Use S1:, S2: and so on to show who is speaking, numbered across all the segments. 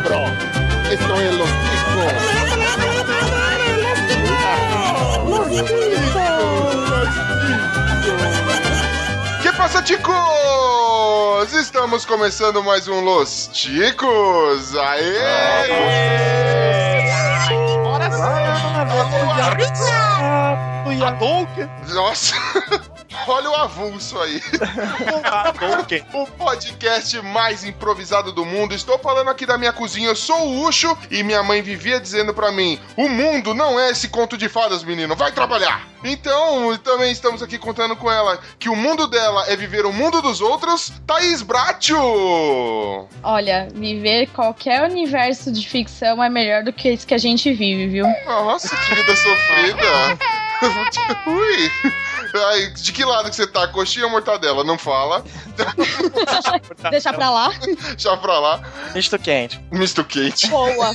S1: bro. Esto es los discos.
S2: Los
S3: Que passa, ticos? Estamos começando mais um Los Ticos. Aê!
S4: Bora sim! A Tolkien!
S3: Nossa! Olha o avulso aí.
S4: A Tolkien!
S3: O podcast mais improvisado do mundo. Estou falando aqui da minha cozinha. Eu sou o Ucho e minha mãe vivia dizendo pra mim: "O mundo não é esse conto de fadas, menino. Vai trabalhar". Então, também estamos aqui contando com ela que o mundo dela é viver o mundo dos outros. Thaís Bratio.
S5: Olha, viver qualquer universo de ficção é melhor do que esse que a gente vive, viu?
S3: Nossa, que vida sofrida. Ui. Ai, de que lado que você tá? Coxinha ou mortadela? Não fala.
S5: Deixar pra lá.
S3: Já pra lá.
S4: Misto quente.
S3: Misto quente.
S5: Boa.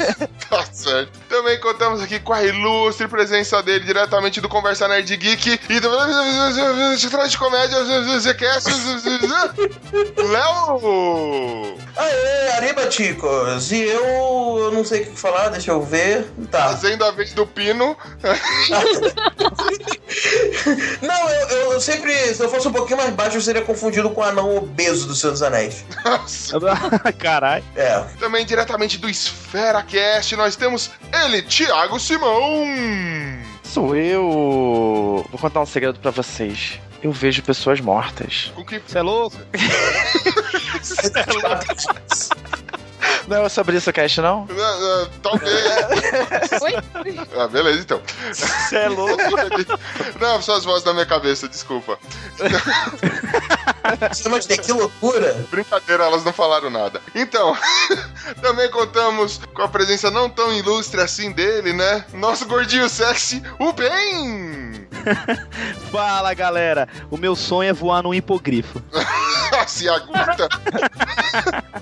S3: Tá certo. Também contamos aqui com a ilustre presença dele diretamente do Conversa Nerd Geek e do Central de Comédia ZQS Léo!
S6: Aê, arriba, chicos! E eu, eu não sei o que falar, deixa eu ver. Tá.
S3: Fazendo a vez do Pino.
S6: Não, eu, eu- eu sempre, se eu fosse um pouquinho mais baixo, eu seria confundido com o anão obeso do Senhor dos Anéis.
S4: Caralho.
S6: É.
S3: Também diretamente do Esfera Cast nós temos ele, Thiago Simão!
S7: Sou eu. Vou contar um segredo pra vocês. Eu vejo pessoas mortas.
S3: Com que
S4: Você é louco?
S7: Não é sobre isso o cast, não?
S3: Ah, ah, talvez.
S5: Oi?
S3: Ah, beleza então.
S4: Você é louco?
S3: Não, só as vozes da minha cabeça, desculpa.
S6: Mas tem que loucura!
S3: Brincadeira, elas não falaram nada. Então, também contamos com a presença não tão ilustre assim dele, né? Nosso gordinho sexy, o Ben!
S4: Fala, galera. O meu sonho é voar num hipogrifo.
S3: Se aguenta,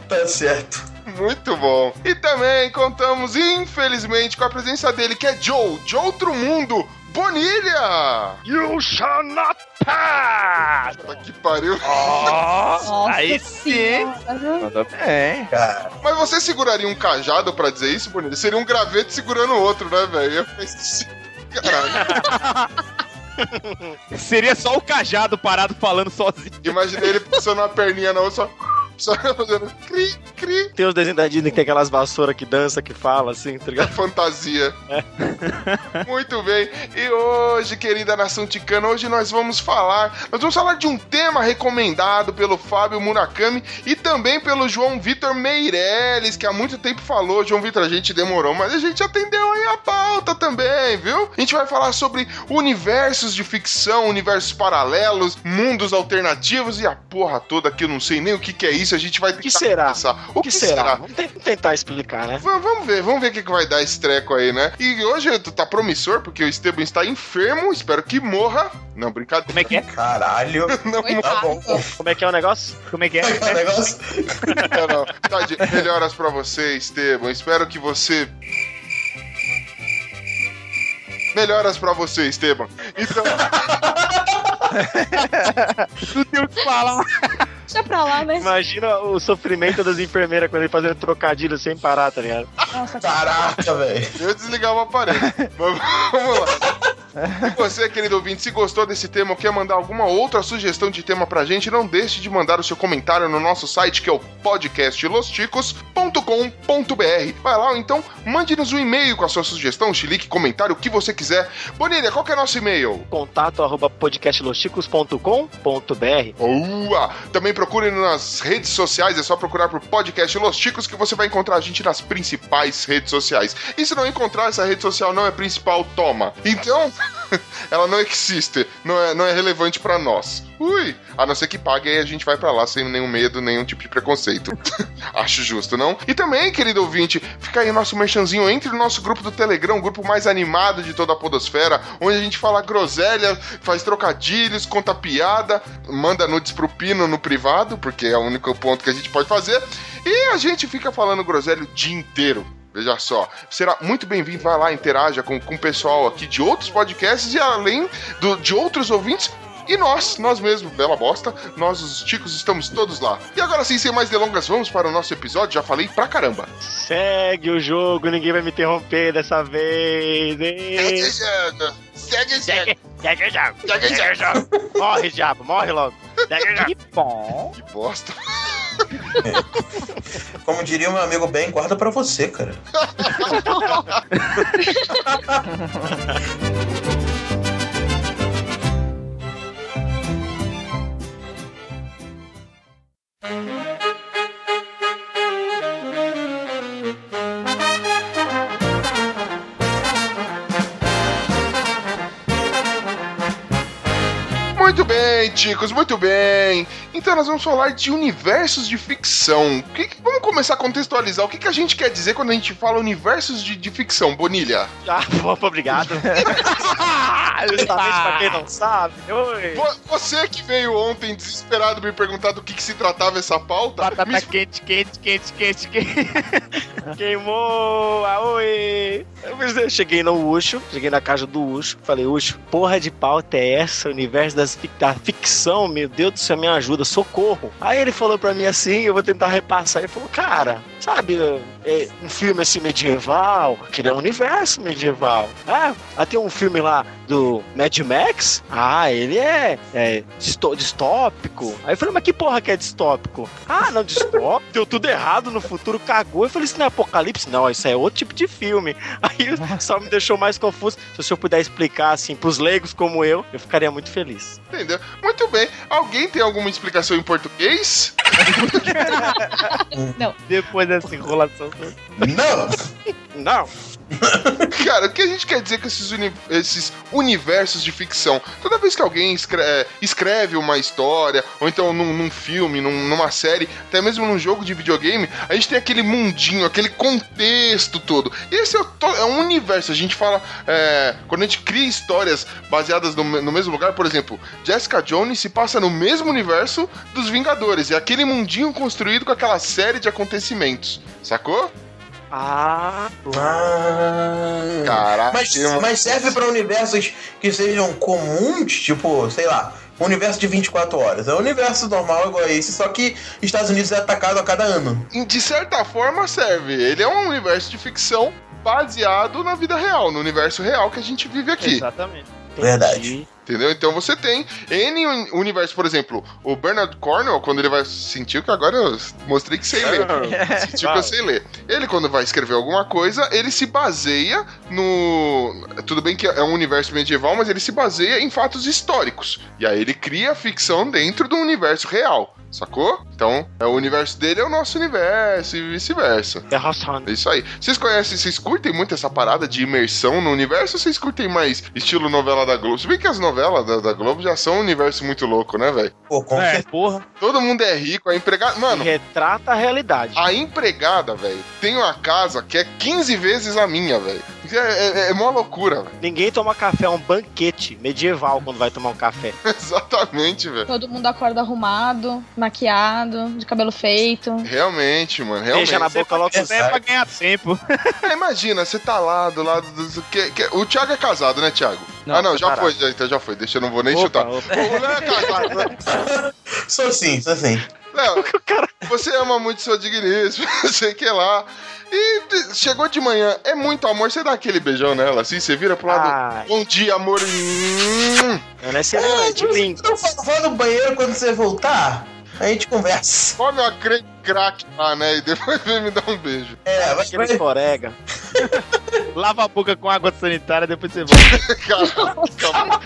S6: Tá certo.
S3: muito bom. E também contamos, infelizmente, com a presença dele, que é Joe, de outro mundo, Bonilha!
S4: You shall not pass!
S3: Puta que pariu.
S4: Oh,
S5: Nossa
S4: aí sim!
S5: senhora.
S7: Manda bem.
S6: Cara,
S3: Mas você seguraria um cajado pra dizer isso, Bonilha? Seria um graveto segurando o outro, né, velho? Eu pensei, Caralho,
S4: Seria só o cajado parado falando sozinho.
S3: imaginei ele passando uma perninha na outra, só, só fazendo cri, cri.
S8: Tem os desenhos da Disney que tem aquelas vassouras que dança, que fala, assim, tá ligado?
S3: fantasia. Muito bem. E hoje, querida nação ticana, hoje nós vamos falar, nós vamos falar de um tema recomendado pelo Fábio Murakami e também pelo João Vitor Meirelles, que há muito tempo falou, João Vitor, a gente demorou, mas a gente atendeu aí a pauta também, viu? A gente vai falar sobre universos de ficção, universos paralelos, mundos alternativos e a porra toda que eu não sei nem o que que é isso, a gente vai
S8: que será?
S3: pensar.
S8: O que será? Vamos te- tentar explicar, né?
S3: V- vamos ver, vamos ver o que, que vai dar esse treco aí, né? E hoje tu tá promissor, porque o Esteban está enfermo, espero que morra. Não, brincadeira.
S4: Como é que é?
S6: caralho! Tá bom.
S5: Coitado.
S8: Como é que é o negócio?
S4: Como é que é?
S6: Sabe aquele negócio?
S3: Não, não. Tade, melhoras pra você, Esteban. Espero que você. Melhoras pra você, Esteban. Então,
S4: Não tenho o que falar.
S5: Deixa pra lá, né?
S8: Imagina o sofrimento das enfermeiras quando ele fazendo trocadilho sem parar, tá ligado?
S5: Nossa,
S6: Caraca, velho!
S3: eu desligava o aparelho. Vamos vamos lá. E você, querido ouvinte, se gostou desse tema ou quer mandar alguma outra sugestão de tema pra gente, não deixe de mandar o seu comentário no nosso site, que é o podcastlosticos.com.br. Vai lá, ou então, mande-nos um e-mail com a sua sugestão, xilique, comentário, o que você quiser. Bonilha, qual que é nosso e-mail?
S8: Contato arroba podcastlosticos.com.br
S3: Boa! Também procure nas redes sociais, é só procurar por podcast Los Chicos que você vai encontrar a gente nas principais redes sociais. E se não encontrar, essa rede social não é principal, toma. Então, ela não existe, não é, não é relevante pra nós. Ui! A não ser que pague, aí a gente vai pra lá sem nenhum medo, nenhum tipo de preconceito. Acho justo, não? E também, querido ouvinte, fica aí o nosso merchanzinho entre o nosso grupo do Telegram, o grupo mais animado de toda a podosfera, onde a gente fala groselha, faz trocadilhos, conta piada, manda nudes pro Pino no privado, porque é o único ponto que a gente pode fazer, e a gente fica falando groselha o dia inteiro. Veja só, será muito bem-vindo, vai lá, interaja com, com o pessoal aqui de outros podcasts e além do- de outros ouvintes E nós, nós mesmo, bela bosta, nós os ticos estamos todos lá. E agora sim, sem mais delongas, vamos para o nosso episódio. Já falei pra caramba.
S8: Segue o jogo, ninguém vai me interromper dessa vez.
S3: Segue
S8: hein?
S3: jogando, segue jogando.
S8: Segue o jogo.
S3: Segue o
S8: o jogo. Morre, diabo, morre logo. Segue o jogo.
S4: Que bom.
S3: Que bosta.
S6: Como diria meu amigo Ben, guarda pra você, cara.
S3: Muito bem, ticos, muito bem. Então nós vamos falar de universos de ficção. Que- que- vamos começar a contextualizar o que, que a gente quer dizer quando a gente fala universos de, de ficção, Bonilha.
S8: Ah, bom, obrigado. Ah, Justamente pra quem não sabe. Oi.
S3: Vo- Você que veio ontem desesperado me perguntar do que, que se tratava essa pauta, me
S4: Batata
S3: expl-
S4: Tá, quente, quente, quente, quente, quente.
S8: Queimou, aoi! Eu cheguei no Ucho, cheguei na casa do Ucho, falei, Ucho, porra de pauta é essa? O universo das fic- da ficção, meu Deus do céu, me ajuda, socorro! Aí ele falou pra mim assim, eu vou tentar repassar, ele falou, cara, sabe, é um filme assim medieval, que é um universo medieval. Ah, ah, tem um filme lá do Mad Max, ah, ele é, é disto- distópico. Aí eu falei, mas que porra que é distópico? Ah, não, distópico, deu tudo errado no futuro, cagou. Eu falei, isso não é apocalipse? Não, isso é outro tipo de filme. Aí só me deixou mais confuso. Se o senhor puder explicar, assim, pros leigos como eu, eu ficaria muito feliz.
S3: entendeu? Muito bem. Alguém tem alguma explicação em português?
S4: Depois dessa enrolação.
S6: Não!
S8: Não,
S3: Cara, o que a gente quer dizer com esses, uni- esses universos de ficção? Toda vez que alguém escre- é, escreve uma história, ou então num, num filme, num- numa série, até mesmo num jogo de videogame, a gente tem aquele mundinho, aquele contexto todo. Esse é, o to- é um universo. A gente fala. é, quando a gente cria histórias baseadas no, me- no mesmo lugar, por exemplo, Jessica Jones se passa no mesmo universo dos Vingadores. É aquele mundinho construído com aquela série de acontecimentos. Sacou?
S8: ah,
S6: Ah.
S3: Hum. Caraca.
S6: Mas,
S3: eu-
S6: mas serve pra universos que sejam comuns, tipo, sei lá, um universo de 24 horas. É um universo normal igual a esse, só que Estados Unidos é atacado a cada ano.
S3: em- de certa forma serve. Ele é um universo de ficção baseado na vida real, no universo real que a gente vive aqui.
S4: Exatamente.
S8: entendi.
S6: Verdade.
S3: Entendeu? Então você tem N uni- universo, por exemplo, o Bernard Cornwell, quando ele vai. Sentiu que agora eu mostrei que sei ler. Sentiu que eu sei ler. Ele, quando vai escrever alguma coisa, ele se baseia no. Tudo bem que é um universo medieval, mas ele se baseia em fatos históricos. E aí ele cria a ficção dentro do universo real. Sacou? Então, é o universo dele é o nosso universo e vice-versa.
S8: É Hassan.
S3: É isso aí. Vocês conhecem, vocês curtem muito essa parada de imersão no universo ou vocês curtem mais estilo novela da Globo? Se bem que as novelas da, da Globo já são um universo muito louco, né, velho?
S6: Pô, com
S4: É,
S6: certeza.
S4: porra.
S3: Todo mundo é rico, a empregada. Mano,
S8: Retrata a realidade.
S3: a empregada, velho, tem uma casa que é 15 vezes a minha, velho. É, é, é uma loucura, velho.
S8: Ninguém toma café, é um banquete medieval quando vai tomar um café.
S3: Exatamente, velho.
S5: Todo mundo acorda arrumado, maquiado, de cabelo feito.
S3: Realmente, mano, realmente.
S8: Beija na boca logo
S6: Você
S8: o
S4: Isso é
S8: céu.
S4: pra ganhar tempo.
S3: Ah, imagina, você tá lá do lado do. do- que- que- o Thiago é casado, né, Thiago?
S4: Não,
S3: ah, não, já
S4: caralho.
S3: foi, já, então já foi. Deixa eu não vou nem chutar. O Léo é casado, né?
S6: Sou sim, sou sim.
S3: Léo, você ama muito seu digníssimo, não sei o que lá. E de- chegou de manhã, é muito amor, você dá aquele beijão nela, assim, você vira pro lado.
S8: Ai,
S3: Bom dia, amor. Hum,
S8: não é semelhante, lindo.
S6: Então vá- vá no banheiro quando você voltar, a gente conversa.
S3: Come uma cre- crack lá, né? E depois vem me dar um beijo.
S6: É, vai,
S8: Aquele
S6: vai,
S8: corega.
S4: Lava a boca com água sanitária, depois você volta.
S3: Caraca,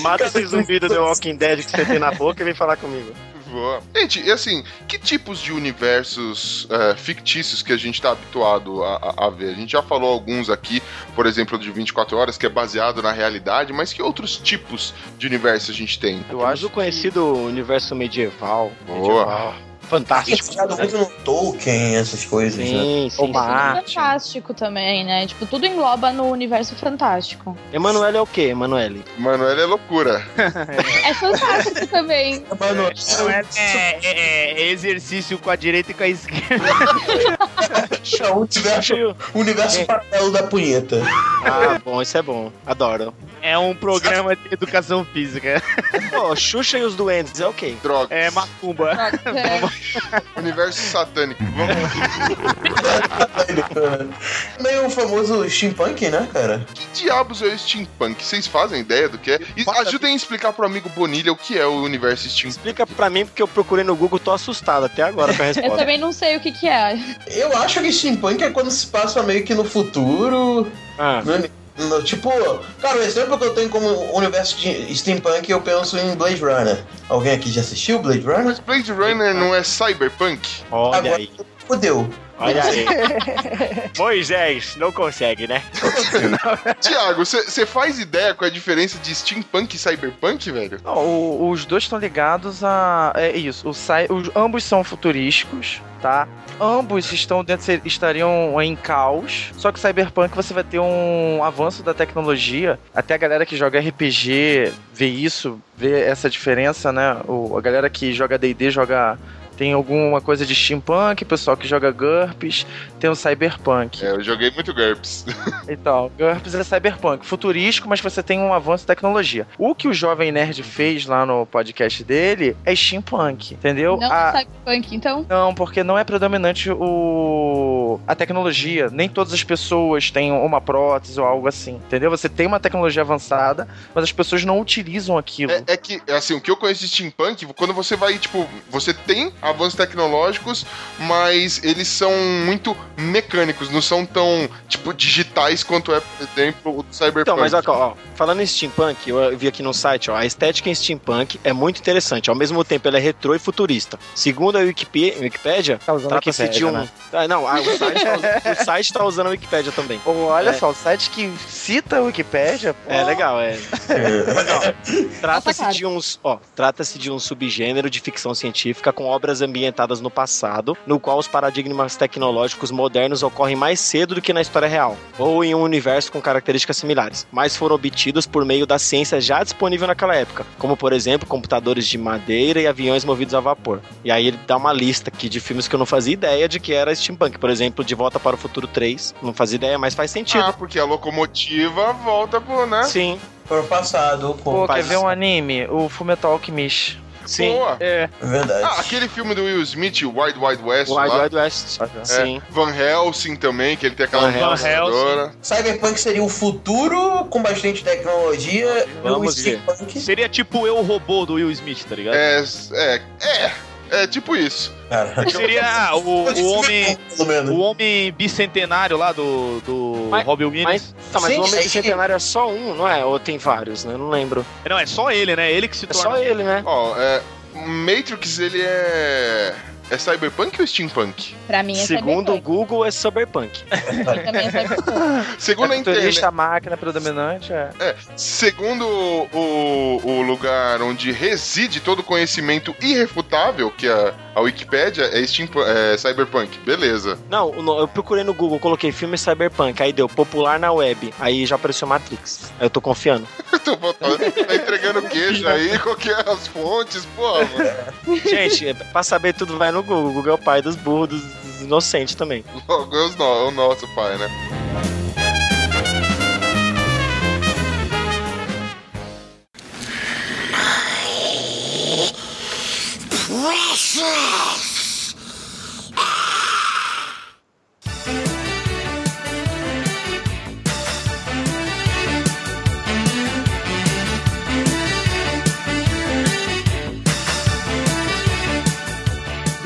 S8: Mata esse zumbi do The Walking Dead que você tem na boca e vem falar comigo.
S3: boa. Gente, e assim, que tipos de universos é, fictícios que a gente tá habituado a, a- a ver? A gente já falou alguns aqui, por exemplo, de 24 horas, que é baseado na realidade, mas que outros tipos de universo a gente tem?
S8: Eu acho o conhecido universo medieval.
S3: Boa.
S8: medieval. fantástico.
S6: Inspirado muito no um Tolkien, essas coisas, né?
S8: Sim, sim.
S5: Isso
S8: Uma
S5: é
S8: arte.
S5: fantástico também, né? Tipo, tudo engloba no universo fantástico.
S8: Emanuele é o quê, Emanuele?
S3: Mano, ela é loucura.
S5: É fantástico também.
S6: Mano,
S4: Não é, é- é- é exercício com a direita e com a esquerda.
S8: né?
S6: é o universo, universo paralelo da punheta.
S8: Ah, bom, isso é bom. Adoro.
S4: É um programa de educação física.
S8: Pô, Xuxa e os Duendes é o quê?
S3: Drogas.
S4: É macumba.
S5: É,
S3: Universo satânico. Vamos
S6: Meio o famoso steampunk, né, cara?
S3: que diabos é o steampunk? Vocês fazem ideia do que é? E ajudem a explicar pro amigo Bonilha o que é o universo steampunk.
S8: Explica pra mim, porque eu procurei no Google, tô assustado até agora com a
S5: eu
S8: resposta.
S5: também não sei o que que é.
S6: Eu acho que steampunk é quando se passa meio que no futuro,
S8: Ah,
S6: No- no- tipo, cara, o exemplo que eu tenho como universo de steampunk, eu penso em Blade Runner. Alguém aqui já assistiu Blade Runner?
S3: Mas Blade Runner não é cyberpunk?
S8: olha
S6: Agora-
S8: aí,
S6: Fudeu.
S8: olha aí. Moisés, não consegue, né?
S3: Tiago, você faz ideia qual é a diferença de steampunk e cyberpunk, velho?
S7: Não, o- os dois estão ligados a. É isso. O sci, os, ambos são futurísticos, tá? Ambos estão dentro, se- estariam em caos. Só que Cyberpunk você vai ter um avanço da tecnologia. Até a galera que joga RPG vê isso, vê essa diferença, né? O, a galera que joga DD joga. Tem alguma coisa de steampunk, o pessoal que joga GURPS, tem o cyberpunk
S3: É, eu joguei muito GURPS.
S7: e tal. GURPS é cyberpunk, futurístico, mas você tem um avanço em tecnologia. O que o Jovem Nerd fez lá no podcast dele é steampunk, entendeu?
S5: Não
S9: ah.
S7: A-
S5: sabe punk, então.
S7: não, porque não é predominante o a tecnologia. Nem todas as pessoas têm uma prótese ou algo assim, entendeu? Você tem uma tecnologia avançada, mas as pessoas não utilizam aquilo.
S3: É, é que, é assim, o que eu conheço de steampunk, quando você vai, tipo, você tem avanços tecnológicos, mas eles são muito mecânicos, não são tão, tipo, digitais quanto é, por exemplo, o do cyberpunk.
S8: Então, mas ó, ó, falando em steampunk, eu vi aqui no site, ó, a estética em steampunk é muito interessante. Ao mesmo tempo, ela é retrô e futurista. Segundo a Wikipe- Wikipédia,
S7: Tá usando
S8: trata-se de um...
S7: Wikipédia, né?
S8: Ah, não, ah, o, site tá, us- o site tá usando a Wikipédia também.
S7: Olha
S8: É.
S7: só, o site que cita a Wikipédia, pô.
S8: É legal, é. Trata-se
S5: Atacado.
S8: de uns, ó, trata-se de um subgênero de ficção científica com obras ambientadas no passado, no qual os paradigmas tecnológicos modernos ocorrem mais cedo do que na história real, ou em um universo com características similares, mas foram obtidos por meio da ciência já disponível naquela época, como por exemplo, computadores de madeira e aviões movidos a vapor. E aí ele dá uma lista aqui de filmes que eu não fazia ideia de que era steampunk, por exemplo, De Volta para o Futuro 3, não fazia ideia, mas faz sentido.
S3: Ah, porque a locomotiva volta pro, né?
S8: Sim,
S6: Pro passado,
S7: Pô,
S6: pô.
S7: quer
S8: faz
S7: ver
S8: isso.
S7: um anime? O Fullmetal Alchemist.
S8: sim.
S3: Boa.
S6: É verdade.
S3: Ah, aquele filme do Will Smith, Wide Wide West,
S8: Wild
S3: lá. É,
S8: Wild West. Ah, Sim.
S3: Van Helsing também, que ele tem aquela
S8: Van Helsing.
S3: lançadora.
S6: Cyberpunk seria o futuro com bastante tecnologia.
S8: Vamos
S6: e o
S8: ver.
S6: steampunk.
S4: Seria tipo eu o robô do Will Smith, tá ligado?
S3: É, é, é, é tipo isso.
S6: Cara,
S4: Seria ah, o, o homem.
S6: pelo menos.
S4: O homem bicentenário lá do, do
S8: Mas-
S4: Robin Williams.
S8: mas- Tá, mas
S6: Sim,
S8: o Homem
S6: sim.
S8: Bicentenário é só um, não é? Ou tem vários, né? Não lembro.
S4: Não, é só ele, né? Ele que se
S8: É
S4: torna.
S8: só ele, né?
S3: Ó, é, Matrix, ele é... É cyberpunk ou steampunk?
S5: Pra mim é
S8: Segundo o
S5: cyberpunk.
S8: Google, é Cyberpunk.
S5: Pra mim é cyberpunk.
S3: Segundo né? a
S7: é futurista,
S3: internet...
S7: a máquina predominante, é.
S3: Segundo o, o lugar onde reside todo conhecimento irrefutável, que é a Wikipédia, é, steampunk, é cyberpunk. Beleza.
S8: Não, o no- eu procurei no Google, coloquei filme Cyberpunk, aí deu popular na web, aí já apareceu Matrix. Aí eu tô confiando.
S3: Eu tô botando, tá entregando queijo aí, qualquer as fontes, pô, mano.
S8: Gente, é, pra saber tudo vai no Google. O Google é o pai dos burros, dos, dos inocentes também.
S3: Logo é os no- é o nosso pai, né?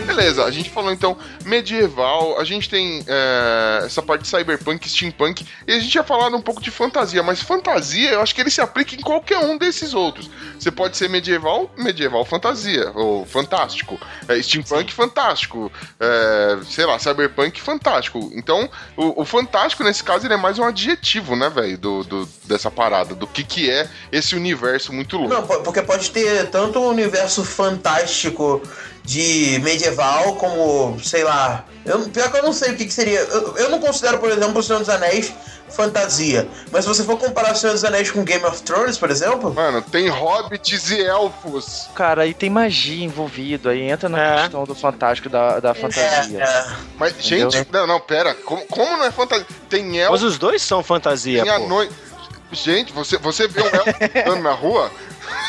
S3: Beleza, a gente falou então medieval, a gente tem é, essa parte de cyberpunk, steampunk, e a gente ia falar um pouco de fantasia, mas fantasia eu acho que ele se aplica em qualquer um desses outros. Você pode ser medieval, medieval fantasia, ou fantástico, é, steampunk fantástico, é, sei lá, cyberpunk fantástico. Então, o, o fantástico nesse caso ele é mais um adjetivo, né, velho, do, do- dessa parada, do que, que é esse universo muito louco.
S6: Não, po- porque pode ter tanto o universo um fantástico de medieval, como, sei lá. Eu, pior que eu não sei o que, que seria. Eu, eu não considero, por exemplo, o Senhor dos Anéis fantasia. Mas se você for comparar o Senhor dos Anéis com Game of Thrones, por exemplo,
S3: Mano, tem hobbits e elfos.
S7: Cara, aí tem magia envolvido, aí entra na
S8: É.
S7: questão do fantástico da, da fantasia.
S6: é, é,
S3: Mas,
S7: Entendeu?
S3: gente, não, não, pera. Como, como não é fantasia? Tem elfo,
S8: Mas os dois são fantasia,
S3: tem a
S8: pô.
S3: noite. Gente, você, você vê um elfo andando na rua?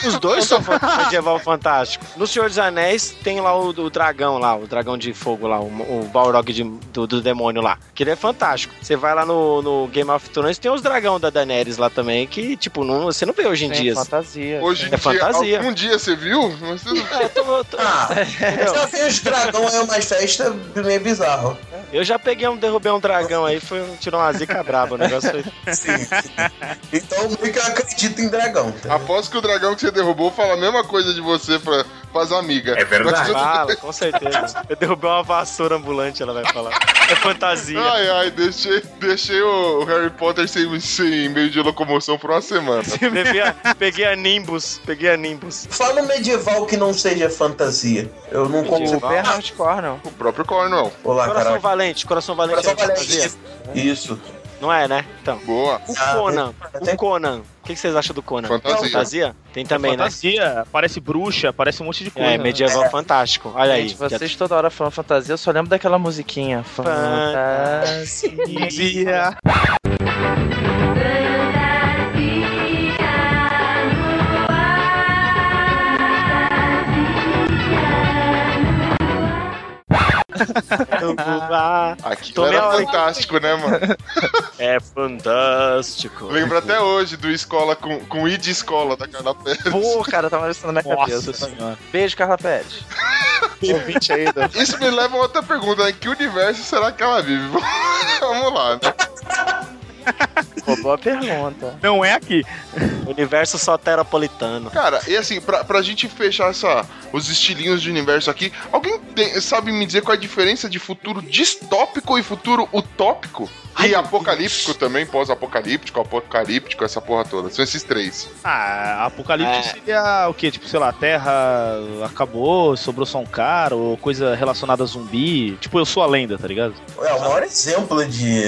S8: Os dois são fan- medieval fantástico. No Senhor dos Anéis tem lá o, o dragão lá, o dragão de fogo lá, o, o Balrog de- do, do demônio lá, que ele é fantástico. Você vai lá no, no Game of Thrones, tem os dragão da Daenerys lá também, que, tipo, não, você não vê hoje em
S7: Tem
S8: dia.
S7: fantasia.
S3: Hoje em
S8: É fantasia.
S3: dia. Um dia você viu? Mas tudo bem.
S8: É, tô- tô-
S6: Ah,
S8: entendeu?
S6: já vi os dragão em umas festas meio bizarro.
S8: eu já peguei um, derrubei um dragão aí, foi um- tirou uma zica braba, o negócio foi...
S6: Sim. Então meio que eu acredito em dragão. tá?
S3: Aposto que o dragão que você derrubou fala a mesma coisa de você pra, pras amigas.
S2: É verdade.
S3: Mas-
S8: Fala, com certeza. Eu derrubei uma vassoura ambulante, ela vai falar. É fantasia.
S3: Ai, ai, deixei, deixei o Harry Potter sem, sem meio de locomoção por uma semana.
S8: Peguei a- peguei a Nimbus, peguei a Nimbus.
S6: Fala um medieval que não seja fantasia. Eu não
S7: O
S6: consigo.
S7: Ben Hardcore, não.
S3: O próprio Cornwall.
S6: Olá,
S8: Coração
S6: caralho.
S8: Valente, Coração Valente
S6: Coração
S8: é fantasia.
S6: valente. Isso.
S8: Não é, né? Então.
S3: Boa.
S8: O
S6: Ah,
S8: Conan.
S6: tem-
S8: O Conan. O que que vocês acham do Conan?
S3: Fantasia.
S8: é Tem também, né?
S9: fantasia, parece bruxa, parece um monte de coisa.
S8: É, medieval fantástico. Olha aí.
S7: Gente, vocês toda hora falam fantasia, eu só lembro daquela musiquinha. Fantasia.
S8: Eu vou lá.
S3: Aqui
S8: Tomei
S3: era
S8: a hora.
S3: fantástico, né, mano?
S2: É fantástico.
S3: Lembro até hoje do escola com, com I de escola da Carla Pérez.
S7: Pô, cara, tava isso na minha
S9: Nossa
S7: cabeça. assim,
S9: senhora.
S7: Beijo, Carla Pérez.
S9: Ouvinte aí do-
S3: Isso me leva a outra pergunta, né? Que universo será que ela vive? Vamos lá, né?
S7: Pô, boa pergunta.
S9: Não é aqui.
S8: Universo soterapolitano.
S3: Cara, e assim, pra, pra gente fechar essa, os estilinhos de universo aqui, alguém tem- sabe me dizer qual é a diferença de futuro distópico e futuro utópico? E apocalíptico também, pós-apocalíptico, apocalíptico, essa porra toda. São esses três.
S9: Ah, apocalipse
S8: É.
S9: seria o quê? Tipo, sei lá, a Terra acabou, sobrou só um cara, ou coisa relacionada a zumbi. Tipo, eu sou a lenda, tá ligado?
S6: É, o maior exemplo de,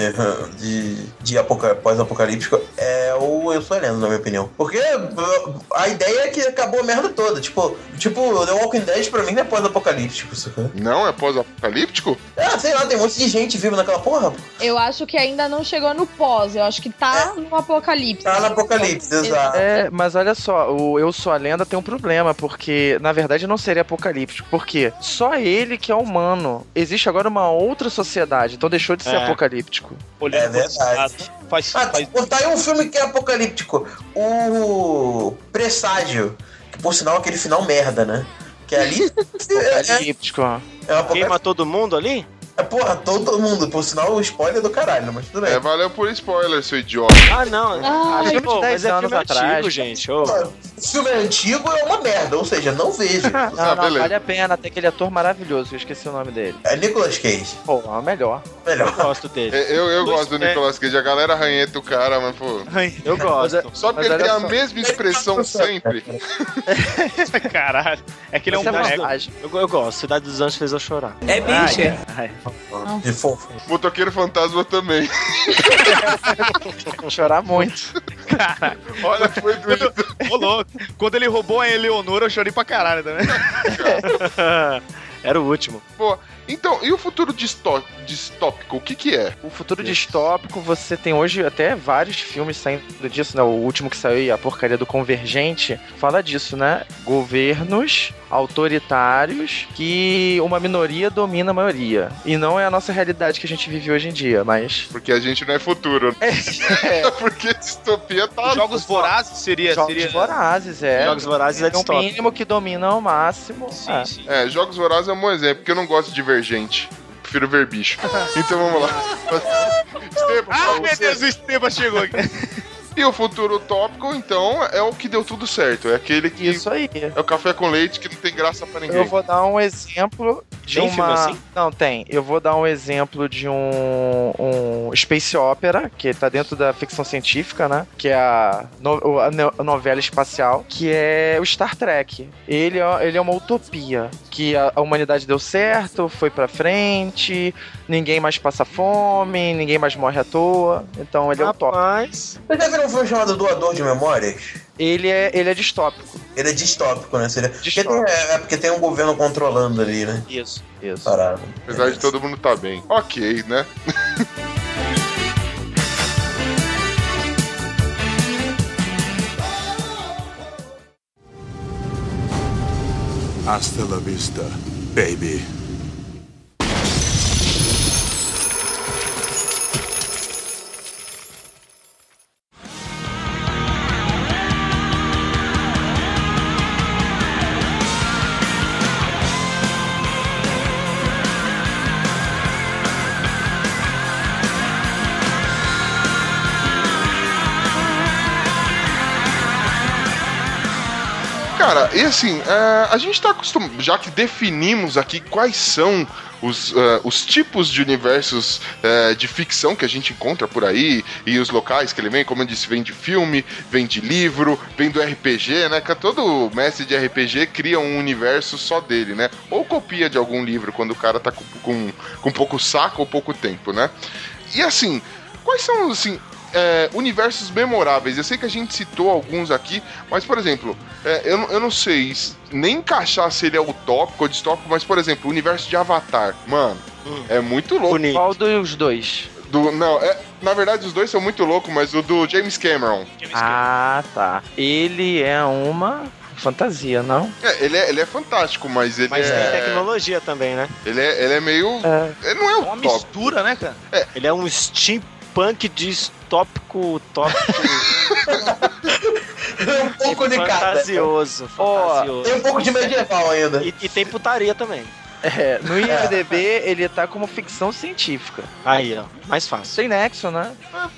S6: de, de apoca- pós-apocalíptico é o Eu Sou a Lenda, na minha opinião. Porque uh, a ideia é que acabou a merda toda. Tipo, tipo The Walking Dead pra mim não é pós-apocalíptico. sacou?
S3: Não é pós-apocalíptico?
S6: Ah, sei lá, tem um monte de gente viva naquela porra.
S5: Eu acho que ainda não chegou no pós, eu acho que tá no apocalipse.
S6: É. Tá no apocalipse, exato.
S7: É, mas olha só, o Eu Sou a Lenda tem um problema, porque na verdade não seria apocalíptico, porque só ele que é humano. Existe agora uma outra sociedade, então deixou de ser
S8: É.
S7: apocalíptico.
S9: Olhando pro
S6: É
S9: outro lado. Faz,
S6: Ah,
S9: faz
S6: pô, tá aí um filme que é apocalíptico. O Presságio. Que, por sinal, é aquele final merda, né? Que ali... é,
S7: Apocalíptico, ó.
S6: é, é um apocalipse.
S8: Queima todo mundo ali?
S6: É, porra, todo mundo. Por sinal, o spoiler é do caralho, mas tudo bem.
S3: É, valeu por spoiler, seu idiota.
S8: Ah, não.
S5: Ah,
S8: Ai,
S7: filme de
S8: pô,
S7: 10
S8: mas é
S7: anos
S8: filme antigo,
S7: atrás.
S8: gente. ô.
S6: O filme é antigo é uma merda, ou seja, não vejo.
S7: Não,
S3: Ah,
S7: não,
S3: beleza.
S7: vale a pena, até aquele ator maravilhoso, que eu esqueci o nome dele.
S6: É Nicolas Cage.
S7: Pô, é o melhor.
S8: Eu
S6: Melhor.
S8: gosto dele.
S3: É, Eu, eu
S8: Dois
S3: gosto do
S8: pés.
S3: Nicolas Cage, a galera ranheta o cara, mas pô.
S8: Eu gosto.
S3: Só porque
S7: Mas
S3: ele
S7: olha
S3: tem a
S7: só.
S3: mesma
S9: tá
S3: expressão sempre.
S9: caralho. É que ele é um
S7: Você
S9: boneco.
S7: vantagem.
S8: Eu, eu gosto. Cidade dos Anjos fez eu chorar.
S6: De fofo.
S3: Motoqueiro fantasma também.
S7: Chorar muito.
S3: Olha, foi doido.
S9: Ô, louco. Quando ele roubou a Eleonora, eu chorei pra caralho também.
S8: Era o último.
S3: Então, e o futuro distó- distópico? O que que é?
S7: O futuro distópico, você tem hoje até vários filmes saindo disso, né? O último que saiu aí, a porcaria do Convergente, fala disso, né? Governos autoritários que uma minoria domina a maioria. E não é a nossa realidade que a gente vive hoje em dia, mas.
S3: Porque a gente não é futuro. É. Porque distopia tá.
S9: Os Jogos Vorazes seria.
S7: Jogos
S9: seria...
S7: vorazes, é.
S8: Jogos Vorazes é
S7: é o
S8: distópico.
S7: mínimo que domina ao máximo.
S9: Sim,
S7: Ah.
S9: sim.
S3: É, Jogos Vorazes é um bom exemplo, porque eu não gosto de divergente. Prefiro ver bicho. Então vamos lá. Esteban,
S9: Ah,
S3: fala
S9: meu
S3: você.
S9: Deus, o Esteban chegou aqui.
S3: E o futuro utópico, então, é o que deu tudo certo. É aquele que.
S7: Isso aí.
S3: É o café com leite que não tem graça pra ninguém.
S7: Eu vou dar um exemplo de
S8: Tem
S7: uma...
S8: filme assim?
S7: Não, tem. Eu vou dar um exemplo de um, um space opera, que tá dentro da ficção científica, né? Que é a, no- a no- a novela espacial, que é o Star Trek. Ele é, ele é uma utopia, que a, a humanidade deu certo, foi pra frente, ninguém mais passa fome, ninguém mais morre à toa. Então ele é utópico.
S8: Rapaz.
S6: Mas já viram um filme chamado Doador de Memórias?
S7: Ele é, ele é distópico.
S6: Ele é distópico, né? Seria... Porque tem,
S7: Distópico.
S6: é, é porque tem um governo controlando ali, né?
S8: Isso.
S7: Isso.
S6: Parado.
S3: Apesar de todo mundo tá bem. Ok, né?
S10: Hasta la vista, baby.
S3: Cara, e assim, é, a gente tá acostumado, já que definimos aqui quais são os, é, os tipos de universos é, de ficção que a gente encontra por aí e os locais que ele vem, como eu disse, vem de filme, vem de livro, vem do RPG, né? Que todo mestre de RPG cria um universo só dele, né? Ou copia de algum livro quando o cara tá com, com, com pouco saco ou pouco tempo, né? E assim, quais são, assim, é, universos memoráveis? Eu sei que a gente citou alguns aqui, mas, por exemplo, é, eu, não- eu não sei s- nem encaixar se ele é utópico ou distópico, mas, por exemplo, o universo de Avatar, mano, é muito louco.
S8: Bonito.
S7: Qual dos dois?
S3: Do, não, é, na verdade, os dois são muito loucos, mas o do James Cameron,
S7: Ah, tá. Ele é uma fantasia, não?
S3: é, ele, é, ele é fantástico, mas ele,
S8: Mas tem
S3: é,
S8: tecnologia também, né?
S3: ele, é, ele é meio...
S7: É.
S3: Ele não é
S9: Uma
S3: utópico.
S9: mistura, né, cara?
S8: Ele é um steampunk distópico, utópico,
S6: Tem um pouco de cada.
S8: fantasioso, fantasioso.
S6: Tem um pouco de medieval ainda.
S8: E, e tem putaria também.
S7: É, no IMDB ele tá como ficção científica.
S8: Aí, ó. Mais fácil.
S7: Sem nexo, né?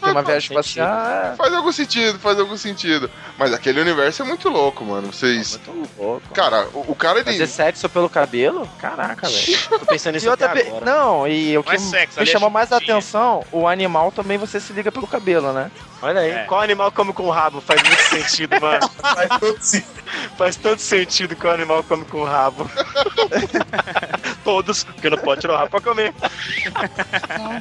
S7: Tem uma viagem
S8: sentido.
S7: espacial.
S3: Faz algum sentido, faz algum sentido. Mas aquele universo é muito louco, mano. Vocês...
S8: Ah,
S7: Muito louco.
S3: Cara, o, o cara, ele...
S8: é
S7: Fazer sexo pelo cabelo? Caraca, velho.
S8: Tô pensando
S7: E
S8: nisso até
S7: outra pe-
S8: agora.
S7: Não, e o que
S9: Não é sexo,
S7: me
S9: ali é
S7: chamou mais a
S9: chupadinha.
S7: atenção, o animal também você se liga pelo cabelo, né?
S8: Olha aí.
S9: É.
S8: Qual animal come com o rabo? Faz muito sentido, mano.
S6: Faz todo sentido.
S8: Faz todo sentido que o animal come com o rabo. Todos, porque não pode tirar o rabo pra comer.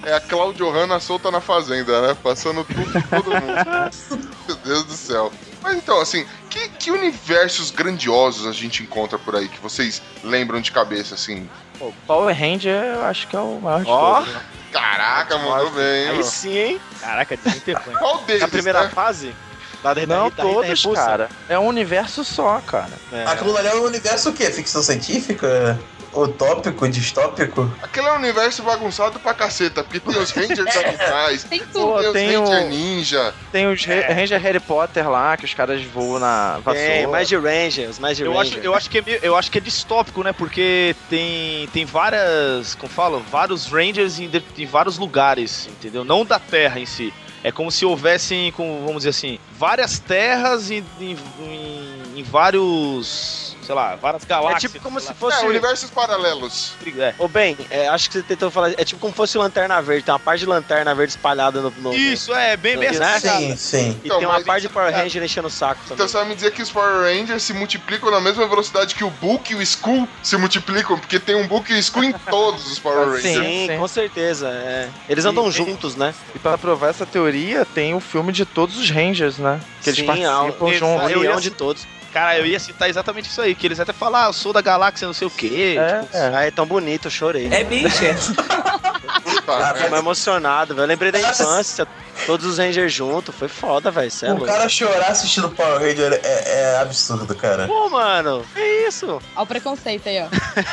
S3: É a Claudio Hanna solta na fazenda, né? Passando tudo por todo mundo. Meu Deus do céu. Mas então, assim, que, que universos grandiosos a gente encontra por aí que vocês lembram de cabeça, assim?
S7: Pô, Power Ranger eu acho que é o maior de
S8: Ó.
S7: todos. né?
S3: Caraca, mandou bem,
S8: Aí
S3: mano.
S8: sim, hein?
S9: Caraca, desinterfante.
S3: Qual deles,
S8: Na primeira
S3: né?
S8: fase? Lá da
S7: Não
S8: da- da
S7: todos,
S8: repulsa.
S7: cara. É um universo só, cara.
S8: É.
S6: Aquilo ali é um universo o quê? Ficção científica? Utópico? Distópico?
S3: Aquele é um universo bagunçado pra caceta, porque tem os Rangers
S8: É.
S3: animais,
S5: Tem tudo.
S7: Pô,
S3: tem os
S7: tem o-
S3: Ranger Ninja.
S7: Tem os Ra- Ranger Harry Potter lá, que os caras voam na vassoura.
S8: É. Tem, mais de Ranger, os mais de
S9: Eu
S8: Ranger.
S9: acho, eu, acho que é meio- eu acho que é distópico, né? Porque tem, tem várias, como falo, vários Rangers em, de- em vários lugares, entendeu? Não da Terra em si. É como se houvessem, como, vamos dizer assim, várias terras em, em, em- em vários, sei lá, várias
S8: é
S9: galáxias.
S8: tipo como
S9: sei
S8: se
S9: lá.
S8: fosse.
S3: É, universos paralelos.
S9: É.
S8: Ô, bem, é, acho que você tentou falar. É tipo como fosse Lanterna Verde. Tem uma parte de Lanterna Verde espalhada no. no
S9: Isso, é, bem, bem
S8: Né?
S9: assim, cara.
S6: Sim, sim.
S8: E
S3: Então,
S8: tem uma
S3: mas
S8: parte de Power
S3: é.
S8: Ranger enchendo o saco também.
S3: Então você vai me dizer que os Power Rangers se multiplicam na mesma velocidade que o Book e o Skull se multiplicam, porque tem um Book e o Skull em todos os Power Rangers.
S7: Sim,
S8: Sim,
S7: sim.
S8: com certeza. é. Eles andam
S7: E-
S8: juntos, né?
S7: E pra provar essa teoria, tem o filme de todos os Rangers, né? Que eles
S8: Sim, é
S7: participam
S9: a-
S7: de um
S9: exa- eu ia-
S8: União de todos.
S9: Cara, eu ia citar exatamente isso aí, que eles até falam, ah, eu sou da galáxia não sei o quê.
S7: É,
S9: tipo,
S7: é.
S8: Ah, é tão bonito, eu chorei.
S11: É bicha.
S3: Puta,
S8: Fiquei mais emocionado, velho. Eu Lembrei da
S6: Nossa.
S8: infância, todos os Rangers juntos. Foi foda, velho. Cê é
S6: O
S8: louco.
S6: cara chorar assistindo Power Ranger é, é absurdo, cara.
S8: Pô, mano, é isso?
S5: Olha o preconceito aí, ó.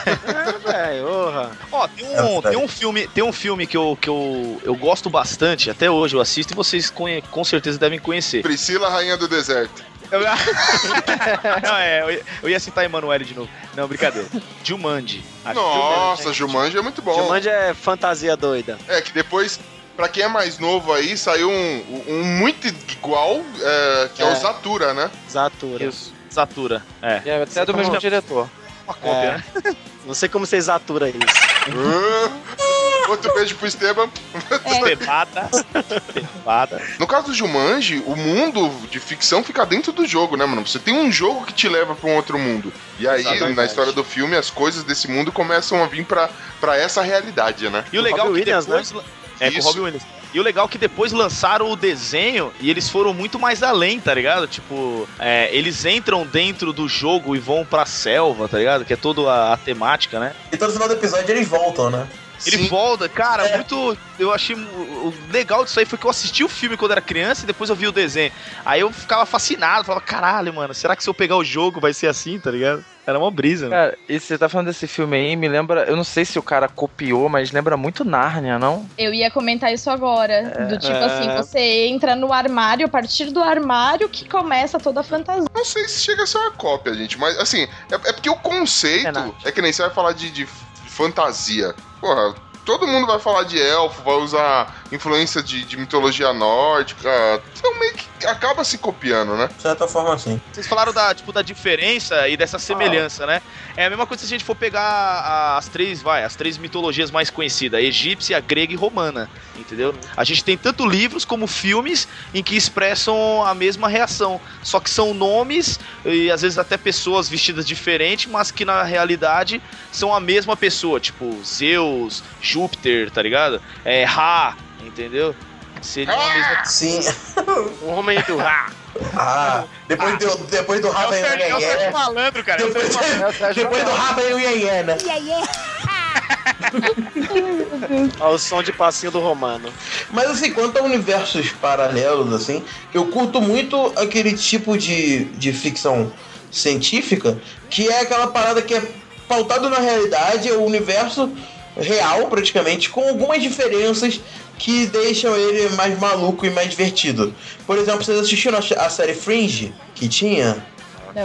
S8: É, velho, orra.
S9: Ó, tem
S6: É
S9: um,
S6: verdade.
S9: tem um filme, tem um filme que, eu, que eu, eu gosto bastante, até hoje eu assisto e vocês conhe- com certeza devem conhecer.
S3: Priscila, Rainha do Deserto. Ah!
S9: Não, é, eu, ia- eu ia citar Emanuele de novo. Não, brincadeira. Jumanji. A
S3: Nossa, Jumanji é muito bom.
S8: Jumanji é fantasia doida.
S3: É que depois, pra quem é mais novo aí, saiu um, um muito igual, é, que é.
S8: É.
S3: o Zatura, né?
S8: Zatura.
S9: Satura. É.
S7: É até do mesmo diretor.
S9: uma cópia, né?
S8: Não sei como vocês aturam isso.
S3: Ah, Outro beijo pro Esteban.
S9: Pelada. Pelada.
S3: No caso do Jumanji, o mundo de ficção fica dentro do jogo, né, mano? Você tem um jogo que te leva pra um outro mundo. E aí,
S8: Exatamente.
S3: na história do filme, as coisas desse mundo começam a vir pra, pra essa realidade, né?
S9: E o legal
S8: Robin
S9: é que
S8: Williams,
S9: depois... É, com o
S3: Isso.
S9: Robin Williams. E o legal é que depois lançaram o desenho e eles foram muito mais além, tá ligado? Tipo, é, eles entram dentro do jogo e vão pra selva, tá ligado? Que é toda a, a temática, né?
S6: E todo final do episódio eles voltam, né?
S9: Ele
S3: Sim.
S9: volta, cara,
S6: É.
S9: muito. Eu achei. mu- O legal disso aí foi que eu assisti o filme quando era criança e depois eu vi o desenho. Aí eu ficava fascinado, falava, caralho, mano, será que se eu pegar o jogo vai ser assim, tá ligado? Era uma brisa, né?
S7: Cara, e você tá falando desse filme aí, me lembra. Eu não sei se o cara copiou, mas lembra muito Nárnia, não?
S5: Eu ia comentar isso agora. do tipo assim, você entra no armário, a partir do armário que começa toda a fantasia.
S3: Não sei se chega a ser uma cópia, gente, mas assim, é, é porque o conceito
S7: Renato.
S3: é que nem você vai falar de, de fantasia. Porra, todo mundo vai falar de elfo, vai usar influência de, de mitologia nórdica. Então meio que acaba se copiando, né?
S6: De certa forma, assim.
S9: Vocês falaram da, tipo, da diferença e dessa semelhança, né? É a mesma coisa se a gente for pegar a- as três, vai, as três mitologias mais conhecidas, a egípcia, a grega e romana, entendeu? A gente tem tanto livros como filmes em que expressam a mesma reação, só que são nomes e às vezes até pessoas vestidas diferente, mas que na realidade são a mesma pessoa, tipo Zeus, Júpiter, tá ligado? É Ra, entendeu? Seria a mesma...
S12: Ah,
S6: Sim.
S8: O Um homem do Ra.
S6: Ah, depois do, depois do Rafa e o
S9: É o Sérgio
S6: Iê-Iê.
S9: Malandro, cara. é o
S6: Depois, depois do Rafa e o Iê-Iê, né?
S8: Ao som de passinho do romano.
S6: Mas assim, quanto a universos paralelos, assim, eu curto muito aquele tipo de, de ficção científica que é aquela parada que é pautado na realidade, é o universo real praticamente, com algumas diferenças que deixam ele mais maluco e mais divertido. Por exemplo, vocês assistiram a ch- a série Fringe que tinha?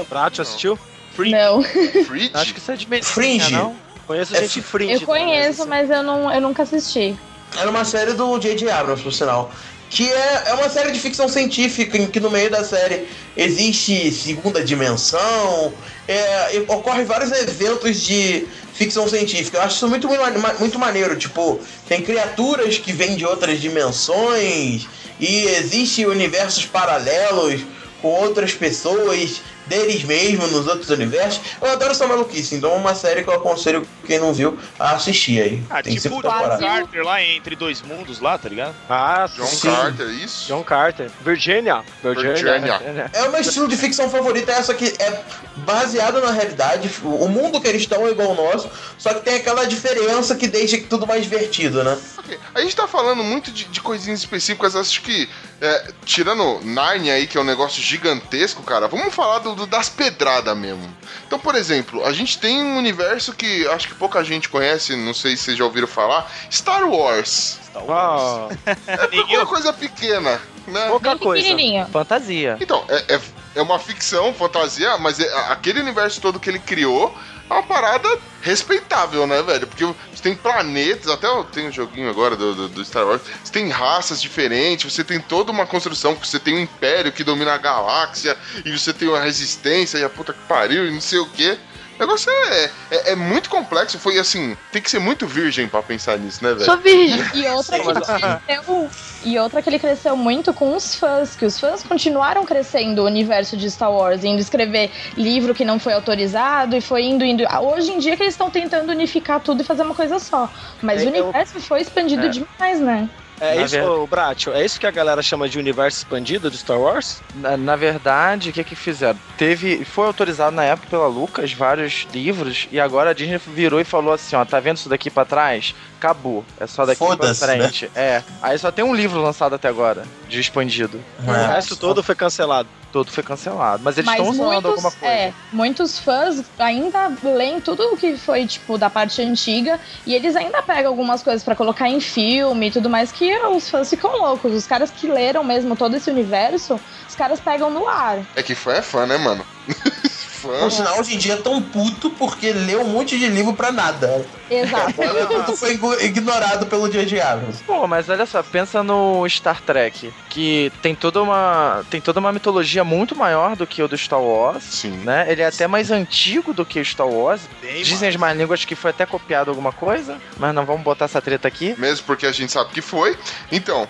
S8: Prato, assistiu?
S5: Não.
S3: Fridge?
S7: Acho que isso é de medicina,
S6: Fringe.
S7: não?
S8: Conheço
S6: É,
S8: gente fringe.
S5: Eu conheço,
S8: né?
S5: mas eu, não, eu nunca assisti.
S6: Era uma série do J.J. Abrams, por sinal. Que é, é uma série de ficção científica em que no meio da série existe segunda dimensão, é, e ocorre vários eventos de ficção científica. Eu acho isso muito, ma- muito maneiro. Tipo, tem criaturas que vêm de outras dimensões e existem universos paralelos com outras pessoas deles mesmos nos outros universos. Eu adoro essa maluquice, então é uma série que eu aconselho quem não viu a assistir aí.
S9: Ah,
S6: tem
S9: tipo o
S6: cinco
S9: John
S6: temporadas.
S9: Carter lá entre dois mundos lá, tá ligado?
S8: Ah,
S3: John
S8: sim.
S3: Carter, isso?
S8: John Carter. Virginia.
S3: Virginia.
S6: É o meu estilo de ficção favorito, é essa que é baseada na realidade. O mundo que eles estão é igual ao nosso, só que tem aquela diferença que deixa que tudo mais divertido, né?
S3: Ok. A gente tá falando muito de, de coisinhas específicas, acho que. é, tirando Narnia aí, que é um negócio gigantesco, cara, vamos falar do, do- das pedradas mesmo. Então, por exemplo, a gente tem um universo que acho que pouca gente conhece, não sei se vocês já ouviram falar: Star Wars.
S8: Ah,
S3: É uma coisa pequena, né?
S8: pouca coisa.
S5: Pequenininho.
S7: Fantasia.
S3: Então, é, é, é uma ficção, fantasia, mas é- a- aquele universo todo que ele criou é uma parada respeitável, né, velho? Porque você tem planetas, até eu tenho um joguinho agora do, do- do Star Wars, você tem raças diferentes, você tem toda uma construção, você tem um império que domina a galáxia, e você tem uma resistência, e a puta que pariu, e não sei o quê. O negócio é, é, é muito complexo, foi assim, tem que ser muito virgem pra pensar nisso, né, velho?
S5: Sou virgem. E outra, que ele cresceu, e outra que ele cresceu muito com os fãs, que os fãs continuaram crescendo o universo de Star Wars, indo escrever livro que não foi autorizado e foi indo, indo. Ah, Hoje em dia que eles estão tentando unificar tudo e fazer uma coisa só. Mas
S8: É,
S5: o universo foi expandido demais, né?
S8: É
S7: Na
S8: isso,
S7: verdade-
S8: ô, Bratio, é isso que a galera chama de universo expandido de Star Wars?
S7: Na, na verdade, o que que fizeram? Teve, foi autorizado na época pela Lucas vários livros e agora a Disney virou e falou assim, ó, tá vendo isso daqui pra trás? Acabou, é só daqui pra
S6: Foda-se, né?
S7: frente. É. Aí só tem um livro lançado até agora de expandido.
S6: É.
S8: O resto todo foi cancelado.
S7: Todo foi cancelado, mas eles
S5: Mas
S7: estão usando
S5: muitos,
S7: alguma coisa.
S5: é, muitos fãs ainda leem tudo o que foi, tipo, da parte antiga, e eles ainda pegam algumas coisas pra colocar em filme e tudo mais, que os fãs ficam loucos. Os caras que leram mesmo todo esse universo, os caras pegam no ar.
S3: É que fã é fã, né, mano? fã.
S6: Por sinal, hoje em dia é tão puto porque leu um monte de livro pra nada.
S5: Exato.
S6: Olha, puto foi igno- ignorado pelo J.J. Abrams.
S7: Pô, mas olha só, pensa no Star Trek, que tem toda uma tem toda uma mitologia muito maior do que o do Star Wars,
S3: Sim.
S7: né? Ele é até mais antigo do que o Star Wars.
S9: Bem,
S7: Dizem as más línguas que foi até copiado alguma coisa, mas não vamos botar essa treta aqui.
S3: Mesmo porque a gente sabe que foi. Então,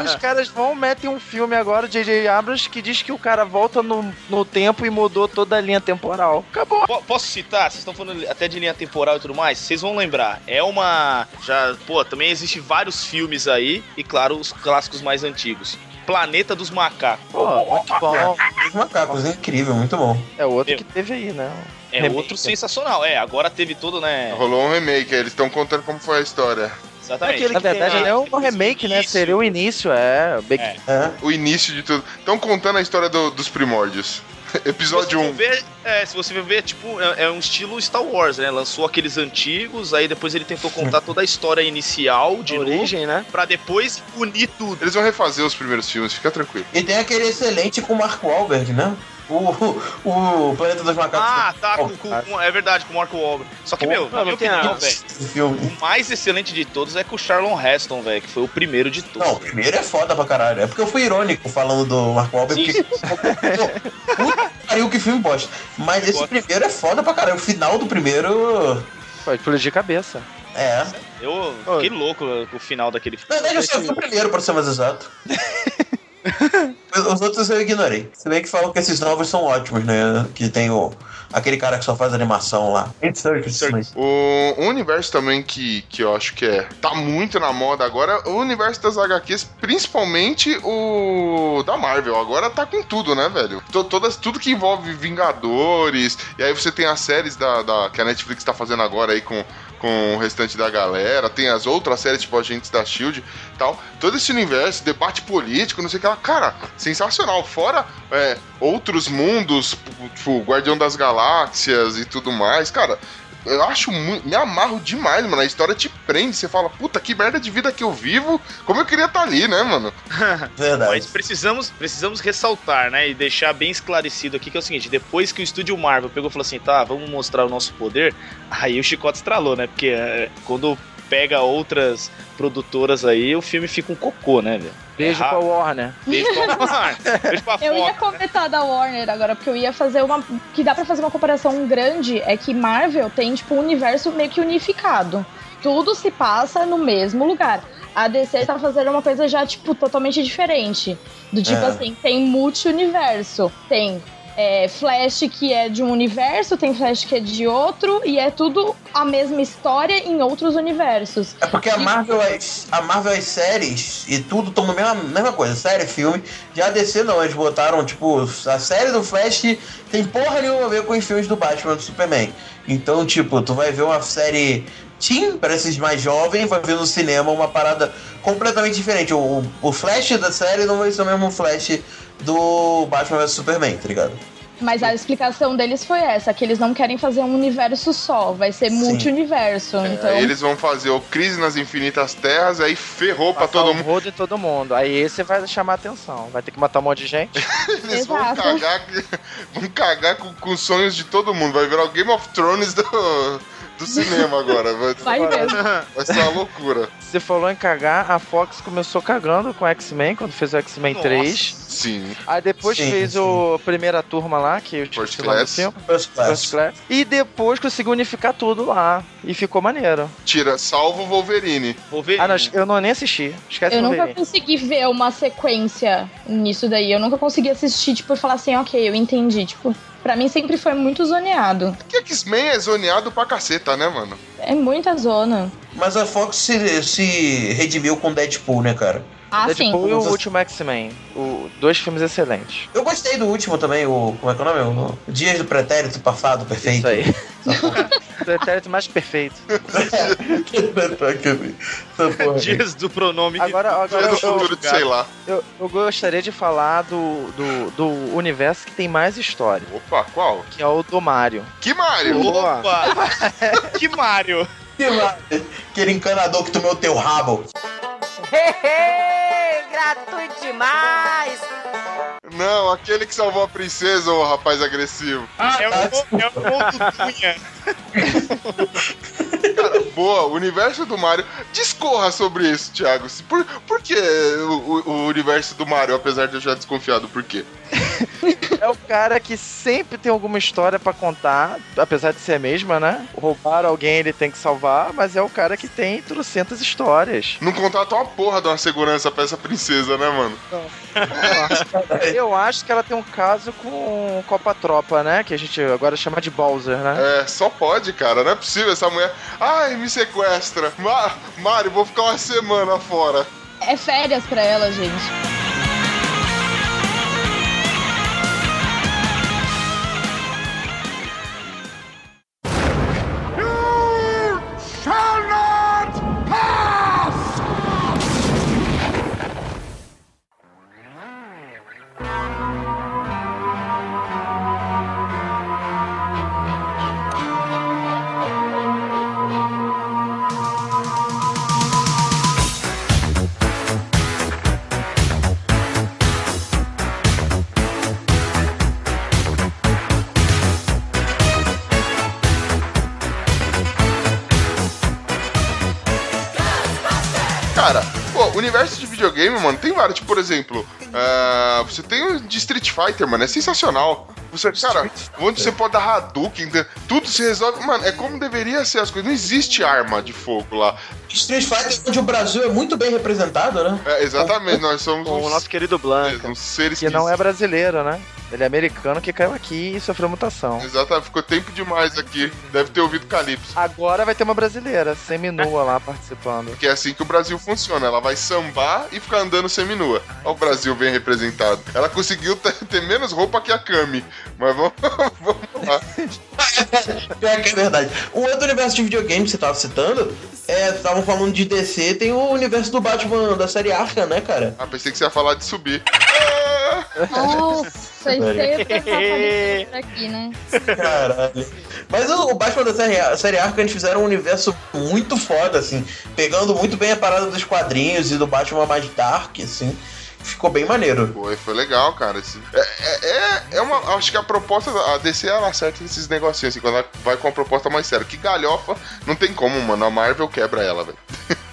S7: os caras vão, metem um filme agora, o J.J. Abrams, que diz que o cara volta no, no tempo e mudou toda a linha temporal. Acabou.
S9: Po- Posso citar? Vocês estão falando até de linha temporal e tudo mais? Vocês vão lembrar. É uma. Já. Pô, também existem vários filmes aí. E claro, os clássicos mais antigos. Planeta dos Macacos.
S7: Pô, muito bom.
S6: Os macacos, é incrível, muito bom.
S7: É outro que teve aí, né?
S9: É
S7: Remake,
S9: outro sensacional. É, agora teve todo, né?
S3: rolou um remake, aí eles estão contando como foi a história.
S9: Exatamente.
S8: Aquele
S7: Na verdade,
S8: tem
S7: ele
S8: a-
S7: é um remake, né?
S9: Isso.
S7: Seria o início, é. Big...
S9: É.
S6: É.
S3: O início de tudo. Estão contando a história do- dos primórdios.
S9: Se
S3: Episódio 1.
S9: você ver, é, se você ver, tipo, é, é um estilo Star Wars, né? Lançou aqueles antigos, aí depois ele tentou contar toda a história inicial de
S8: a
S9: novo,
S8: origem, né?
S9: pra depois unir tudo.
S3: Eles vão refazer os primeiros filmes, fica tranquilo.
S6: E tem aquele excelente com o Mark Wahlberg, né? O, o, o Planeta dos Macacos.
S9: Ah, tá, com, com- com- é verdade, com o Marco Wahlberg. Só que, meu,
S8: Não,
S9: na minha
S8: não tem
S9: opinião,
S8: a-
S9: velho,
S6: Esse filme.
S9: o mais excelente de todos é com o Charlon Heston, velho, que foi o primeiro de todos.
S6: Não, o primeiro é foda pra caralho. É porque eu fui irônico falando do Mark Wahlberg. Porque... Pô, Puta que pariu, que filme bosta. Mas esse
S9: Bosta.
S6: primeiro é foda pra caralho. O final do primeiro.
S7: Pode explodir cabeça.
S6: É.
S9: Eu fiquei louco com o final daquele
S6: Na verdade, eu sei o primeiro, pra ser mais exato. Os outros eu ignorei. Se bem que falam que esses novos são ótimos, né? Que tem o. Aquele cara que só faz animação lá. Andy Serkis, mas-
S3: O, um universo também que, que eu acho que é tá muito na moda agora, é o universo das HQs, principalmente o da Marvel. Agora tá com tudo, né, velho? To- Todas, tudo que envolve Vingadores, e aí você tem as séries da, da- que a Netflix tá fazendo agora aí com, com o restante da galera, tem as outras séries, tipo Agentes da Shield e tal. Todo esse universo, debate político, não sei o que lá, cara, sensacional. Fora é, outros mundos, tipo Guardião das Galáxias e tudo mais, cara. Eu acho muito. Me amarro demais, mano. A história te prende. Você fala, puta, que merda de vida que eu vivo. Como eu queria estar ali, né, mano?
S9: Mas
S6: Verdade.
S9: precisamos, precisamos ressaltar, né? E deixar bem esclarecido aqui que é o seguinte: depois que o estúdio Marvel pegou e falou assim, tá, vamos mostrar o nosso poder, aí o chicote estralou, né? Porque é, quando pega outras produtoras aí, o filme fica um cocô, né, velho?
S7: Beijo
S9: Errado.
S7: pra Warner.
S9: Beijo pra Warner, beijo pra
S5: Eu ia
S9: Fox.
S5: comentar da Warner agora, porque eu ia fazer uma. Que dá pra fazer uma comparação grande é que Marvel tem, tipo, um universo meio que unificado. Tudo se passa no mesmo lugar. A DC tá fazendo uma coisa já, tipo, totalmente diferente. Do tipo
S6: É.
S5: assim, tem multi-universo. Tem é, Flash que é de um universo, tem Flash que é de outro, e é tudo a mesma história em outros universos.
S6: É porque a Marvel, as, a Marvel, as séries e tudo estão na mesma, mesma coisa, série, filme. Já a DC não, eles botaram, tipo, a série do Flash tem porra nenhuma a ver com os filmes do Batman do Superman. Então, tipo, tu vai ver uma série teen, para esses mais jovens, vai ver no cinema uma parada completamente diferente. O- O, o Flash da série não vai ser o mesmo Flash do Batman vs Superman, tá ligado?
S5: Mas a explicação deles foi essa, que eles não querem fazer um universo só, vai ser
S6: Sim.
S5: multi-universo.
S7: É,
S5: Então,
S3: Aí É, eles vão fazer o Crise nas Infinitas Terras, aí ferrou pra
S7: Passar
S3: todo
S7: o
S3: mundo.
S7: rodo em todo mundo. Aí esse vai chamar atenção. Vai ter que matar um monte de gente.
S3: Eles vão
S5: Exato.
S3: cagar, vão cagar com, com os sonhos de todo mundo. Vai virar o Game of Thrones do, do cinema agora. Vai,
S5: vai mesmo.
S3: vai ser uma loucura.
S7: Você falou em cagar, a Fox começou cagando com o X-Men, quando fez o X-Men 3.
S3: Sim.
S7: Aí depois
S6: Sim,
S7: fez
S6: sim.
S7: o primeira turma lá, que eu
S3: First
S7: esqueci o nome do
S3: Class.
S7: filme,
S6: First
S7: First
S6: Class.
S7: Class. E depois conseguiu unificar tudo lá. E ficou maneiro.
S3: Tira, salvo o Wolverine.
S9: Vou ver.
S7: Ah, não, eu não nem assisti. Esquece
S5: Eu
S7: o
S5: nunca
S7: Wolverine.
S5: consegui ver uma sequência nisso daí. Eu nunca consegui assistir, tipo, e falar assim, ok, eu entendi. Tipo, pra mim sempre foi muito zoneado.
S3: Que X-Men é zoneado pra caceta, né, mano?
S5: É muita zona.
S6: Mas a Fox se, se redimiu com Deadpool, né, cara?
S5: Ah, sim.
S7: Deadpool e o
S6: Vamos-
S7: último X-Men. O- Dois filmes excelentes.
S6: Eu gostei do último também, o. Como é que é o nome? O Dias do Pretérito Passado Perfeito.
S7: Isso aí. o Etérito mais perfeito.
S6: Essa porra.
S9: Dias do pronome.
S7: Agora, agora
S3: Tira
S7: eu,
S3: do futuro de sei lá.
S7: eu- eu gostaria de falar do, do, do universo que tem mais história,
S3: Opa, qual?
S7: que é o do Mario.
S3: Que Mario?
S7: Boa.
S9: Opa! que Mario!
S6: Que lá, Aquele encanador que tomou teu rabo.
S11: Hehe, gratuito demais!
S3: Não, aquele que salvou a princesa, o rapaz agressivo.
S11: Ah, é o, é o ponto Cunha.
S3: Cara, boa, o universo do Mario. Discorra sobre isso, Thiago. Se- Por, por que o, o- o universo do Mario, apesar de eu já desconfiado por quê?
S7: É o cara que sempre tem alguma história pra contar, apesar de ser a mesma, né? Roubaram alguém, ele tem que salvar, mas é o cara que tem trocentas histórias.
S3: Não contratou uma porra de uma segurança pra essa princesa, né, mano?
S7: Eu acho que ela tem um caso com Copa Tropa, né? Que a gente agora chama de Bowser, né?
S3: É, só pode, cara. Não é possível essa mulher. Ai, me sequestra. Ma Mário, vou ficar uma semana fora.
S5: É férias pra ela, gente.
S3: Cara, pô, o universo de videogame, mano, tem vários. Tipo, por exemplo, ah, você tem o de Street Fighter, mano, é sensacional. Você, cara, onde você pode dar Hadouken, né? tudo se resolve. Mano, é como deveria ser as coisas. Não existe arma de fogo lá.
S6: Street Fighter, onde o Brasil é muito bem representado, né?
S3: É, exatamente, nós somos
S8: Com o
S3: uns,
S8: nosso querido Blanca.
S3: uns seres
S7: Que não é brasileiro, né? Ele é americano que caiu aqui e sofreu mutação.
S3: Exatamente, ficou tempo demais aqui. Deve ter ouvido Calypso.
S7: Agora vai ter uma brasileira, seminua lá participando.
S3: Porque é assim que o Brasil funciona. Ela vai sambar e ficar andando seminua. Olha o Brasil bem representado. Ela conseguiu ter ter menos roupa que a Kami. Mas vamos, vamos lá.
S6: Pior que é verdade. O outro universo de videogame que você tava citando, é, estavam falando de DC, tem o universo do Batman da série Arca, né, cara?
S3: Ah, pensei que você ia falar de subir.
S5: Nossa, isso aí é eu pensava nisso aqui, né?
S6: Caralho. Mas o, o Batman da série, série Arca, eles fizeram um universo muito foda, assim, pegando muito bem a parada dos quadrinhos e do Batman mais dark, assim. Ficou bem maneiro.
S3: Foi, foi legal, cara. Esse- É, é, é- é uma. Acho que a proposta. da- A DC ela acerta nesses negocinhos, assim, quando ela vai com uma proposta mais séria. Que galhofa, não tem como, mano. A Marvel quebra ela, velho.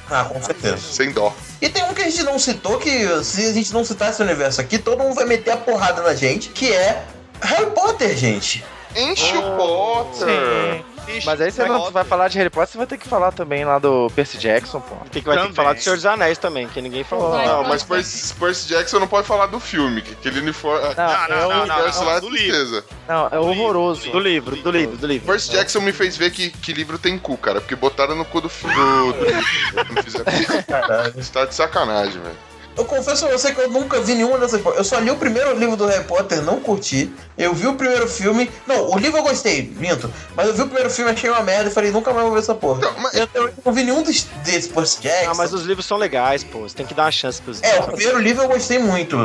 S6: Ah, com certeza.
S3: Sem dó.
S6: E tem um que a gente não citou, que se a gente não citar esse universo aqui, todo mundo vai meter a porrada na gente, que é Harry Potter, gente.
S3: Enche o Potter.
S7: Mas aí você não vai falar de Harry Potter, você vai ter que falar também lá do Percy Jackson, pô.
S8: Tem que, vai ter que
S9: Também.
S8: falar do Senhor dos Anéis também, que ninguém falou.
S5: Vai,
S3: Não,
S5: vai,
S3: mas
S5: vai.
S3: Percy, Percy Jackson não pode falar do filme, que aquele uniforme.
S7: Não,
S9: não,
S7: é,
S9: não,
S7: hor-
S9: não.
S3: universo lá é
S9: do livro.
S3: tristeza.
S7: não, é horroroso.
S8: Do livro, do livro, do livro.
S3: Percy Jackson me fez ver que, que livro tem cu, cara, porque botaram no cu do filme. Do, do livro, quando fizeram isso.
S6: Caralho.
S3: Você tá de sacanagem, velho.
S6: Eu confesso a você que eu nunca vi nenhuma dessas. po- Eu só li o primeiro livro do Harry Potter, não curti. Eu vi o primeiro filme. Não, o livro eu gostei, minto. Mas eu vi o primeiro filme, achei uma merda e falei, nunca mais vou ver essa porra.
S3: Não, mas-
S6: Eu, eu não vi nenhum dos, desse Percy Jackson.
S8: Ah, mas os livros são legais, pô. Você tem que dar uma chance pros
S6: É, o
S8: livros.
S6: primeiro livro eu gostei muito,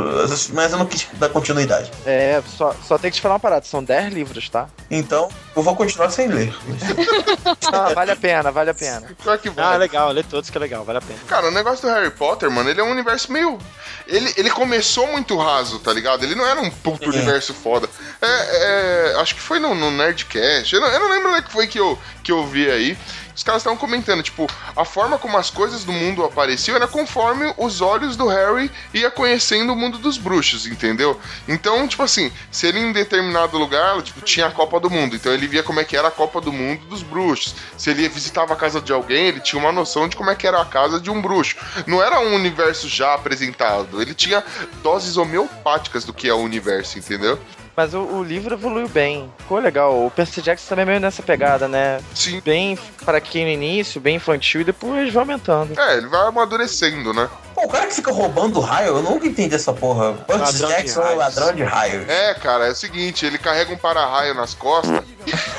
S6: mas eu não quis dar continuidade.
S7: É, só, só tem que te falar uma parada, são 10 livros, tá?
S6: Então, eu vou continuar sem ler.
S7: Ah, vale a pena, vale a pena.
S3: Pior que
S8: Ah,
S3: vale.
S8: legal, lê todos que é legal, vale a pena.
S3: Cara, o negócio do Harry Potter, mano, ele é um universo meio. Ele, ele começou muito raso, tá ligado? Ele não era um puto universo foda. É, é, acho que foi no, no Nerdcast. Eu não, eu não lembro onde é que foi que eu, que eu vi aí. Os caras estavam comentando, tipo, a forma como as coisas do mundo apareciam era conforme os olhos do Harry ia conhecendo o mundo dos bruxos, entendeu? Então, tipo assim, se ele em determinado lugar, tipo, tinha a Copa do Mundo, então ele via como é que era a Copa do Mundo dos bruxos. Se ele visitava a casa de alguém, ele tinha uma noção de como é que era a casa de um bruxo. Não era um universo já apresentado, ele tinha doses homeopáticas do que é o universo, entendeu?
S7: Mas o, o livro evoluiu bem, ficou legal. O Percy Jackson também é meio nessa pegada, né?
S3: Sim.
S7: Bem para quem no início, bem infantil, e depois vai aumentando.
S3: É, ele vai amadurecendo, né?
S6: Pô, É o cara que fica roubando raio, eu nunca entendi essa porra. Percy
S8: Ladrão de
S6: Jackson é um
S8: raios.
S6: ladrão de raio.
S3: É, cara, é o seguinte, ele carrega um para-raio nas costas.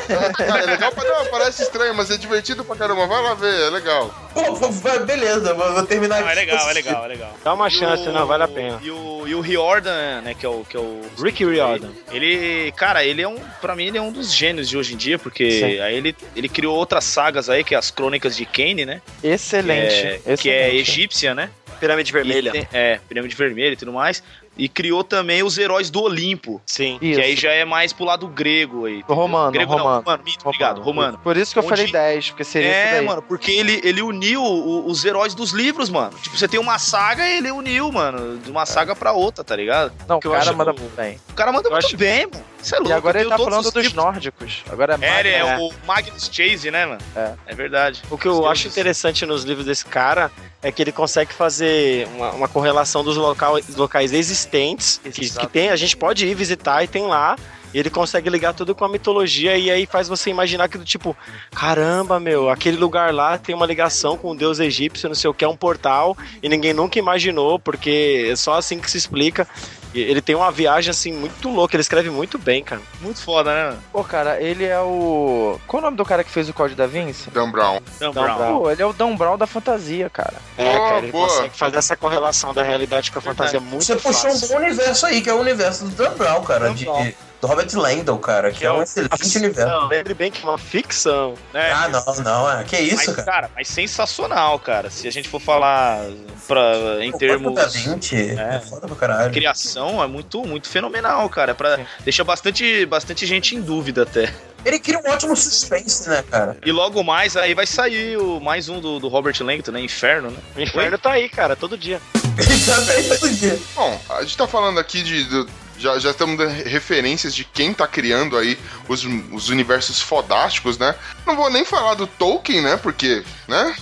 S3: Cara, é legal pra... Não, parece estranho, mas é divertido pra caramba. Vai lá ver, é legal.
S6: Pô, v- v- beleza, vou, vou terminar
S11: Não, é legal, é legal, é legal.
S8: Dá uma
S9: E
S8: chance,
S9: o-
S8: não, vale a pena.
S9: E o, e o Riordan, né, que é o, que é o
S8: Ricky Riordan.
S9: Ele, cara, ele é um, pra mim ele é um dos gênios de hoje em dia, porque
S7: Sim.
S9: aí ele, ele criou outras sagas aí, que é as Crônicas de Kane, né?
S7: Excelente,
S9: É, que é
S7: excelente.
S9: egípcia, né?
S8: Pirâmide Vermelha.
S9: E tem- é, pirâmide vermelha e tudo mais. E criou também os heróis do Olimpo.
S8: Sim.
S9: Que aí já é mais pro lado grego aí. entendeu?
S7: Romano,
S9: grego Não,
S7: romano.
S9: romano, mito, obrigado, romano.
S7: Por isso que eu
S9: Onde-
S7: falei 10, porque seria isso
S9: É,
S7: daí.
S9: mano, porque ele, ele uniu o- os heróis dos livros, mano. Tipo, você tem uma saga e ele uniu, mano, de uma saga pra outra, tá ligado?
S7: É. Não, o
S9: Que eu
S7: cara
S9: acho-
S7: manda muito bem.
S9: O cara manda muito bem, mano. Isso é louco.
S7: E agora
S9: eu
S7: ele tá
S9: tenho todos
S7: falando
S9: os
S7: dos
S9: livros.
S7: nórdicos. Agora é
S9: É,
S7: Magna.
S9: ele é o Magnus Chase, né, mano?
S7: É.
S9: É verdade.
S8: O que eu
S9: Sim,
S8: acho
S9: sim.
S8: interessante nos livros desse cara é que ele consegue fazer uma, uma correlação dos local- locais existentes que,
S9: Exato.
S8: que tem, a gente pode ir visitar e tem lá. E ele consegue ligar tudo com a mitologia e aí faz você imaginar que do tipo, caramba, meu, aquele lugar lá tem uma ligação com o deus egípcio, não sei o que, é um portal e ninguém nunca imaginou, porque é só assim que se explica. E ele tem uma viagem assim muito louca, ele escreve muito bem, cara.
S9: Muito foda, né, mano?
S7: Pô, cara, ele é o. Qual o nome do cara que fez o Código da Vinci?
S3: Dan Brown.
S8: Não,
S7: Pô, ele é o Dan Brown da fantasia, cara.
S8: É, cara, ele
S3: Boa, boa.
S8: consegue fazer essa correlação da realidade com a fantasia muito
S6: Você puxou um
S8: fácil.
S6: bom universo aí, que é o universo do Dan Brown, cara. de- do Robert Landau, cara, que, é um excelente universo.
S8: Não, lembre bem que é uma ficção.
S9: É,
S6: Ah, não, não, é. Que isso,
S9: mas,
S6: cara?
S9: cara, mas sensacional, cara. Se a gente for falar pra, em
S6: Pô,
S9: termos.
S6: Código da Vinci, é. foda pra caralho.
S9: Criação é muito, muito fenomenal, cara. É Pra, deixa bastante, bastante gente em dúvida até.
S6: Ele cria um ótimo suspense, né, cara?
S9: E logo mais aí vai sair o, mais um do, do Robert Langton, né? Inferno, né?
S8: O inferno tá aí, cara, todo dia.
S6: Ele tá bem todo dia.
S3: Bom, a gente tá falando aqui de. do- já, já estamos dando referências de quem tá criando aí os, os universos fodásticos, né? Não vou nem falar do Tolkien, né? Porque, né?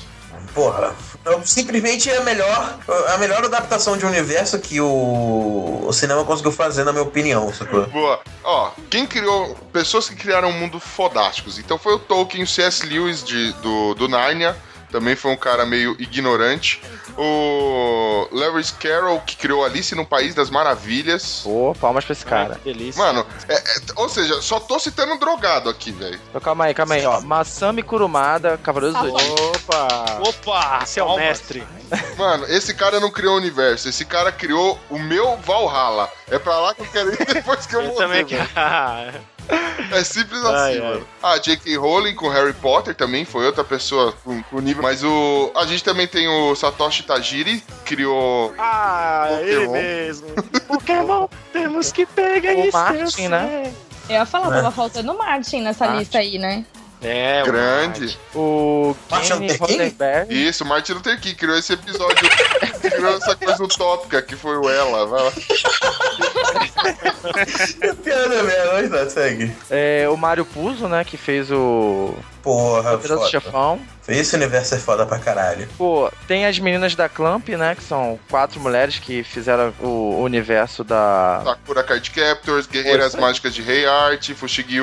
S6: Porra. Eu- Simplesmente é a melhor, a melhor adaptação de universo que o, o cinema conseguiu fazer, na minha opinião, sacou?
S3: Boa. Ó, quem criou. Pessoas que criaram um mundo fodásticos. Então foi o Tolkien, o C.S. Lewis de, do, do Narnia. Também foi um cara meio ignorante. O Lewis Carroll, que criou Alice no País das Maravilhas.
S7: Pô, palmas pra esse cara.
S8: Ai, que delícia.
S3: Mano, é- é- ou seseja, só tô citando um drogado aqui, velho.
S7: Então, calma aí, calma aí, ó. Massami Kurumada, Cavaleiros
S3: Tá
S7: do Zodíaco.
S4: Opa!
S8: Opa, esse é o mestre.
S3: Mano, esse cara não criou o universo, esse cara criou o meu Valhalla. É pra lá que eu quero ir depois que eu,
S8: Eu
S3: morrer.
S8: também
S3: velho.
S8: quero. Ah,
S3: É simples
S8: Ai,
S3: assim,
S8: ai.
S3: mano. Ah, J.K. Rowling com Harry Potter também foi outra pessoa com, com nível. Mas o. A gente também tem o Satoshi Tajiri, criou.
S8: ah, ele
S3: Pokémon.
S8: mesmo. Pokémon, temos que pegar
S7: O
S8: isso.
S7: Martin, né?
S5: Eu ia falar,
S6: É.
S5: tava faltando o Martin nessa
S7: Martin.
S5: lista aí, né?
S8: É, o
S3: Grande.
S7: O
S6: Martin
S7: Kenny
S6: Luther King?
S7: Roddenberry.
S3: Isso, Martin Luther King criou esse episódio. criou essa coisa utópica que foi o Ela. vai lá.
S6: Piada mesmo, mas tá, segue.
S7: É, o Mario Puzo, né? Que fez o.
S6: Porra,
S7: Pedra do
S6: foda.
S7: Chefão.
S6: Esse universo é foda pra caralho.
S7: Pô, tem as meninas da Clamp, né? Que são quatro mulheres que fizeram o universo da.
S3: Sakura Card Captors, Guerreiras
S7: Foi.
S3: Mágicas de Rei Art, Fushigi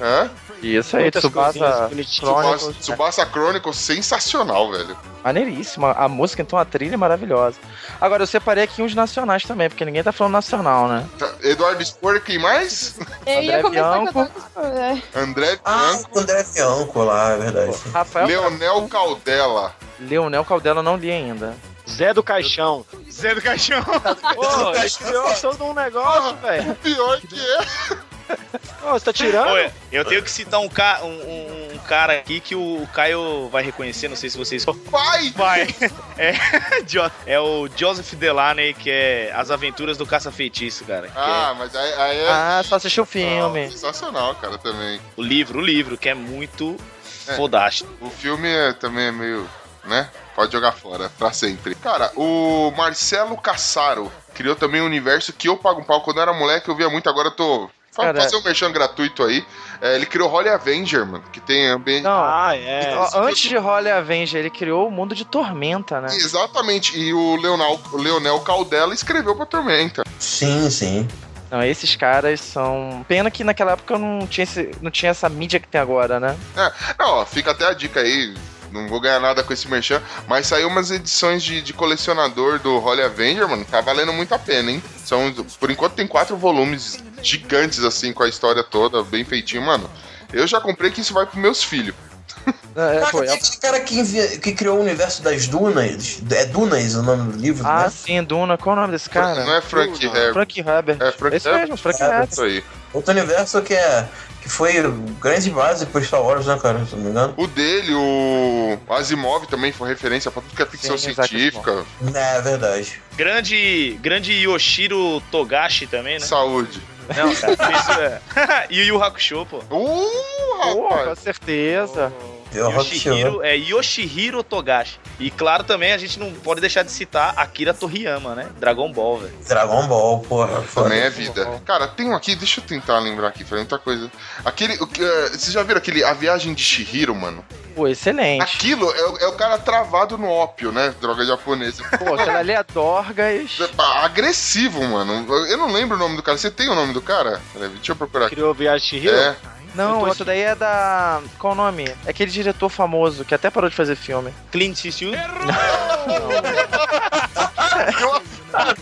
S3: Hã?
S7: Isso aí,
S8: muitas coisinhas
S7: Tsubasa
S8: bonitinhas.
S7: Chronicles. né?
S3: Subasa Chronicles, sensacional, velho.
S7: Maneiríssima. A música, então, a trilha é maravilhosa. Agora, eu separei aqui uns nacionais também, porque ninguém tá falando nacional, né?
S3: Tá, Eduardo Spor, quem mais?
S5: Eu
S7: André
S5: É, ia começar
S7: Bianco.
S5: com a é.
S3: André
S6: Ah,
S3: Bianco,
S6: o André Fianco lá, é verdade.
S7: Rafael
S3: Leonel Caldela.
S7: Leonel Caldela não li ainda.
S8: Zé do Caixão.
S12: É
S11: Zé do Caixão.
S8: Ô, estou de um negócio, velho.
S3: Ah, Pior que é.
S8: Ô, você tá tirando?
S9: Olha, eu tenho que citar um, ca- um- um- um cara aqui que o Caio vai reconhecer, não sei se vocês.
S3: Pai!
S9: Vai! É, Jo- é o Joseph Delaney, que é As Aventuras do Caça-Feitiço, cara. que
S3: Ah, mas aí, aí é.
S7: é- Ah, só assisti o
S3: Ah,
S7: filme.
S3: sensacional, cara, também.
S9: é o livro, o livro, que é muito
S3: É.
S9: fodástico.
S3: O filme é, também é meio. né? Pode jogar fora, pra sempre. Cara, o Marcelo Cassaro criou também um universo que eu pago um pau. Quando eu era moleque, eu via muito, agora eu tô. Fa-
S7: Cara,
S3: fazer um merchan gratuito aí. É, ele criou Holly Avenger, mano, que tem ambiente.
S7: Não,
S8: Ah, é.
S7: ó, antes de Holly Avenger, ele criou o mundo de Tormenta, né?
S3: Exatamente, e o Leonel, o Leonel Caldela escreveu pra Tormenta.
S6: Sim, sim.
S7: Não, esses caras são. Pena que naquela época eu não tinha, esse... não tinha essa mídia que tem agora, né?
S3: É, Não, ó, fica até a dica aí. Não vou ganhar nada com esse merchan, mas saiu umas edições de, de colecionador do Holly Avenger, mano. Tá valendo muito a pena, hein? São, por enquanto tem quatro volumes gigantes, assim, com a história toda, bem feitinho, mano. Eu já comprei que isso vai pros meus filhos.
S7: É,
S6: Cara,
S7: foi.
S6: tem aquele cara que, envia- que criou o universo das Dunas. É Dunas o nome do livro,
S7: Ah,
S6: né?
S7: sim, Duna. Qual o nome desse cara?
S3: não é Frank Herbert.
S7: Frank Herbert.
S3: É Frank
S7: Esse
S3: Herbert.
S7: mesmo, Frank
S6: É,
S7: Herbert.
S3: Isso aí.
S6: Outro universo que é que foi grande base pro Star Wars, né, cara? Se não me engano.
S3: O dele, o Asimov também foi referência pra tudo que é ficção
S6: Sim, Isaac
S3: científica.
S6: É, é verdade.
S11: Grande, grande Yoshiro Togashi também, né?
S3: Saúde.
S11: Não, cara, isso é. Yu Yu Hakusho, pô.
S3: Uh,
S7: com
S3: rapaz.
S7: certeza.
S6: Eu Rock
S8: né?
S11: Yoshihiro, é Yoshihiro Togashi. E claro também a gente não pode deixar de citar Akira Toriyama, né? Dragon Ball, velho.
S6: Dragon Ball, porra. foda.
S3: Também é vida. Cara, tem um aqui, deixa eu tentar lembrar aqui, foi muita coisa. Aquele. o que, eh, Vocês já viram aquele A Viagem de Shihiro, mano?
S7: Pô, excelente.
S3: Aquilo é, o- é o cara travado no ópio, né? Droga japonesa.
S7: Pô, aquela ali é Dorgas.
S3: Agressivo, mano. Eu não lembro o nome do cara. Você tem o nome do cara? Peraí, Deixa eu procurar aqui.
S8: Criou Viagem de Hiro?
S3: É.
S7: Não, isso daí é da. Qual o nome? É aquele diretor famoso que até parou de fazer filme.
S8: Clint Eastwood?
S6: Ah,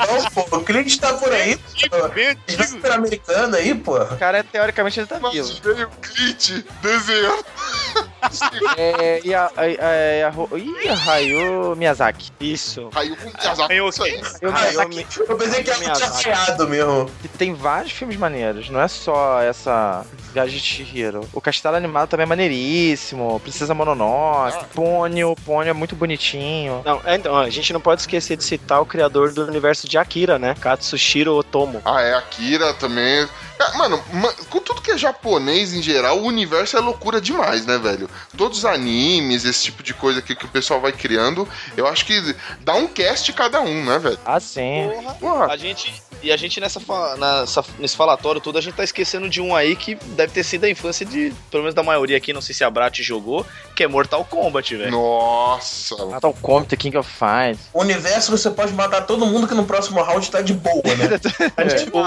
S6: Não, pô, o cliente tá por aí.
S11: bem
S6: Ele é super americano aí, pô.
S7: O cara, teoricamente, ele tá vivo.
S3: Mas veio o Clint desenhando.
S7: É. E a. e a, Ro- Ih, Hayao Miyazaki.
S8: Isso.
S3: Caiu com casaco.
S11: Ganhou
S3: Isso aí.
S7: Hayao
S6: Ah, eu,
S7: Miyazaki
S6: eu pensei que era um
S8: Miyazaki.
S6: chateado mesmo.
S7: que tem vários filmes maneiros, não é só essa Viagem de Chihiro. O Castelo Animado também é maneiríssimo. Precisa
S6: Ah.
S7: Mononoke. Pônio. Pônio é muito bonitinho.
S8: Não, é, então, a gente não pode esquecer de citar o criador do universo de Akira, né? Katsushiro Otomo.
S3: Ah, é, Akira também. Ah, Mano, ma- com tudo que é japonês em geral, o universo é loucura demais, né, velho? Todos os animes, esse tipo de coisa que, que o pessoal vai criando, eu acho que dá um cast cada um, né, velho?
S7: Ah, sim.
S3: Porra,
S9: A gente. E a gente nessa, fa- nessa- nesse falatório todo, a gente tá esquecendo de um aí que deve ter sido a infância de, pelo menos da maioria aqui, não sei se a Brat jogou, que é Mortal Kombat, velho.
S3: nossa.
S8: Ah, tá.
S7: Mortal Kombat, King of Fight.
S6: O universo você pode matar todo mundo que no próximo round tá de boa, né?
S7: É.
S5: Exato.
S6: Tipo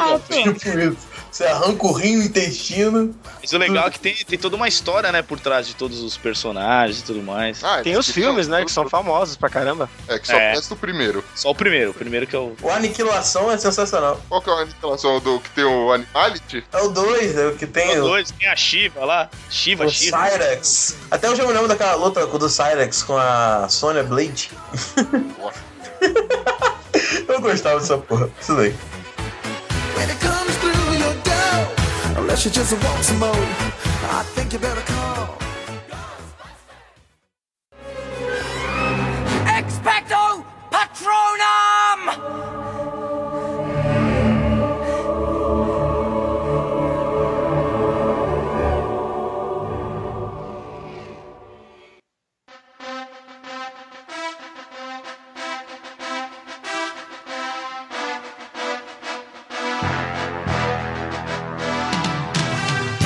S6: isso. Você arranca o rim, o intestino.
S9: Mas o legal é que tem, tem toda uma história, né, por trás de todos os personagens e tudo mais.
S3: Ah,
S8: Tem
S3: eles
S8: os filmes, né? Que são famosos pra caramba.
S3: É, que só
S9: É.
S3: presta o primeiro.
S9: Só o primeiro, o primeiro que é o.
S6: O Aniquilação é sensacional.
S3: Qual que é a relação do que tem o Animality?
S6: É o 2, é o que tem
S11: Os
S6: o,
S11: dois, tem a Shiva lá. Shiva,
S6: o
S11: Shiva.
S6: Cyrex. Até hoje eu me lembro daquela luta do Cyrex com a Sonya Blade. eu gostava dessa porra. Isso daí.
S13: Expecto Patronum!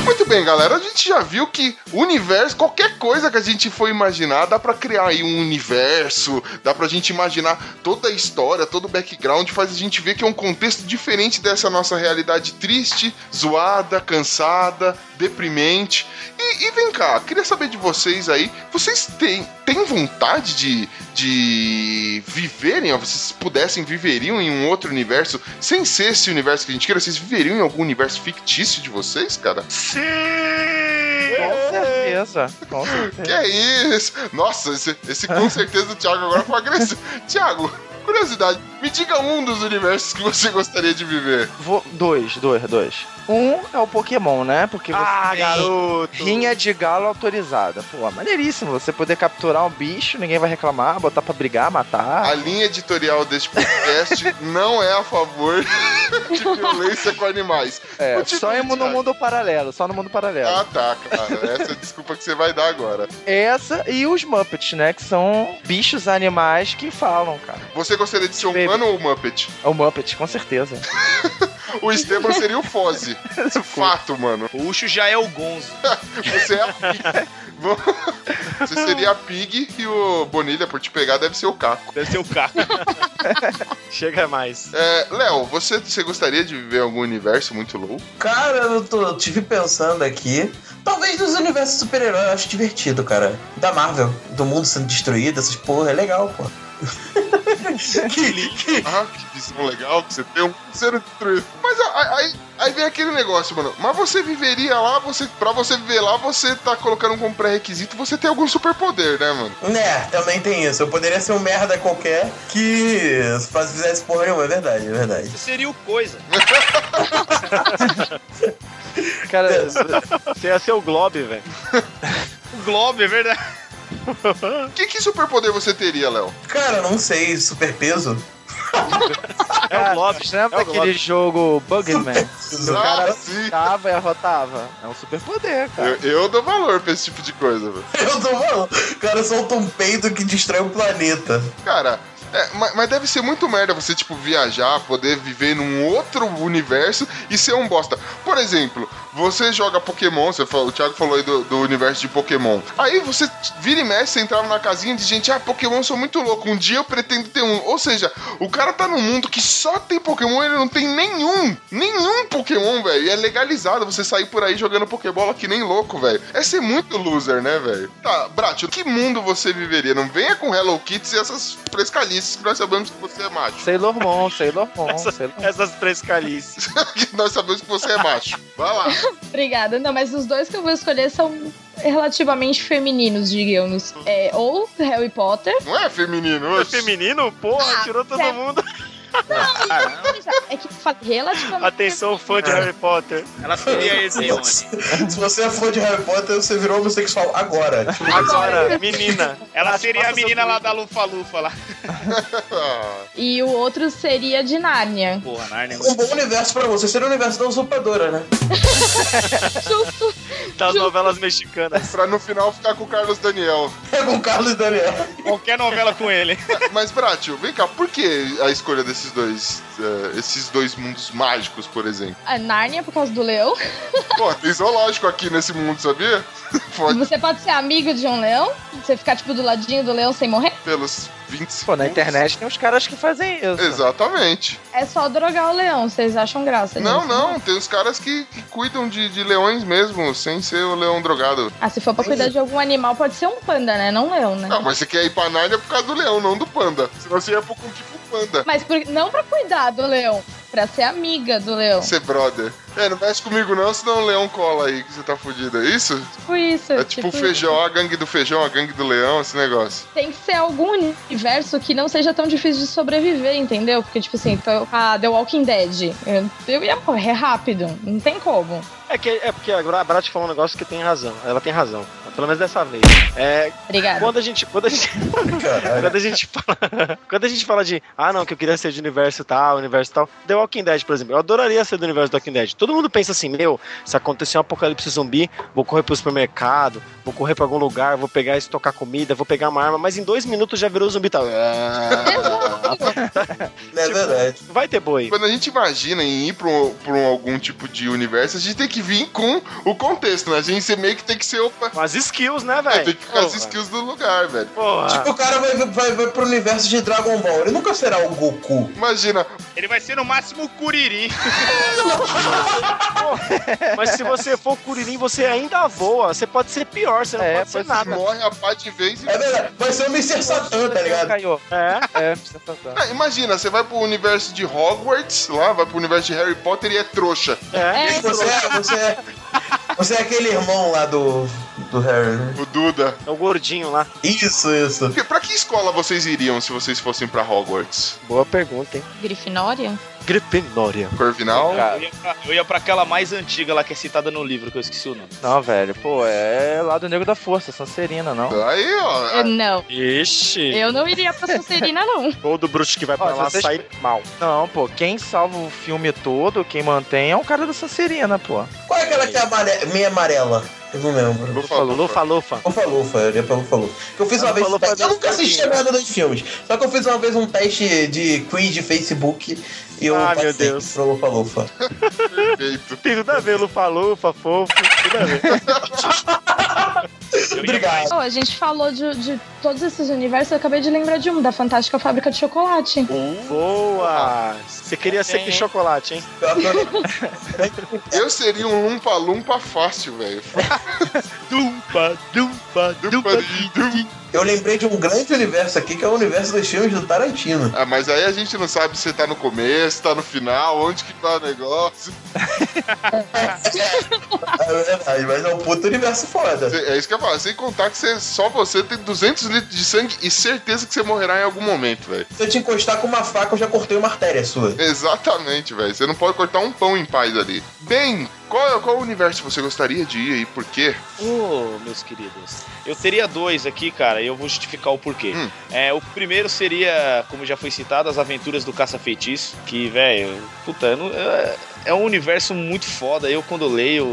S3: Muito bem, galera. A gente já viu que o universo, qualquer coisa que a gente for imaginar, dá pra criar aí um universo, dá pra gente imaginar toda a história, todo o background, faz a gente ver que é um contexto diferente dessa nossa realidade triste, zoada, cansada, deprimente. E, e vem cá, queria saber de vocês aí, vocês têm, têm vontade de, de viverem, ó, vocês pudessem, viveriam em um outro universo, sem ser esse universo que a gente queira, vocês viveriam em algum universo fictício de vocês, cara?
S7: Com certeza. Com
S3: Que
S7: certeza.
S3: é isso? Nossa, esse, esse com certeza o Thiago agora foi agressivo. Thiago, curiosidade, me diga um dos universos que você gostaria de viver.
S7: Vou- dois, dois, dois. Um é o Pokémon, né? Porque você
S3: Ah,
S7: tem
S8: garoto!
S7: rinha de galo autorizada. Pô, maneiríssimo. Você poder capturar um bicho, ninguém vai reclamar, botar pra brigar, matar.
S3: A linha editorial deste podcast não é a favor de violência com animais.
S7: É,
S3: Continue,
S7: só em- no
S3: Thiago.
S7: mundo paralelo, só no mundo paralelo.
S3: Ah, tá, cara. Essa é a desculpa que você vai dar agora.
S7: Essa e os Muppets, né? Que são bichos animais que falam, cara.
S3: Você gostaria de ser um
S7: Baby.
S3: humano ou Muppet?
S7: É o Muppet, com certeza.
S3: O Esteban seria o Fozzie. Isso é fato, mano.
S11: O Ucho já é o Gonzo.
S3: Você é a Pig. Você seria a Pig e o Bonilha, por te pegar, deve ser o Caco.
S11: Deve ser o Caco.
S8: Chega mais.
S3: É, Léo, você, você gostaria de viver em algum universo muito louco?
S6: Cara, eu tô, eu tive pensando aqui. Talvez dos universos super-heróis, eu acho divertido, cara. Da Marvel, do mundo sendo destruído, essas porra, é legal, pô.
S3: que, que, ah, que visão legal que você tem, um cruzeiro destruído. Mas a- aí, aí vem aquele negócio, mano. Mas você viveria lá, você, pra você viver lá, você tá colocando como pré-requisito você ter algum superpoder, né, mano?
S6: Né, também tem isso. Eu poderia ser um merda qualquer que faz- fizesse porra nenhuma, é verdade, é verdade.
S11: Você seria o coisa.
S9: É.
S7: Cara, É, você ia ser o Globe, velho.
S11: O Globo, é verdade.
S3: Que, que superpoder você teria, Léo?
S6: Cara, não sei, super peso?
S7: É o Globe.
S3: né?
S7: Você lembra
S6: É o
S7: daquele
S6: Globe.
S7: jogo Bugman? O
S3: Ah,
S7: cara
S3: sim.
S7: tava e arrotava. É um superpoder, cara.
S3: Eu, eu dou valor pra esse tipo de coisa, velho.
S6: Eu tô falando. Cara, solta um peido que destrói o planeta.
S3: Cara, é, ma- mas, deve ser muito merda você, tipo, viajar, poder viver num outro universo e ser um bosta. Por exemplo, você joga Pokémon, você falou- o Thiago falou aí do, do universo de Pokémon. Aí você vira e mexe, você entrava na casinha de gente, ah, Pokémon sou muito louco, um dia eu pretendo ter um. Ou seja, o cara tá num mundo que só tem Pokémon, ele não tem nenhum, nenhum Pokémon, velho. E é legalizado você sair por aí jogando Pokébola que nem louco, velho. É ser muito loser, né, velho? Tá, Bratio, que mundo você viveria? Não venha com Hello Kitty e essas frescalices que nós sabemos que você é macho.
S7: Sailor Moon, Sailor Moon, Sailor Moon.
S11: Essas três calices.
S3: que nós sabemos que você é macho. Vai lá.
S5: Obrigada. Não, mas os dois que eu vou escolher são relativamente femininos, digamos. É, ou Harry Potter.
S3: Não é feminino? É
S11: feminino? Porra, tirou todo mundo.
S5: É que eu falei relativamente.
S11: Atenção, fã
S8: É.
S11: de Harry Potter. Ela seria esse,
S6: Se você é fã de Harry Potter, você virou homossexual agora. Tipo,
S11: Agora, menina. Ela
S6: As
S11: seria a
S6: costas
S11: menina
S6: são
S11: lá da Lufa-Lufa lá.
S5: E o outro seria de Nárnia.
S11: Porra, é Narnia.
S6: Um bom universo pra você seria o universo da usurpadora, né?
S11: Das novelas mexicanas.
S3: Pra no final ficar com o Carlos Daniel.
S6: É com o Carlos Daniel.
S11: Qualquer novela com ele.
S3: Mas, Bratio, vem cá, por que a escolha desses dois, eh, esses dois mundos mágicos, por exemplo?
S5: A Nárnia por causa do leão.
S3: Pô, tem zoológico aqui nesse mundo, sabia? Pode,
S5: Você pode ser amigo de um leão, você ficar tipo do ladinho do leão sem morrer.
S3: pelos 25
S7: Pô, na internet tem uns caras que fazem isso.
S3: Exatamente.
S5: É só drogar o leão, vocês acham graça
S3: Não,
S5: disso,
S3: não,
S5: né?
S3: tem os caras que, que cuidam de, de leões mesmo, sem ser o leão drogado.
S5: Ah, se for pra cuidar de algum animal, pode ser um panda, né? Não um leão, né?
S3: Não, Ah, mas você quer ir pra Nália por causa do leão, não do panda. Senão você ia pro com tipo panda.
S5: Mas por- não pra cuidar do leão, pra ser amiga do leão.
S3: Você é brother. É, não mexe comigo não, senão o leão cola aí que você tá fudido. É isso?
S5: Tipo isso.
S3: É tipo o feijão, a gangue do feijão, a gangue do leão, esse negócio.
S5: Tem que ser algum universo que não seja tão difícil de sobreviver, entendeu? Porque, tipo assim, tô, ah, The Walking Dead. Eu, eu ia morrer rápido, não tem como.
S8: É, que, é porque agora a Brat falou um negócio que tem razão. Ela tem razão. Pelo menos dessa vez. É,
S5: Obrigada.
S8: Quando a gente. Quando a gente, quando a gente fala. Quando a gente fala de. Ah, não, que eu queria ser de universo tal, universo tal. The Walking Dead, por exemplo. Eu adoraria ser do universo do Walking Dead. Todo mundo pensa assim: meu, se acontecer um apocalipse zumbi, vou correr pro supermercado, vou correr pra algum lugar, vou pegar e estocar comida, vou pegar uma arma. Mas em dois minutos já virou zumbi tal.
S6: É verdade.
S8: Tipo, Vai ter boi.
S3: Quando a gente imagina em ir pra, um- pra um algum tipo de universo, a gente tem que vir com o contexto, né? A gente meio que tem que ser... Opa, É,
S8: com as skills, né, velho?
S3: Tem que ficar as skills do lugar, velho.
S6: Tipo, o cara vai, vai, vai pro universo de Dragon Ball. Ele nunca será o Goku.
S3: Imagina,
S11: Ele vai ser no máximo o Curiri.
S8: Mas se você for Curirim, você ainda voa. Você pode ser pior, você não É, pode ser nada.
S3: morre a pá de vez e...
S6: É verdade. Vai
S3: um
S6: ser o Mr. Satan,
S8: um
S6: tá ligado?
S7: Caiu.
S8: É.
S7: É, precisa fazer.
S3: Ah, imagina, você vai pro universo de Hogwarts, lá, vai pro universo de Harry Potter e é trouxa.
S5: É,
S6: Você é, você é, você é aquele irmão lá do, do Harry. né?
S3: O Duda.
S8: É o gordinho lá.
S6: Isso, isso.
S3: Porque Pra que escola vocês iriam se vocês fossem pra Hogwarts?
S8: Boa pergunta, hein?
S5: Grifinória?
S8: Gripenória.
S3: Corvinal?
S11: Cara.
S7: Cara.
S11: Eu, ia pra,
S9: Eu ia pra aquela mais antiga lá que é citada no livro, que eu esqueci o nome.
S7: Não, velho, pô, é lado negro da força, Sancerina, não.
S3: Aí, ó.
S7: Ah,
S5: Eu É, não.
S11: Ixi.
S5: Eu não iria pra Sonserina, não.
S8: Todo bruxo que vai pra
S7: Ó,
S8: lá
S7: vocês-
S8: sai mal.
S7: Não, pô, quem salva o filme todo, quem mantém, é o cara da Sancerina, pô.
S6: Qual é aquela que é amare... meia amarela? Eu não lembro.
S3: Lufa,
S8: Lufa, lufa.
S6: Lufa Lufa, eu ia pra Lufa Lufa. Que eu fiz
S8: Ah,
S6: uma vez.
S8: Lufa Lufa é
S6: eu nunca assisti a
S8: dançadinha.
S6: merda dos filmes. Só que eu fiz uma vez um teste de quiz de Facebook e eu
S8: Ah, meu
S6: passei
S8: Deus.
S6: pro Lufa Lufa.
S3: Perfeito.
S8: Tem tudo a ver, lufa, lufa, fofo. Tudo a ver.
S6: Obrigado.
S5: Ó, a gente falou de, de todos esses universos, eu acabei de lembrar de um, da Fantástica Fábrica de Chocolate.
S8: Boa! Você queria ser que chocolate, hein?
S3: Eu seria um lumpa-lumpa um fácil, velho.
S11: Dumpa, dumpa.
S12: Eu lembrei de um grande universo aqui, que é o universo dos filmes do Tarantino.
S3: Ah, mas aí a gente não sabe se tá no começo, tá no final, onde que tá o negócio.
S12: É verdade, mas é um puto universo foda.
S3: É isso que eu falo, sem contar que você- só você tem 200 litros de sangue e certeza que você morrerá em algum momento, velho.
S12: Se eu te encostar com uma faca, eu já cortei uma artéria sua.
S3: Exatamente, velho. Você não pode cortar um pão em paz ali. Bem, qual, qual universo você gostaria de ir e por quê?
S9: Ô, meus queridos. Eu teria dois aqui, cara, e eu vou justificar o porquê.
S3: Hum.
S9: É, o primeiro seria, como já foi citado, as aventuras do Caça-Feitiço, que, velho, puta, eu não- é, é um universo muito foda. Eu, quando leio,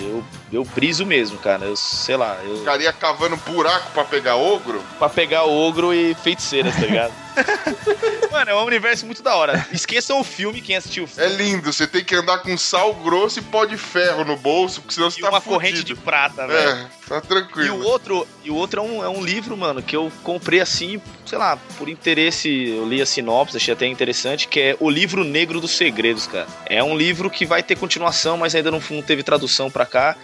S9: eu, eu briso mesmo, cara. Eu, sei lá, eu...
S3: Ficaria cavando buraco pra pegar ogro?
S9: Pra pegar ogro e feiticeiras, tá ligado? Mano, é um universo muito da hora. Esqueçam o filme, quem assistiu o
S3: filme. É lindo, você tem que andar com sal grosso e pó de ferro no bolso, porque senão você tá
S9: uma
S3: fudido.
S9: corrente de prata,
S3: É,
S9: velho.
S3: tá tranquilo.
S9: E o outro, e o outro é, um, é um livro, mano, que eu comprei assim, sei lá, por interesse. Eu li a sinopse, achei até interessante, que é O Livro Negro dos Segredos, cara. É um livro que vai ter continuação, mas ainda não, fu- não teve tradução pra cá.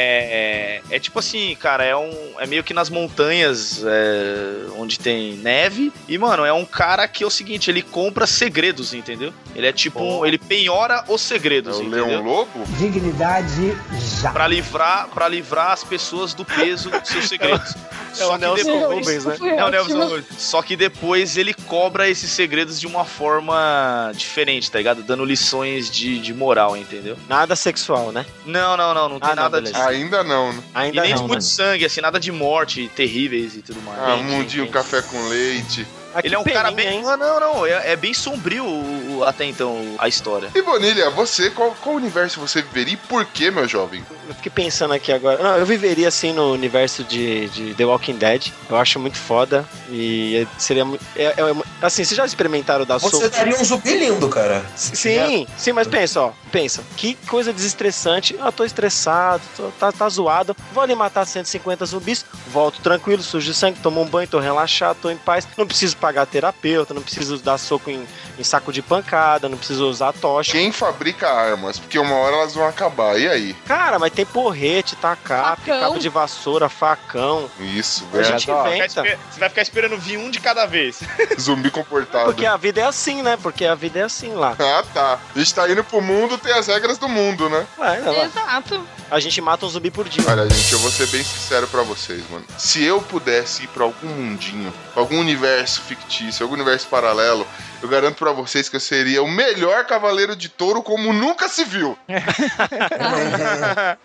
S9: É, é, é tipo assim, cara, é, um, é meio que nas montanhas é, onde tem neve. E, mano, é um cara que é o seguinte, ele compra segredos, entendeu? Ele é tipo um. Ele penhora os segredos, entendeu?
S3: É Leão Lobo?
S14: Dignidade já.
S9: Pra livrar, pra livrar as pessoas do peso dos seus segredos.
S8: É o Nelson Rubens, né? Isso foi
S9: É o Nelson
S8: ótimo.
S9: Rubens. Só que depois ele cobra esses segredos de uma forma diferente, tá ligado? Dando lições de, de moral, entendeu?
S8: Nada sexual, né?
S9: Não, não, não, não tem
S8: Ah, não,
S9: nada
S8: beleza.
S9: disso.
S3: Ainda não, né?
S9: E
S8: Ainda
S9: nem de
S8: não,
S9: muito
S8: né?
S9: sangue, assim, nada de morte terríveis e tudo mais.
S3: Ah,
S9: Entendi,
S3: mundinho,
S9: entendi.
S3: café com leite.
S9: Ele é um cara bem. Ah, Não, não, é, é bem sombrio o- o- até então a história.
S3: E Bonilha, você, qual, qual universo você viveria e por quê, meu jovem?
S8: Eu fiquei pensando aqui agora. Não, eu viveria assim no universo de, de The Walking Dead. Eu acho muito foda. E seria. mu- É, é- é mu- assim, vocês já experimentaram dar
S12: Você
S8: soco?
S12: daria um zumbi lindo, cara.
S8: Sim, sim, mas pensa, ó. Pensa, que coisa desestressante. Ah, tô estressado, tô- tá, tá zoado. Vou ali matar 150 zumbis, volto tranquilo, sujo de sangue, tomo um banho, tô relaxado, tô em paz. Não preciso pagar terapeuta, não preciso dar soco em, em saco de pancada, não preciso usar tocha.
S3: Quem fabrica armas? Porque uma hora elas vão acabar, e aí?
S8: Cara, mas tem porrete, tacar,
S9: Facão.
S8: cabo de vassoura, facão.
S3: Isso,
S8: A
S3: velho.
S8: gente inventa.
S9: Você vai ficar esperando vir um de cada vez.
S3: Zumbi comportado.
S8: Porque a vida é assim, né? Porque a vida é assim lá.
S3: Tá, Ah, tá. A gente tá indo pro mundo, tem as regras do mundo, né?
S8: Vai, vai lá.
S5: Exato.
S8: A gente mata um zumbi por dia.
S3: Olha, gente, eu vou ser bem sincero pra vocês, mano. Se eu pudesse ir pra algum mundinho, pra algum universo fictício, algum universo paralelo, eu garanto pra vocês que eu seria o melhor cavaleiro de touro como nunca se viu.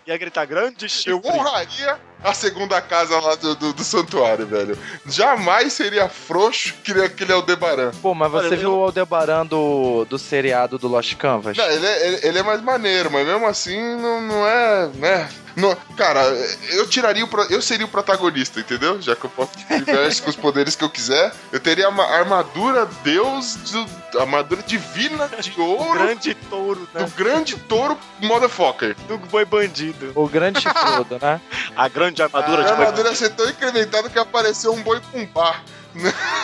S8: Ia gritar grande
S3: Eu honraria a segunda casa lá do, do, do santuário, velho. Jamais seria frouxo que nem aquele Aldebaran.
S7: Pô, mas você viu o Aldebaran do, do seriado do Lost Canvas?
S3: Não, ele, é, ele- ele é mais maneiro, mas mesmo assim não, não é, né? Não- cara, eu tiraria o. pro- Eu seria o protagonista, entendeu? Já que eu posso diverso com os poderes que eu quiser. Eu teria uma armadura deus, do- armadura divina de
S12: É
S3: ouro.
S8: grande touro,
S12: né?
S3: Do grande touro motherfucker.
S8: Do boi bandido.
S7: O grande Frodo, né?
S8: A grande
S3: A
S8: armadura de boi
S3: armadura ia ser tão incrementada que apareceu um boi com bar.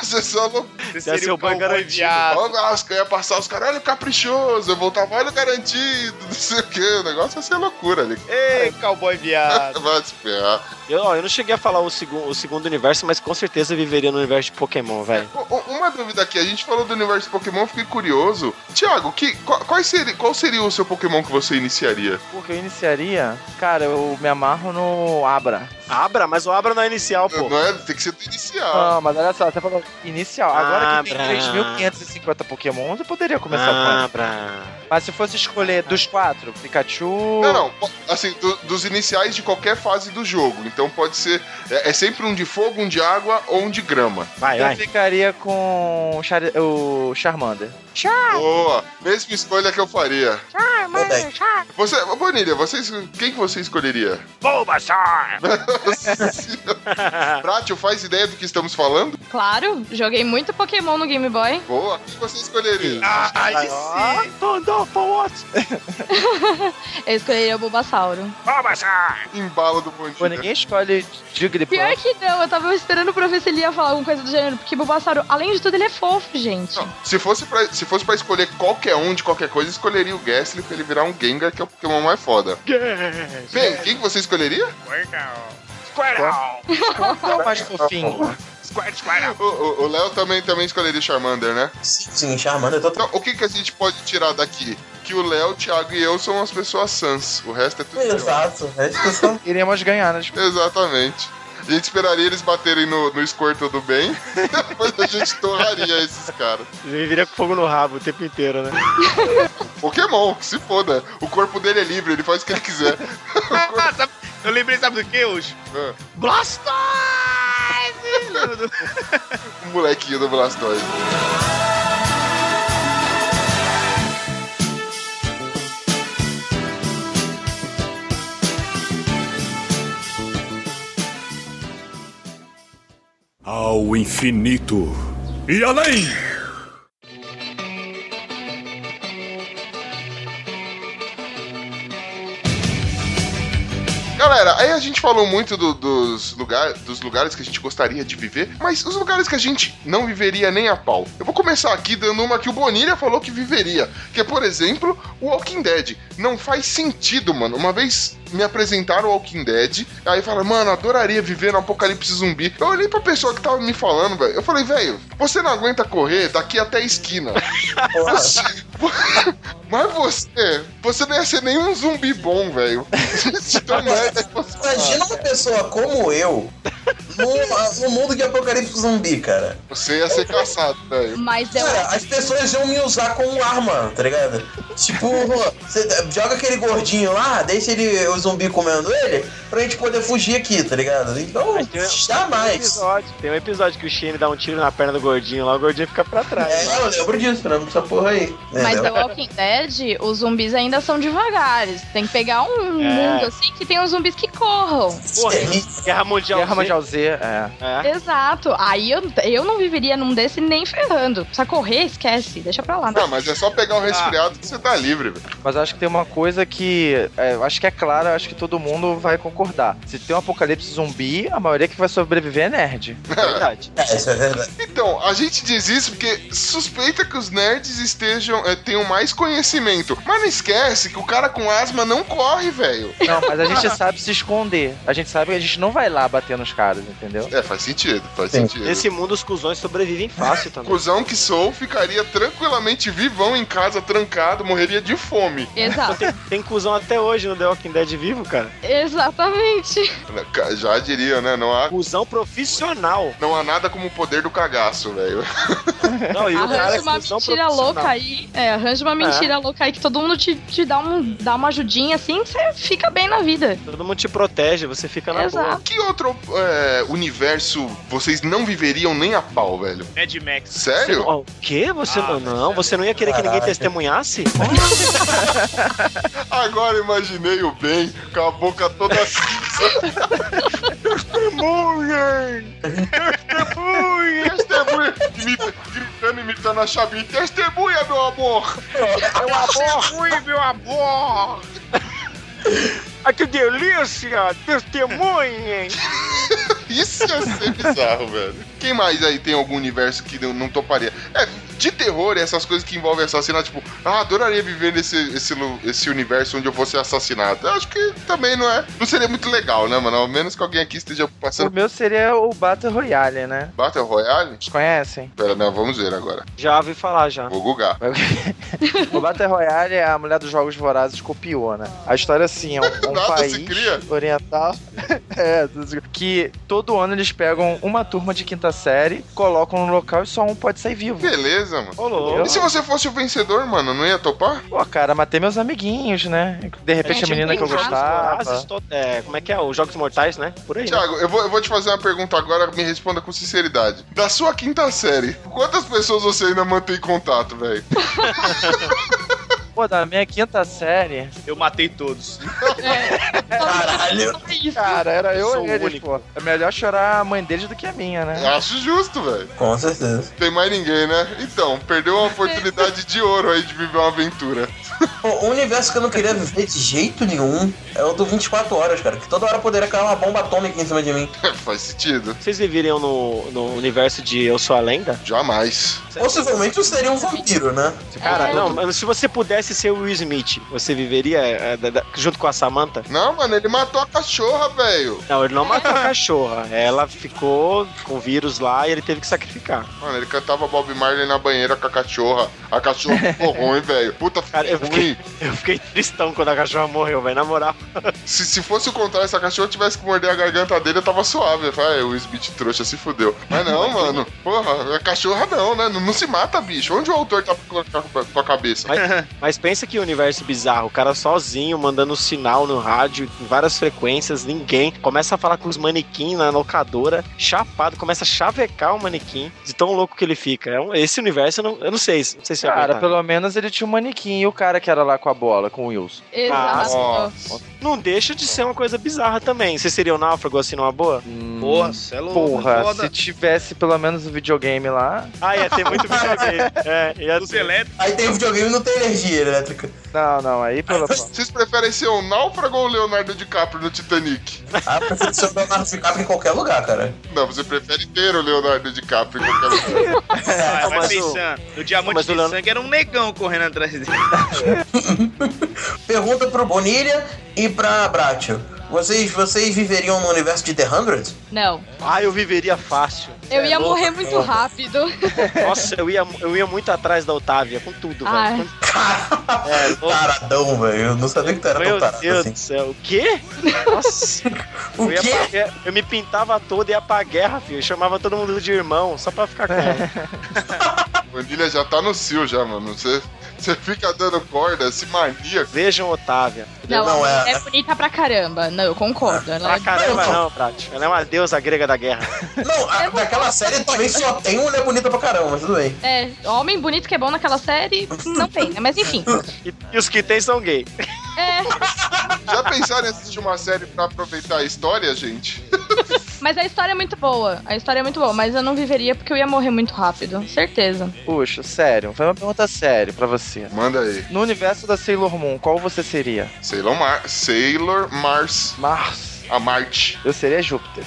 S3: Você é só não.
S8: Ia ser o boi garantido.
S3: Ah, os caras iam passar os caras, olha o caprichoso, eu voltava, olha o garantido, não sei o que, o negócio ia ser loucura ali.
S9: Ei, cowboy viado.
S3: Vai se ferrar.
S8: Eu, ó, eu não cheguei a falar o, segun, o segundo universo, mas com certeza eu viveria no universo de Pokémon, velho.
S3: U- u- Uma dúvida aqui, a gente falou do universo de Pokémon, eu fiquei curioso. Tiago, que, qual, quais seri- qual seria o seu Pokémon que você iniciaria?
S7: Porque eu iniciaria, cara, eu me amarro no Abra.
S8: Abra, mas o Abra não é inicial, pô. Ah,
S3: Não é? Tem que ser do inicial.
S7: Não, mas olha só, você falou inicial. Agora que tem
S8: Abra.
S7: 3.550 Pokémon, eu poderia começar com ele.
S8: Abra.
S7: Mas se fosse escolher dos quatro, Pikachu.
S3: Não, não, po- assim, do- dos iniciais de qualquer fase do jogo. Então pode ser. É, é sempre um de fogo, um de água ou um de grama.
S8: Vai,
S7: Eu ficaria com o Char- o Charmander.
S3: Boa! Mesma escolha que eu faria. Você, ô, Bonilha, vocês, quem que você escolheria?
S14: Bulbasaur!
S3: Prátio, faz ideia do que estamos falando?
S5: Claro, joguei muito Pokémon no Game Boy.
S3: Boa! Quem você escolheria?
S14: Ah,
S3: aí
S14: sim.
S5: Eu escolheria o Bulbasauro.
S3: Embalo do Bonilha.
S7: Pô, ninguém escolhe
S5: Pior
S6: é
S7: Jigglypuff.
S5: que não, eu tava esperando pra ver se ele ia falar alguma coisa do gênero, porque Bulbasauro, além de tudo, ele é fofo, gente.
S3: Se fosse, pra, se fosse pra escolher qualquer um de qualquer coisa, escolheria o Gastly pra ele virar um Gengar, que é o Pokémon mais foda. Bem, quem que você escolheria? Squirtle!
S7: Qual é o mais fofinho?
S3: Squirtle, Squirtle! O o- o Léo também, também escolheria Charmander, né?
S6: Sim, sim, Charmander. Tô...
S3: Então, o que, que a gente pode tirar daqui? Que o Léo, o Thiago e eu somos as pessoas sãs. O resto é tudo.
S6: Exato, o resto é são...
S7: Iremos ganhar, né?
S3: Exatamente. A gente esperaria eles baterem no, no Squirtle do bem, depois a gente torraria esses caras.
S8: Ele viria com fogo no rabo o tempo inteiro, né?
S3: Pokémon, que se foda. O corpo dele é livre, ele faz o que ele quiser.
S11: Ah, sabe- eu lembrei, sabe do que, hoje? Blastoise!
S3: O Um molequinho do Blastoise.
S10: Ao infinito e além!
S3: Galera, aí a gente falou muito do- dos, lugar, dos lugares que a gente gostaria de viver, mas os lugares que a gente não viveria nem a pau. Eu vou começar aqui dando uma que o Bonilha falou que viveria, que é, por exemplo, o Walking Dead. Não faz sentido, mano. Uma vez me apresentaram o Walking Dead, aí falaram, mano, adoraria viver no apocalipse zumbi. Eu olhei pra pessoa que tava me falando, velho. Eu falei, velho, você não aguenta correr daqui até a esquina. Você- Mas você, você não ia ser nenhum zumbi bom, velho. De tão merda que você
S6: Imagina uma pessoa como eu num, num mundo de apocalipse zumbi, cara.
S3: Você ia ser caçado, velho.
S5: Mas eu
S8: É.
S6: Cara, as pessoas iam me usar como arma, tá ligado? Tipo, você joga aquele gordinho lá, deixa ele, o zumbi comendo ele, pra gente poder fugir aqui, tá ligado? Então,
S8: Tem um,
S6: jamais.
S8: episódio, tem um episódio que o Shane dá um tiro na perna do gordinho lá, o gordinho fica pra trás.
S6: É, eu lembro disso, lembro dessa porra aí.
S8: É.
S6: É.
S5: Mas The
S6: Entendeu?
S5: Walking Dead, os zumbis ainda são devagares. Tem que pegar um
S7: É.
S5: mundo assim que tem os zumbis que corram.
S8: Porra, Guerra Mundial
S7: Guerra
S8: Z.
S7: Mundial Z, é.
S8: É.
S5: Exato. Aí eu, eu não viveria num desse nem ferrando. Precisa correr, esquece. Deixa pra lá.
S3: Não, mas é só pegar o resfriado que você tá livre, velho.
S7: Mas acho que tem uma coisa que. é, eu acho que é clara, acho que todo mundo vai concordar. Se tem um apocalipse zumbi, a maioria que vai sobreviver é nerd.
S8: Verdade.
S6: É, isso é verdade.
S3: Então, a gente diz isso porque suspeita que os nerds estejam eh, tenham mais conhecimento. Mas não esquece que o cara com asma não corre, velho.
S7: Não, mas a gente sabe se esconder. A gente sabe que a gente não vai lá bater nos caras, entendeu?
S3: É, faz sentido, faz sentido.
S8: Nesse mundo, os cuzões sobrevivem fácil também.
S3: Cusão que sou, ficaria tranquilamente vivão em casa, trancado, morreria de fome.
S5: Exato.
S8: Tem cuzão até hoje no The Walking Dead vivo, cara.
S5: Exatamente.
S3: Já diria, né? Não há,
S8: Cusão profissional.
S3: não há nada como o poder do cagaço, velho.
S8: Não, e o cara é
S5: Arranja uma
S8: cuzão
S5: mentira louca
S8: profissional.
S5: aí. É, arranja uma mentira louca aí que todo mundo te, te dá, um, dá uma ajudinha assim, você fica bem na vida.
S8: Todo mundo te protege, você fica na boa.
S5: Exato.
S3: Que outro eh, universo vocês não viveriam nem a pau, velho?
S11: Mad Max.
S8: Você
S3: Sério?
S8: não- o quê? Você
S11: Ah,
S8: não, não, você não ia querer que ninguém
S6: Caraca.
S8: testemunhasse?
S3: Agora imaginei o bem com a boca toda assim. cinza. Testemunhem! Testemunhem! Testemunhem! Imita- Gritando, imitando a Xabi. Testemunha, meu amor!
S8: É um
S3: Meu amor! Testemunha, meu amor!
S8: Ah, que delícia! Testemunhem!
S3: Isso é ia ser bizarro, velho. Quem mais aí tem algum universo que eu não toparia? É, de terror e essas coisas que envolvem assassinato, tipo, ah, adoraria viver nesse esse, lu- esse universo onde eu fosse assassinado. Eu acho que também não é. Não seria muito legal, né, mano? Ao menos que alguém aqui esteja
S7: O
S3: passando.
S7: meu seria o Battle Royale, né?
S3: Battle Royale?
S7: Vocês conhecem?
S3: Pera, não, vamos ver agora.
S8: Já ouvi falar, já.
S3: Vou googar.
S7: O Battle Royale é a mulher dos jogos vorazes copiou, né? A história é assim, é um, é um
S3: Nada
S7: país
S3: se cria.
S7: oriental é, que todo ano eles pegam uma turma de quinta série, colocam no local e só um pode sair vivo.
S3: Beleza, mano.
S7: Entendeu?
S3: E se você fosse o vencedor, mano, não ia topar?
S7: Pô, cara, matei meus amiguinhos, né? De
S3: É,
S7: repente
S5: Gente,
S7: a
S3: tipo,
S7: menina que eu
S3: um
S5: bem raso,
S7: gostava.
S8: tipo um Asas to- é, como é que é? Os Jogos Mortais, né? Por aí. Né?
S3: Tiago, eu vou, eu vou te fazer uma pergunta agora, me responda com sinceridade. Da sua quinta série, quantas pessoas você ainda mantém contato, velho?
S7: Pô, da minha quinta série.
S11: Eu matei todos.
S6: Caralho.
S5: Isso.
S7: Cara, era eu
S8: Sou
S7: e eles,
S8: único.
S7: pô. É melhor chorar a mãe deles do que a minha, né?
S3: Acho justo, velho.
S6: Com certeza.
S3: Tem mais ninguém, né? Então, perdeu uma oportunidade de ouro aí de viver uma aventura.
S6: Bom, O um universo que eu não queria viver de jeito nenhum é o do 24 horas, cara. Que toda hora poderia cair uma bomba atômica em cima de mim.
S3: Faz sentido.
S8: Vocês viveriam no, no universo de Eu Sou a Lenda?
S3: Jamais.
S6: Possivelmente eu seria um vampiro, né?
S8: Cara, Tipo, ah, não, mas se você pudesse ser o Will Smith, você viveria é, da- da- junto com a Samantha?
S3: Não, mano, ele matou a cachorra, velho.
S8: Não, ele não matou a cachorra. Ela ficou com vírus lá e ele teve que sacrificar.
S3: Mano, ele cantava Bob Marley na banheira com a cachorra. A cachorra ficou ruim, velho. Puta,
S8: Cara, eu
S3: ruim.
S8: fiquei, eu fiquei tristão quando a cachorra morreu, velho, na moral.
S3: Se, se fosse o contrário, se a cachorra tivesse que morder a garganta dele, eu tava suave. Eu falei, ah, o Smith trouxa se fudeu. Mas Ah, não, mano. Porra, a cachorra não, né? Não, não se mata, bicho. Onde o autor tá com a- com a cabeça?
S8: Mas, mas pensa que universo bizarro, o cara sozinho, mandando sinal no rádio, em várias frequências, ninguém. Começa a falar com os manequins na locadora, chapado, começa a chavecar o manequim de tão louco que ele fica. É um- Esse universo, eu não, eu não sei, não sei se eu
S7: Cara,
S8: aguentava.
S7: pelo menos ele tinha um manequim e o cara que era lá com a bola, com o Wilson.
S11: Ah,
S8: Exato.
S7: Nossa.
S8: Não deixa de ser uma coisa bizarra também. Vocês seriam náufrago assim numa boa?
S11: Porra, cê é louco,
S7: Hum, Porra,
S11: foda.
S7: se tivesse pelo menos o videogame lá.
S8: Ah, ia ter muito videogame. É, ia ter.
S6: Aí tem o videogame e não tem energia elétrica.
S7: Não, não, aí pelo.
S3: Vocês preferem ser um náufrago ou o Leonardo DiCaprio no Titanic?
S6: Ah, prefiro ser o Leonardo DiCaprio em qualquer lugar, cara.
S3: Não, você prefere ter o Leonardo DiCaprio em qualquer lugar.
S11: Ah, vai
S6: mas
S11: pensando. O diamante
S6: mas o
S11: de
S6: Leon-
S11: sangue era um negão correndo atrás dele.
S6: Pergunta pro Bonilha e pra Bratio. Vocês, vocês viveriam no universo de The 100?
S5: Não.
S8: Ah, eu viveria fácil.
S5: Eu
S6: É
S5: ia
S6: louco,
S5: morrer
S6: é
S5: muito
S6: louco.
S5: rápido.
S8: Nossa, eu ia, eu ia muito atrás da Otávia, com tudo,
S5: Ai.
S8: velho.
S6: Taradão, velho. Eu não sabia que tu era
S8: É, Meu
S6: tão tarado
S8: Deus
S6: assim.
S8: do céu, o quê? Nossa! eu, ia
S6: quê?
S8: pra guerra- eu me pintava todo e ia pra guerra, filho. Eu chamava todo mundo de irmão, só pra ficar com ela.
S3: Manilha já tá no cio já, mano. Você, você fica dando corda, esse maníaco.
S8: Vejam Otávia.
S5: Não, ela é... bonita pra caramba. Não, eu concordo. Ela
S8: Pra
S5: é...
S8: caramba, não, Prati. Ela é uma deusa grega da guerra.
S6: Não, a- daquela série também só tem mulher bonita pra caramba, mas tudo bem.
S5: É, homem bonito que é bom naquela série, não tem, né? Mas enfim.
S8: E, e os que tem são gay.
S5: É,
S3: Já pensaram em assistir uma série pra aproveitar a história, gente?
S5: mas a história é muito boa. A história é muito boa, mas eu não viveria porque eu ia morrer muito rápido. Certeza.
S7: Puxa, sério, foi uma pergunta séria pra você.
S3: Manda aí.
S7: No universo da Sailor Moon, qual você seria?
S3: Sailor, Mar Sailor Mars.
S7: Mars.
S3: A Marte.
S7: Eu seria Júpiter.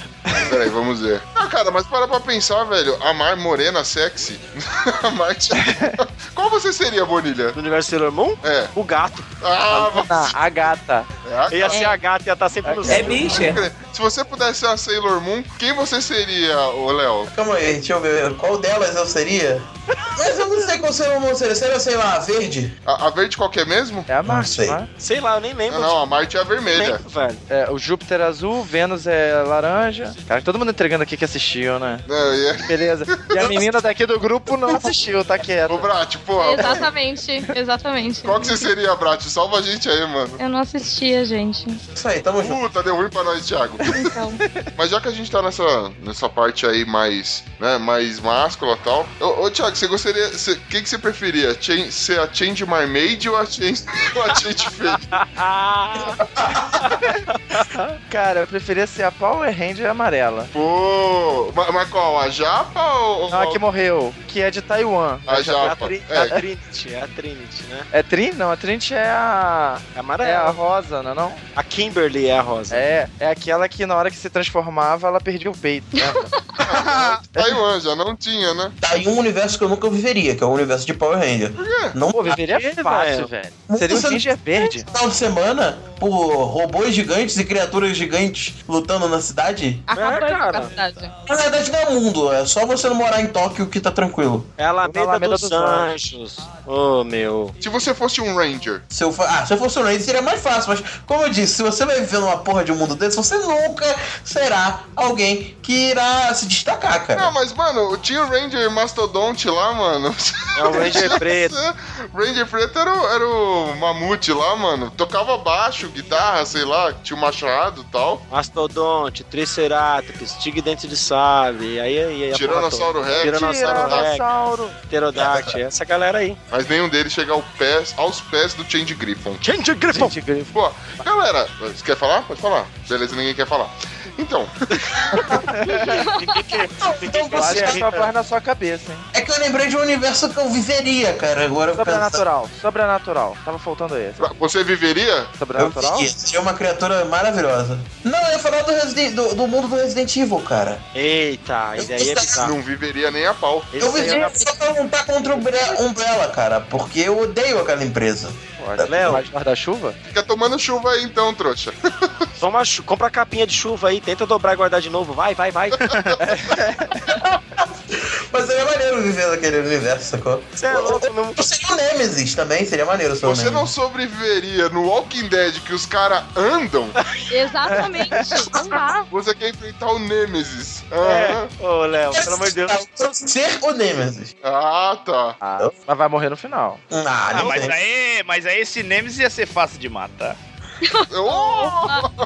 S3: Peraí, vamos ver. Ah, cara, mas para pra pensar, velho. A Mar morena sexy. a Marte. Qual você seria, Bonilha?
S8: No universo Sailor Moon?
S3: É.
S8: O gato.
S3: Ah, você-
S7: a gata.
S3: É a
S8: Ia
S3: gata.
S8: ser a gata, ia estar
S7: É
S8: sempre no céu.
S3: Se você pudesse ser a Sailor Moon, quem você seria, ô Léo?
S6: Calma aí, deixa eu ver. Qual delas eu seria? Mas eu não sei qual seria o meu seria. Seria, sei lá, verde?
S3: A, a verde qualquer mesmo?
S7: É a
S6: Não
S7: Marte,
S6: sei.
S7: né?
S8: Sei lá, eu nem
S3: Não,
S8: lembro.
S3: não, a Marte é a
S8: Eu nem
S3: vermelha.
S8: lembro, velho.
S7: É, o Júpiter é azul, Vênus é laranja. Cara, todo mundo entregando aqui que assistiu, né?
S3: Não, e é-
S7: Beleza. E a menina daqui do grupo não assistiu, tá
S3: Ô,
S7: quieta.
S3: Brat, pô.
S5: Exatamente, exatamente.
S3: Qual que você seria, Brat? Salva a gente aí, mano.
S5: Eu não assistia, gente.
S6: Isso aí, tamo junto.
S3: Puta, deu ruim pra nós, Thiago.
S5: Então.
S3: Mas já que a gente tá nessa, nessa parte aí mais, né, mais máscula e tal. Ô, ô Thiago, você gostaria. O que, que você preferia? Chan- ser a Change Mermaid ou a Change, ou a Change Fake?
S7: Cara, eu preferia ser a Power Ranger amarela.
S3: Pô! ma- Mas, qual? A Japa ou.
S7: Não, a Ah, que morreu, que é de Taiwan.
S3: a
S8: É a,
S3: Japa.
S8: Tri-
S3: É,
S8: a Trinity, é a Trinity, né?
S7: É Trin? Não, a Trinity é a.
S8: É
S7: É a
S8: amarela.
S7: rosa, não é não?
S8: a... Kimberly é a rosa.
S7: É, é aquela que na hora que se transformava, ela perdia o peito. Né?
S3: Taiwan já não tinha, né?
S6: Tá aí um universo que eu nunca viveria, que é o universo de Power Ranger. Não
S7: Pô, viveria
S8: que,
S7: fácil, velho. Seria um
S6: Você não-
S7: ninja verde.
S6: final de semana por robôs gigantes e criaturas gigantes lutando na cidade?
S5: Acabou
S8: É, cara.
S5: a cidade.
S6: Na verdade, não é mundo, é só você não morar em Tóquio que tá tranquilo.
S8: É a Alameda,
S7: Alameda
S8: dos,
S7: dos
S8: Anjos. Ô, meu.
S3: Se você fosse um Ranger,
S6: Se eu, for, ah, se eu fosse um Ranger seria mais fácil, mas como eu disse, se você vai viver numa porra de um mundo desse, você nunca será alguém que irá se destacar,
S3: Não,
S6: cara.
S3: mas, mano, tinha o Ranger Mastodonte lá, mano.
S8: É o Ranger Preto.
S3: Ranger Preto era o, era o mamute lá, mano. Tocava baixo, guitarra, sei lá, tinha o machado e tal.
S8: Mastodonte, Triceratops, Tigre Dente de Sabre, aí aí aí a porra toda.
S3: Tiranossauro Rex.
S8: Tiranossauro Rex,
S7: Tiranossauro.
S8: Pterodactyl, essa galera aí.
S3: É, Mas nenhum deles chega ao pés, aos pés do Change Griffon.
S8: Gente, Griffon!
S7: Gente, Griffon.
S3: Pô, galera, você quer falar? Pode falar. Beleza, ninguém quer falar. Então,
S6: Então, então
S7: Bate Então é
S6: você
S7: a sua voz na sua cabeça, hein?
S6: É que eu lembrei de um universo que eu viveria, cara. Agora
S7: Sobrenatural, sobrenatural. Tava faltando aí.
S3: Você viveria?
S7: Sobrenatural?
S6: É uma criatura maravilhosa. Não, eu ia falar do, Resident- do- do mundo do Resident Evil, cara.
S8: Eita, e daí é bizarro. é
S3: Não viveria nem a pau.
S6: Eu viveria só pra lutar contra o Bre- Umbrella, cara, porque eu odeio aquela empresa.
S7: Olha, Léo, mais guarda-chuva?
S3: Fica tomando chuva aí então, trouxa.
S8: Toma chu- compra a capinha de chuva aí, tenta dobrar e guardar de novo. Vai, vai, vai.
S6: Mas seria maneiro viver naquele universo, sacou?
S8: Você é louco,
S6: Eu seria o Nemesis também, seria maneiro ser o
S3: Você não
S6: Nemesis.
S3: sobreviveria no Walking Dead que os caras andam?
S5: Exatamente. Um Não dá.
S3: Você quer enfrentar o Nemesis. Aham.
S8: É. Ô, Léo, pelo amor de Deus.
S6: Ser o Nemesis.
S3: Ah, tá.
S7: Mas vai morrer no final.
S6: Ah,
S11: Ah,
S6: não
S11: mas
S6: sei.
S11: aí, mas aí esse Nemesis ia ser fácil de matar.
S3: Oh!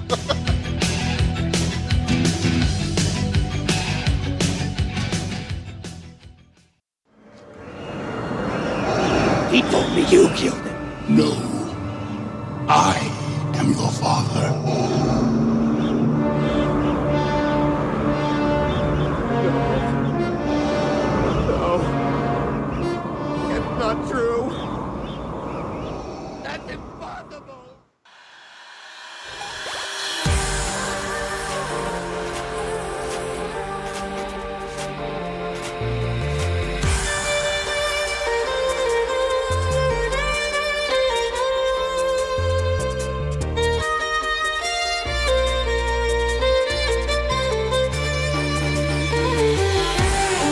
S13: He told me you killed him. No. I am your father. No. It's not true. That's impossible.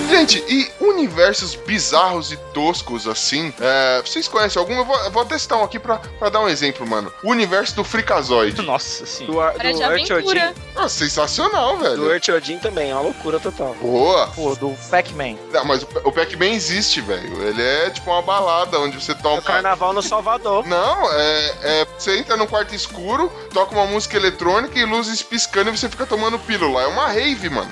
S3: Gente, e universos bizarros e toscos assim, é, vocês conhecem algum? Eu vou, eu vou até citar um aqui pra, pra dar um exemplo, mano. O universo do Frikazoid.
S11: Nossa senhora.
S8: Do, Ar- do
S5: Hora de
S8: Art
S5: aventura.
S8: Odin.
S3: Ah, sensacional, velho.
S8: Do Art Odin também, é uma loucura total.
S3: Boa!
S7: Pô, do Pac-Man.
S3: Não, Ah, mas o, o Pac-Man existe, velho. Ele é tipo uma balada onde você toma.
S8: É Carnaval no Salvador.
S3: Não, é, é. Você entra num quarto escuro, toca uma música eletrônica e luzes piscando e você fica tomando pílula. É uma rave, mano.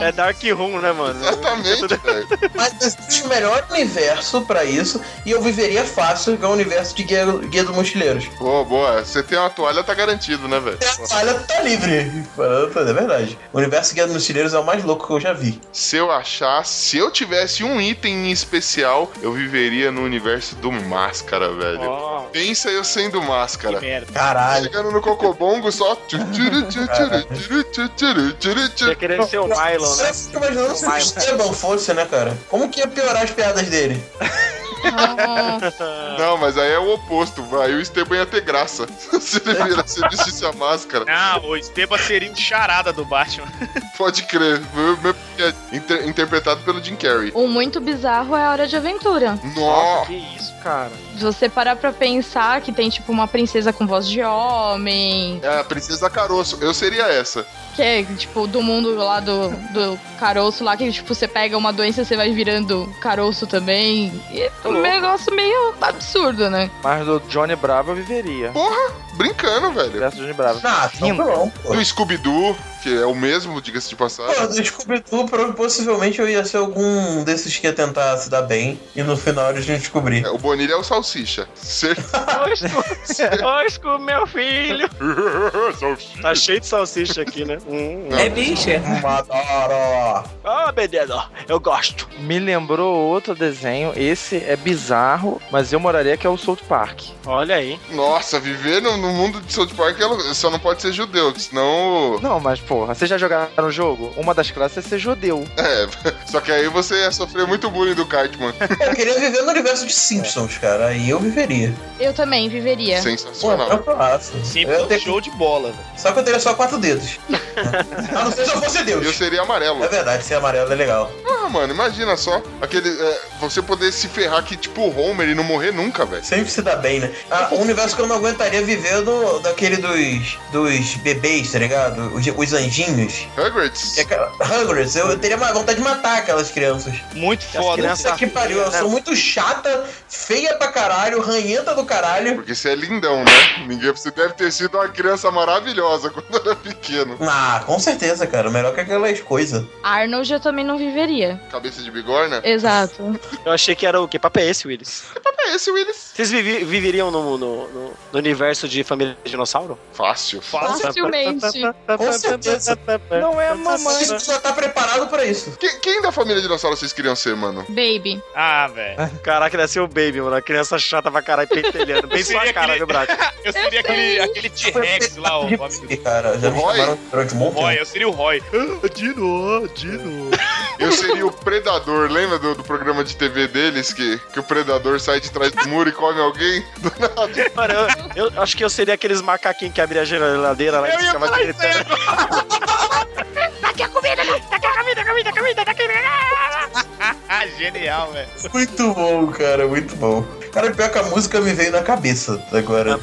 S8: É Dark Room, né, mano?
S3: Exatamente, velho.
S6: Mas existe o melhor universo pra isso, e eu viveria fácil, que é o universo de Guia, Guia dos Mochileiros.
S3: Boa, boa. Você tem uma toalha, tá garantido, né, velho?
S6: Olha, tá livre. É verdade. O universo de Guia dos Mochileiros é o mais louco que eu já vi.
S3: Se eu achar, se eu tivesse um item em especial, eu viveria no universo do Máscara, velho.
S8: Ó,
S3: Pensa eu sendo Máscara.
S8: merda.
S6: Caralho.
S3: Chegando no Cocobongo só. tchu, tchuru, tchu, tchuru, tchu, tchuru, tchuru, tchu.
S8: Você querer
S12: um
S8: ser o Mylon, né?
S6: Agora eu fico imaginando se o
S8: Vai.
S6: Esteban fosse, né, cara? Como que ia piorar as piadas dele?
S12: Um
S5: Nossa.
S3: Não, mas aí é o oposto. Aí o Esteban ia ter graça. se ele virasse se vestisse a máscara.
S11: Ah, o Esteban seria um charada do Batman.
S3: Pode crer. Meu- meu- é inter- interpretado pelo Jim Carrey.
S5: Um muito bizarro é a hora de aventura.
S3: Nossa!
S8: Que isso, cara.
S5: Se você parar pra pensar que tem, tipo, uma princesa com voz de homem,
S3: É a Princesa Caroço. Eu seria essa.
S5: que é, tipo, do mundo lá do, do caroço lá, que, tipo, você pega uma doença e você vai virando caroço também. E é
S3: Tá
S5: um negócio meio absurdo, né?
S7: Mas do Johnny Bravo eu viveria.
S3: Brincando,
S7: O
S3: velho.
S7: universo do Johnny Bravo.
S6: Ah, então
S7: Rindo.
S6: pronto. pô.
S3: Do Scooby-Doo, que é o mesmo, diga-se de passagem.
S6: Pô, do Scooby-Doo, pro- possivelmente eu ia ser algum desses que ia tentar se dar bem, e no final eles iam descobrir.
S3: É, o Bonilha é o Salsicha. Certeza.
S8: Hoje com meu filho.
S3: Salsicha.
S8: Tá cheio de salsicha aqui, né? Hum, hum.
S3: É
S6: bicha? Madara!
S8: Ah, Bededó, eu gosto.
S7: Me lembrou outro desenho. Esse é bizarro, mas eu moraria que é o South Park.
S8: Olha aí.
S3: Nossa, viver no, no mundo de South Park é lou- só não pode ser judeu, senão.
S7: Não, mas porra, vocês já jogaram o jogo? Uma das classes é ser judeu.
S3: É, só que aí você ia sofrer muito bullying do Cartman.
S6: Eu queria viver no universo de Simpsons, cara, aí eu viveria.
S5: Eu também viveria.
S6: Pô, é
S3: Sensacional.
S6: eu faço.
S11: Sim,
S6: Eu ia ter-
S11: show de bola. velho.
S6: Só que eu teria só quatro dedos. A não ser se eu fosse
S3: Eu
S6: Deus.
S3: seria amarelo.
S6: É verdade, ser amarelo é legal.
S3: Ah, mano, imagina só. Aquele. é, você poder se ferrar que, tipo, o Homer e não morrer nunca, velho. Tipo,
S6: Sempre se dá bem, né? Ah, um universo que eu não aguentaria viver é do, daquele dos, dos bebês, tá ligado? Os, os anjinhos.
S3: Hagrids?
S6: Que aquela- Hagrids, eu, eu teria mais vontade de matar aquelas crianças.
S11: Muito foda. né?
S6: Criança que pariu, eu sou muito chata, é feia pra caralho, ranhenta do caralho.
S3: Porque você é lindão, né? Ninguém. Você deve ter sido uma criança maravilhosa quando era pequeno.
S6: Ah, com certeza, cara. Melhor que aquelas coisas.
S5: Arnold eu também não viveria.
S3: Cabeça de bigorna?
S5: Exato.
S8: Eu achei que era o quê? Papo é esse, Willis?
S3: É é esse, Willis?
S8: Vocês vivi- viveriam no, no- no- no universo de família de dinossauro?
S3: Fácil,
S5: Facilmente.
S6: Com certeza.
S7: Não é a
S6: mamãe. Você já tá preparado pra isso.
S3: Que- quem da família dinossauro vocês queriam ser, mano?
S5: Baby.
S8: Ah, velho. Caraca,
S11: é assim,
S8: nasceu o Baby, mano. A criança chata pra caralho, pentelhando. Bem sua cara, viu, Brad?
S15: Eu seria aquele, aquele T-Rex lá, ó.
S6: Cara, já me
S3: Roy?
S6: chamaram durante um bom
S15: Roy,
S6: tempo.
S15: eu seria o Roy. Ah,
S2: Dino, Dino.
S3: Eu seria o Predador, lembra do, do programa de TV deles que, que o Predador sai de trás do muro e come alguém? Do nada.
S8: Mano, eu, eu acho que eu seria aqueles macaquinhos que abriam a geladeira lá e ficava gritando.
S15: Tá aqui a comida, tá aqui a comida, comida, comida, tá aqui. Ah, Genial, velho.
S6: Muito bom, cara, muito bom. Cara, pior que a música me veio na cabeça agora.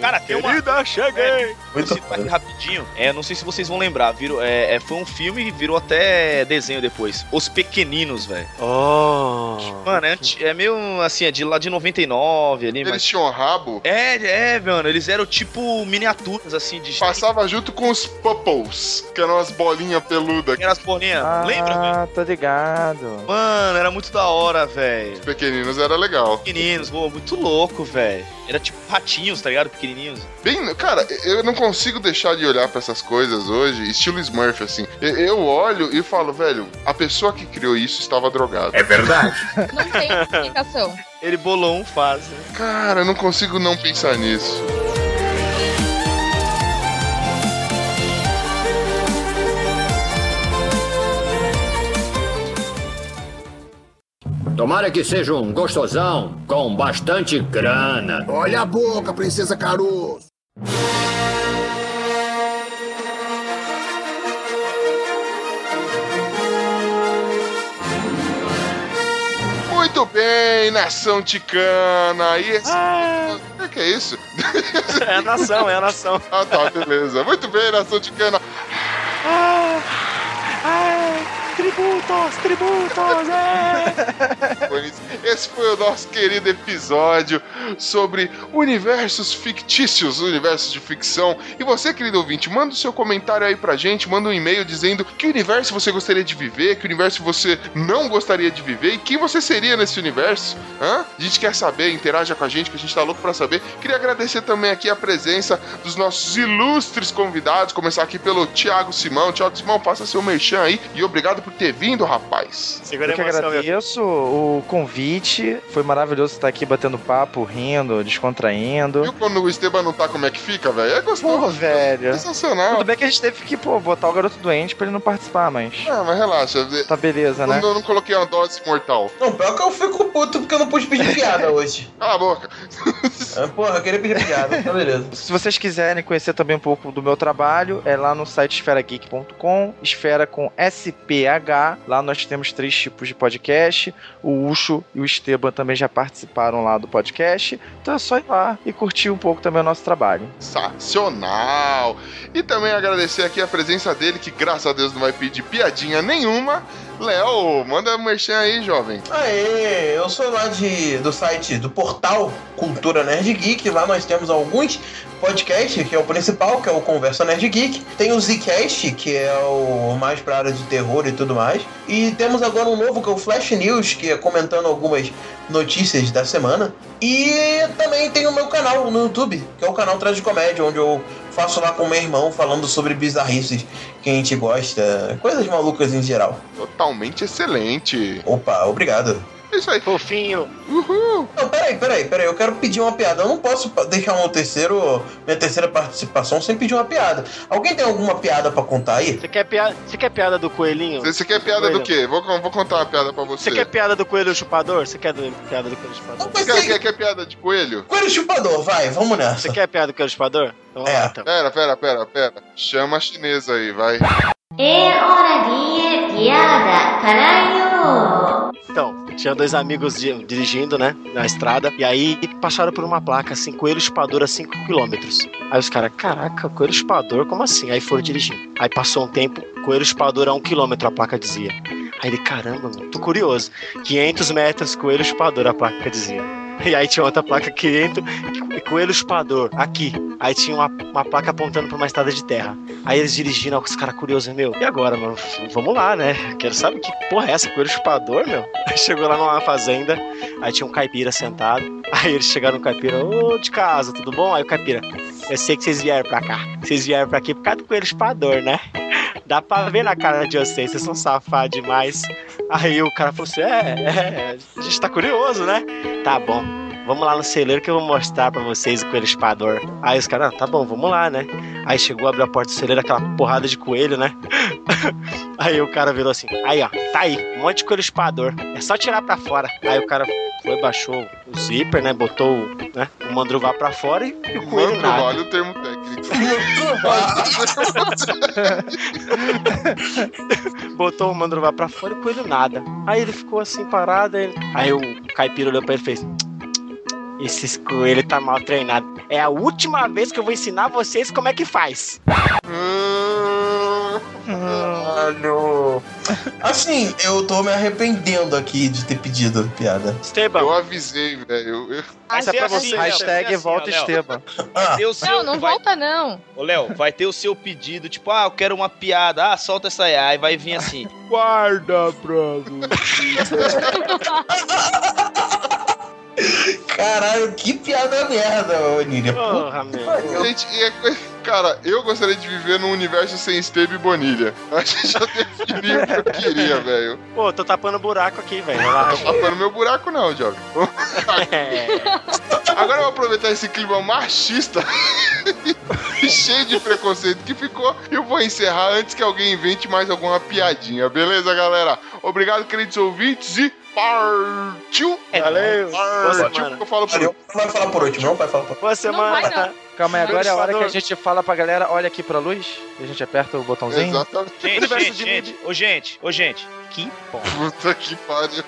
S11: Cara, tem uma...
S2: Querida, cheguei!
S6: Muito
S11: Cito aqui rapidinho. É, não sei se vocês vão lembrar. Virou, é, é, foi um filme e virou até desenho depois. Os Pequeninos, velho.
S8: Oh.
S11: Mano, é, anti- é meio assim, é de lá de 99 ali,
S3: Eles
S11: mas.
S3: tinham um rabo?
S11: É, é, mano, eles eram tipo miniaturas assim de.
S3: Passava junto com os Pupples, que eram as bolinhas peludas.
S11: Aquelas bolinhas, É, lembra, velho?
S7: Ah, tô ligado.
S11: Mano, era muito da hora, velho.
S3: Pequeninos era legal.
S11: Pequeninos, pô, muito louco, velho. Era tipo ratinhos, tá ligado? Pequenininhos.
S3: Bem, cara, eu não consigo deixar de olhar pra essas coisas hoje, estilo Smurf, assim. Eu- Eu olho e falo, velho, a pessoa que criou isso estava drogada. É verdade.
S5: Não tem explicação.
S11: Ele bolou um fase.
S3: Cara, eu não consigo não pensar nisso.
S14: Tomara que seja um gostosão com bastante grana.
S1: Olha a boca, princesa Caruso.
S3: Muito bem, nação ticana. E esse... O que que é isso?
S8: Ah. É a nação, é a nação.
S3: Ah, tá, beleza. Muito bem, nação ticana.
S8: Ah,
S15: Tributos, tributos, é!
S3: Bonis. Esse foi o nosso querido episódio sobre universos fictícios, universos de ficção. E você, querido ouvinte, manda o seu comentário aí pra gente, manda um e-mail dizendo que universo você gostaria de viver, que universo você não gostaria de viver e quem você seria nesse universo. Hã? A gente quer saber, interaja com a gente, que a gente tá louco pra saber. Queria agradecer também aqui a presença dos nossos ilustres convidados, começar aqui pelo Thiago Simão. Thiago Simão, faça seu merchan aí e obrigado por ter vindo, rapaz.
S8: Segura
S11: é
S7: Eu que agradeço o convite. Foi maravilhoso estar aqui batendo papo, rindo, descontraindo.
S3: Viu quando o Esteban não tá, como é que fica, velho? É gostoso.
S7: Porra, velho.
S3: Sensacional.
S7: Tudo bem que a gente teve que, pô, botar o garoto doente pra ele não participar, mas.
S3: Ah, mas relaxa.
S7: Tá beleza, né?
S3: Quando eu não coloquei uma dose mortal.
S6: Não, pior que eu fico puto porque eu não pude pedir piada hoje.
S3: Cala a boca.
S6: Ah, Porra, eu queria pedir piada, tá beleza.
S7: Se vocês quiserem conhecer também um pouco do meu trabalho, é lá no site esferageek.com, esfera com SPH. Lá nós temos três tipos de podcast. O Ucho e o Esteban também já participaram lá do podcast. Então é só ir lá e curtir um pouco também o nosso trabalho.
S3: Sensacional. E também agradecer aqui a presença dele, que graças a Deus não vai pedir piadinha nenhuma. Léo, manda um merchan aí, jovem.
S6: Aê, eu sou lá de, do site, do portal Cultura Nerd Geek. Lá nós temos alguns podcasts, que é o principal, que é o Conversa Nerd Geek. Tem o Zcast, que é o mais pra área de terror e tudo mais. E temos agora um novo, que é o Flash News, que é comentando algumas notícias da semana. E também tem o meu canal no YouTube, que é o canal Traz de Comédia, onde eu faço lá com meu irmão falando sobre bizarrices que a gente gosta, coisas malucas em geral.
S3: Totalmente excelente.
S6: Opa, obrigado.
S3: É isso aí.
S8: Fofinho.
S3: Uhul.
S6: Não, peraí, peraí, peraí. Eu quero pedir uma piada. Eu não posso pa- deixar meu terceiro, minha terceira participação sem pedir uma piada. Alguém tem alguma piada pra contar aí?
S8: Você quer piada,
S6: é-
S8: você quer piada do coelhinho?
S3: Você você quer piada do
S8: Coelho.
S3: quê? Vou, con- vou contar uma piada pra você.
S8: Você quer piada do coelho chupador? Você quer do- piada do coelho chupador?
S6: Mas
S3: quer,
S6: você-
S3: quer, quer piada de coelho?
S6: Coelho chupador, vai, vamos nessa.
S8: Você quer piada do coelho chupador? Então,
S6: É.
S8: lá, então.
S3: Pera, pera, pera, pera. Chama a chinesa aí, vai.
S16: É hora de piada, caralho!
S8: Então, tinha dois amigos di- dirigindo, né, na estrada, e aí passaram por uma placa assim, coelho chupador a 5 km. Aí os caras, caraca, coelho chupador, como assim? Aí foram dirigindo. Aí passou um tempo, coelho chupador a 1 km a placa dizia. Aí ele, caramba, mano, tô curioso. 500 metros, coelho chupador a placa dizia. E aí tinha outra placa que entra, coelho chupador, aqui. Aí tinha uma, uma placa apontando pra uma estrada de terra. Aí eles dirigindo, ó, com os caras curiosos, meu, e agora, mano? F- Vamos lá, né? Quero saber que porra é essa, coelho chupador, meu? Aí chegou lá numa fazenda, aí tinha um caipira sentado. Aí eles chegaram no caipira, ô, de casa, tudo bom? Aí o caipira, eu sei que vocês vieram pra cá. Vocês vieram pra aqui por causa do coelho chupador, né? Dá pra ver na cara de vocês, vocês são safados demais. Aí o cara falou assim: é, é, a gente tá curioso, né? Tá bom. Vamos lá no celeiro que eu vou mostrar pra vocês o coelho espador. Aí os caras, ah, tá bom, vamos lá, né? Aí chegou, abriu a porta do celeiro, aquela porrada de coelho, né? aí o cara virou assim, aí ó, tá aí, um monte de coelho espador. É só tirar pra fora. Aí o cara foi, baixou o zíper, né? Botou o, né, o mandruvá pra fora e, e o coelho
S3: Mandruvá,
S8: nada.
S3: olha o termo técnico.
S8: Botou o mandruvá pra fora e o coelho nada. Aí ele ficou assim parado, aí, aí o caipira olhou pra ele e fez... Esse coelho tá mal treinado. É a última vez que eu vou ensinar vocês como é que faz.
S6: Caralho. Assim, eu tô me arrependendo aqui de ter pedido a piada.
S8: Esteban.
S3: Eu avisei, velho. Eu-
S11: Mas é pra você, Léo,
S7: Hashtag
S11: é assim,
S7: volta
S11: ó, Léo.
S7: Esteban.
S11: Vai ter o seu-
S5: Não, não
S11: vai-
S5: volta não.
S11: Ô, Léo, vai ter o seu pedido, tipo, ah, eu quero uma piada, ah, solta essa aí, aí vai vir assim.
S2: Guarda pra
S6: Caralho, que piada merda, ô Nília. Puta
S8: Porra, meu.
S6: que pariu.
S3: Gente, e é coi- cara, eu gostaria de viver num universo sem Steve e Bonilha. A gente já definiu o que eu queria, velho.
S8: Pô, tô tapando buraco aqui, velho.
S3: Não tô tapando meu buraco, não, jovem. Agora eu vou aproveitar esse clima machista e cheio de preconceito que ficou. Eu vou encerrar antes que alguém invente mais alguma piadinha, beleza, galera? Obrigado, queridos ouvintes, e partiu!
S8: Valeu! Boa
S3: Partiu
S8: semana.
S3: que eu falo por
S6: Vai falar por último, não vai falar por
S8: Boa semana.
S5: vai, não.
S7: Calma aí, agora é a hora que a
S8: Ventilador.
S7: gente fala pra galera, olha aqui pra luz, e a gente aperta o botãozinho.
S3: Exatamente.
S11: Gente,
S7: Universo
S11: gente,
S7: de
S11: gente, ô, gente, ô, gente, que porra.
S3: Puta que pariu.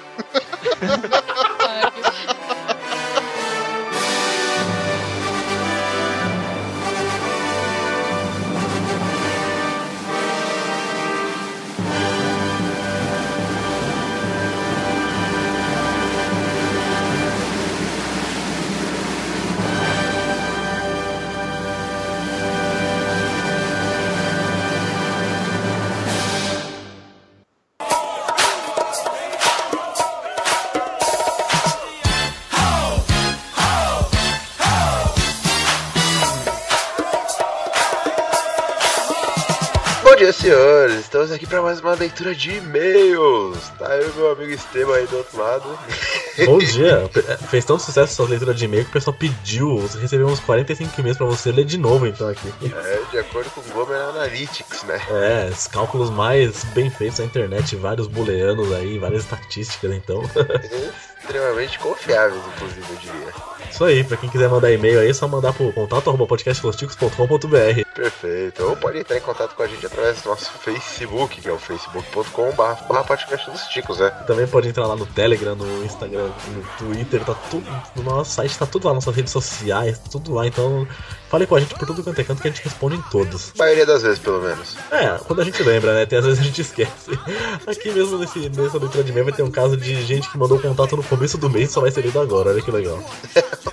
S17: Bom dia, senhores. Estamos aqui para mais uma leitura de e-mails. Tá eu e meu amigo Esteban aí do outro lado.
S18: Bom dia! Fez tanto sucesso essa leitura de e-mail que o pessoal pediu. Você recebeu uns 45 e-mails pra você ler de novo, então, aqui.
S17: É, de acordo com o Gomer Analytics, né?
S18: É, os cálculos mais bem feitos na internet, vários booleanos aí, várias estatísticas, então.
S17: Extremamente confiáveis, inclusive, eu diria.
S18: Isso aí, pra quem quiser mandar e-mail aí, é só mandar pro contato.podcastlosticos.com.br.
S17: Perfeito. Ou pode entrar em contato com a gente através do nosso Facebook, que é o facebook.com.br podcast dos ticos, né?
S18: Também pode entrar lá no Telegram, no Instagram, no Twitter, tá tudo no nosso site, tá tudo lá, nossas redes sociais, tudo lá, então fale com a gente por tudo quanto é canto que a gente responde em todos.
S17: A maioria das vezes, pelo menos.
S18: É, quando a gente lembra, né? Tem às vezes a gente esquece. Aqui mesmo nesse, nessa leitura de e-mail vai ter um caso de gente que mandou contato no começo do mês e só vai ser lido agora, olha que legal.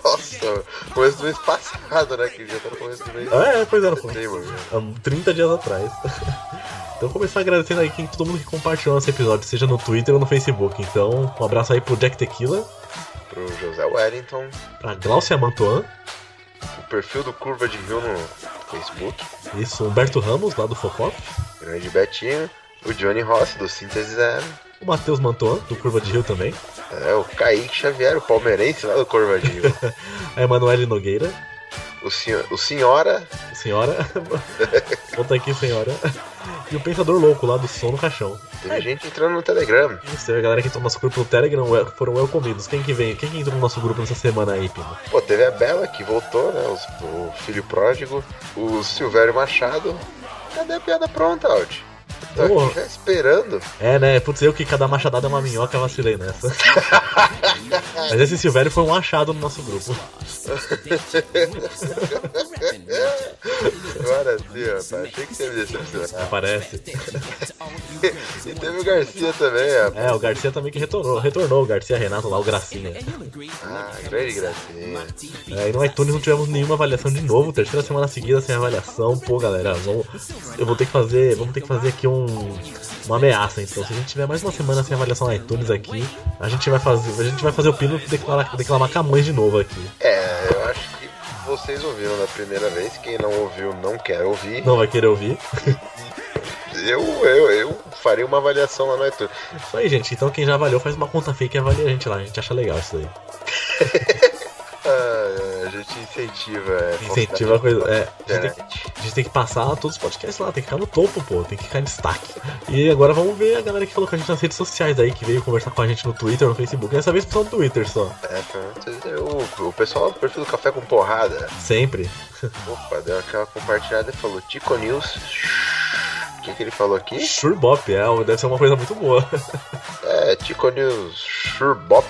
S17: Nossa, começo Tipo, do mês passado, né? Que já tá no começo do mês.
S18: Ah, é, pois é, pô.
S17: Sim, mano.
S18: Há 30 dias atrás. Então começar agradecendo aí quem, todo mundo que compartilhou esse episódio, seja no Twitter ou no Facebook. Então, um abraço aí pro Jack Tequila,
S17: Pro José Wellington,
S18: pra Glaucia Mantoan,
S17: o perfil do Curva de Rio no Facebook,
S18: isso, Humberto Ramos, lá do Focop,
S17: grande Betinho, o Johnny Rossi, do Síntese Zero.
S18: o Matheus Mantoan, do Curva de Rio também,
S17: É, o Kaique Xavier, o palmeirense lá do Corvadinho.
S18: a Emanuele Nogueira,
S17: o, senhor, o senhora.
S18: senhora, volta aqui, senhora, e o Pensador Louco, lá do Som no Caixão.
S17: Teve gente entrando no Telegram.
S18: Isso, a galera que entrou no nosso grupo no Telegram wel- foram welcomidos. Quem que vem? Quem que entrou no nosso grupo nessa semana aí, Pino?
S17: Pô, teve a Bela que voltou, né? os- o filho pródigo. O Silvério Machado. Cadê a piada pronta, Alt? Tô
S18: Ô.
S17: Tá aqui já esperando.
S18: É, né? Putz, eu que cada machadada é uma minhoca, vacilei nessa. Mas esse Silvério foi um achado no nosso grupo.
S17: Agora sim, rapaz. Achei que você me decepcionado.
S18: Parece.
S17: e teve o Garcia também,
S18: É, o Garcia também que retornou. Retornou o Garcia Renato lá, o Gracinha.
S17: Ah, grande gracinha.
S18: É, e no iTunes não tivemos nenhuma avaliação de novo, terceira semana seguida sem avaliação. Pô, galera, vamos, eu vou ter que fazer, vamos ter que fazer aqui um, uma ameaça. Então, se a gente tiver mais uma semana sem avaliação no iTunes aqui, a gente vai fazer, a gente vai fazer o pino declarar, declamar Camões de novo aqui.
S17: É, eu acho que vocês ouviram na primeira vez. Quem não ouviu não quer ouvir.
S18: Não vai querer ouvir.
S17: Eu, eu, eu faria uma avaliação lá no iTunes.
S18: Isso aí, gente. Então, quem já avaliou, faz uma conta fake e avalia a gente lá. A gente acha legal isso aí.
S17: Ah, a gente incentiva. é,
S18: Incentiva a coisa. É, a, gente
S17: É.
S18: tem, que- a gente tem que passar todos os podcasts lá, tem que ficar no topo, pô, tem que ficar em destaque. E agora vamos ver a galera que falou com a gente nas redes sociais aí, que veio conversar com a gente no Twitter, no Facebook. Dessa vez só no Twitter só.
S17: É, pronto. o, o pessoal do perfil do Café com Porrada.
S18: Sempre.
S17: Opa, deu aquela compartilhada e falou Tico News. O que, que ele falou aqui?
S18: Surbop, é, deve ser uma coisa muito boa.
S17: É, Tico News Surbop.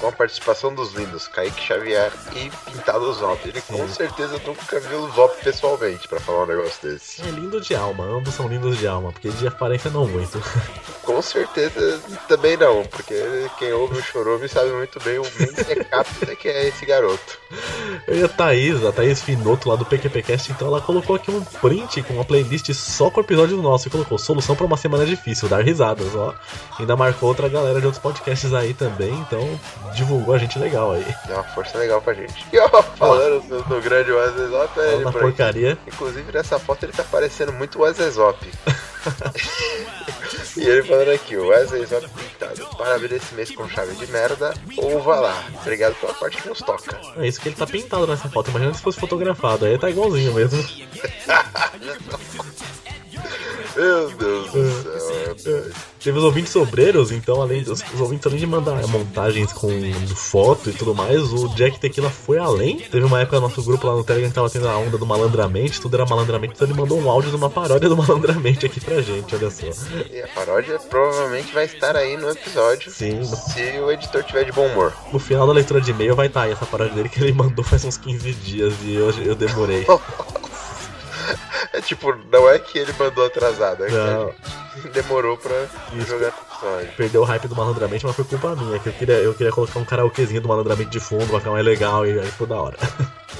S17: Com a participação dos lindos Kaique Xavier e Pintado Zop. Ele com certeza nunca viu o Zop pessoalmente pra falar um negócio desse.
S18: É lindo de alma, ambos são lindos de alma, porque de aparência não muito.
S17: Com certeza também não, porque quem ouve o Chorome sabe muito bem o mundo decapita que é esse garoto.
S18: Eu e a Thaís, a Thaís Finoto lá do PQPcast, então ela colocou aqui um print com uma playlist só com episódios nossos e colocou solução pra uma semana difícil, dar risadas, ó. Ainda marcou outra galera de outros podcasts aí também, então divulgou a gente legal aí.
S17: Deu uma força legal pra gente. E ó, falando do, do grande Wesley Zop, é ele
S18: na
S17: por aqui.
S18: porcaria.
S17: Inclusive nessa foto ele tá parecendo muito o Wesley Zop. e ele falando aqui, o Wesley Zop pintado. Parabéns esse mês com chave de merda, ou vá lá. Obrigado pela parte que nos toca.
S18: É isso que ele tá pintado nessa foto, imagina se fosse fotografado, aí tá igualzinho mesmo.
S17: Meu Deus do céu.
S18: Teve os ouvintes sobreiros, então além os, os ouvintes além de mandar né, montagens com foto e tudo mais, o Jack Tequila foi além. Teve uma época no nosso grupo lá no Telegram que tava tendo a onda do malandramente, tudo era malandramente, então ele mandou um áudio de uma paródia do malandramente aqui pra gente, olha só.
S17: E a paródia provavelmente vai estar aí no episódio.
S18: Sim.
S17: Se o editor tiver de bom humor.
S18: No final da leitura de e-mail vai estar aí essa paródia dele que ele mandou faz uns 15 dias e eu, eu demorei.
S17: É tipo, não é que ele mandou atrasado, é
S18: Não.
S17: que ele demorou pra jogar no episódio.
S18: Perdeu o hype do malandramente, mas foi culpa minha, que eu queria, eu queria colocar um karaokezinho do malandramente de fundo, pra ficar mais legal e aí ficou da hora.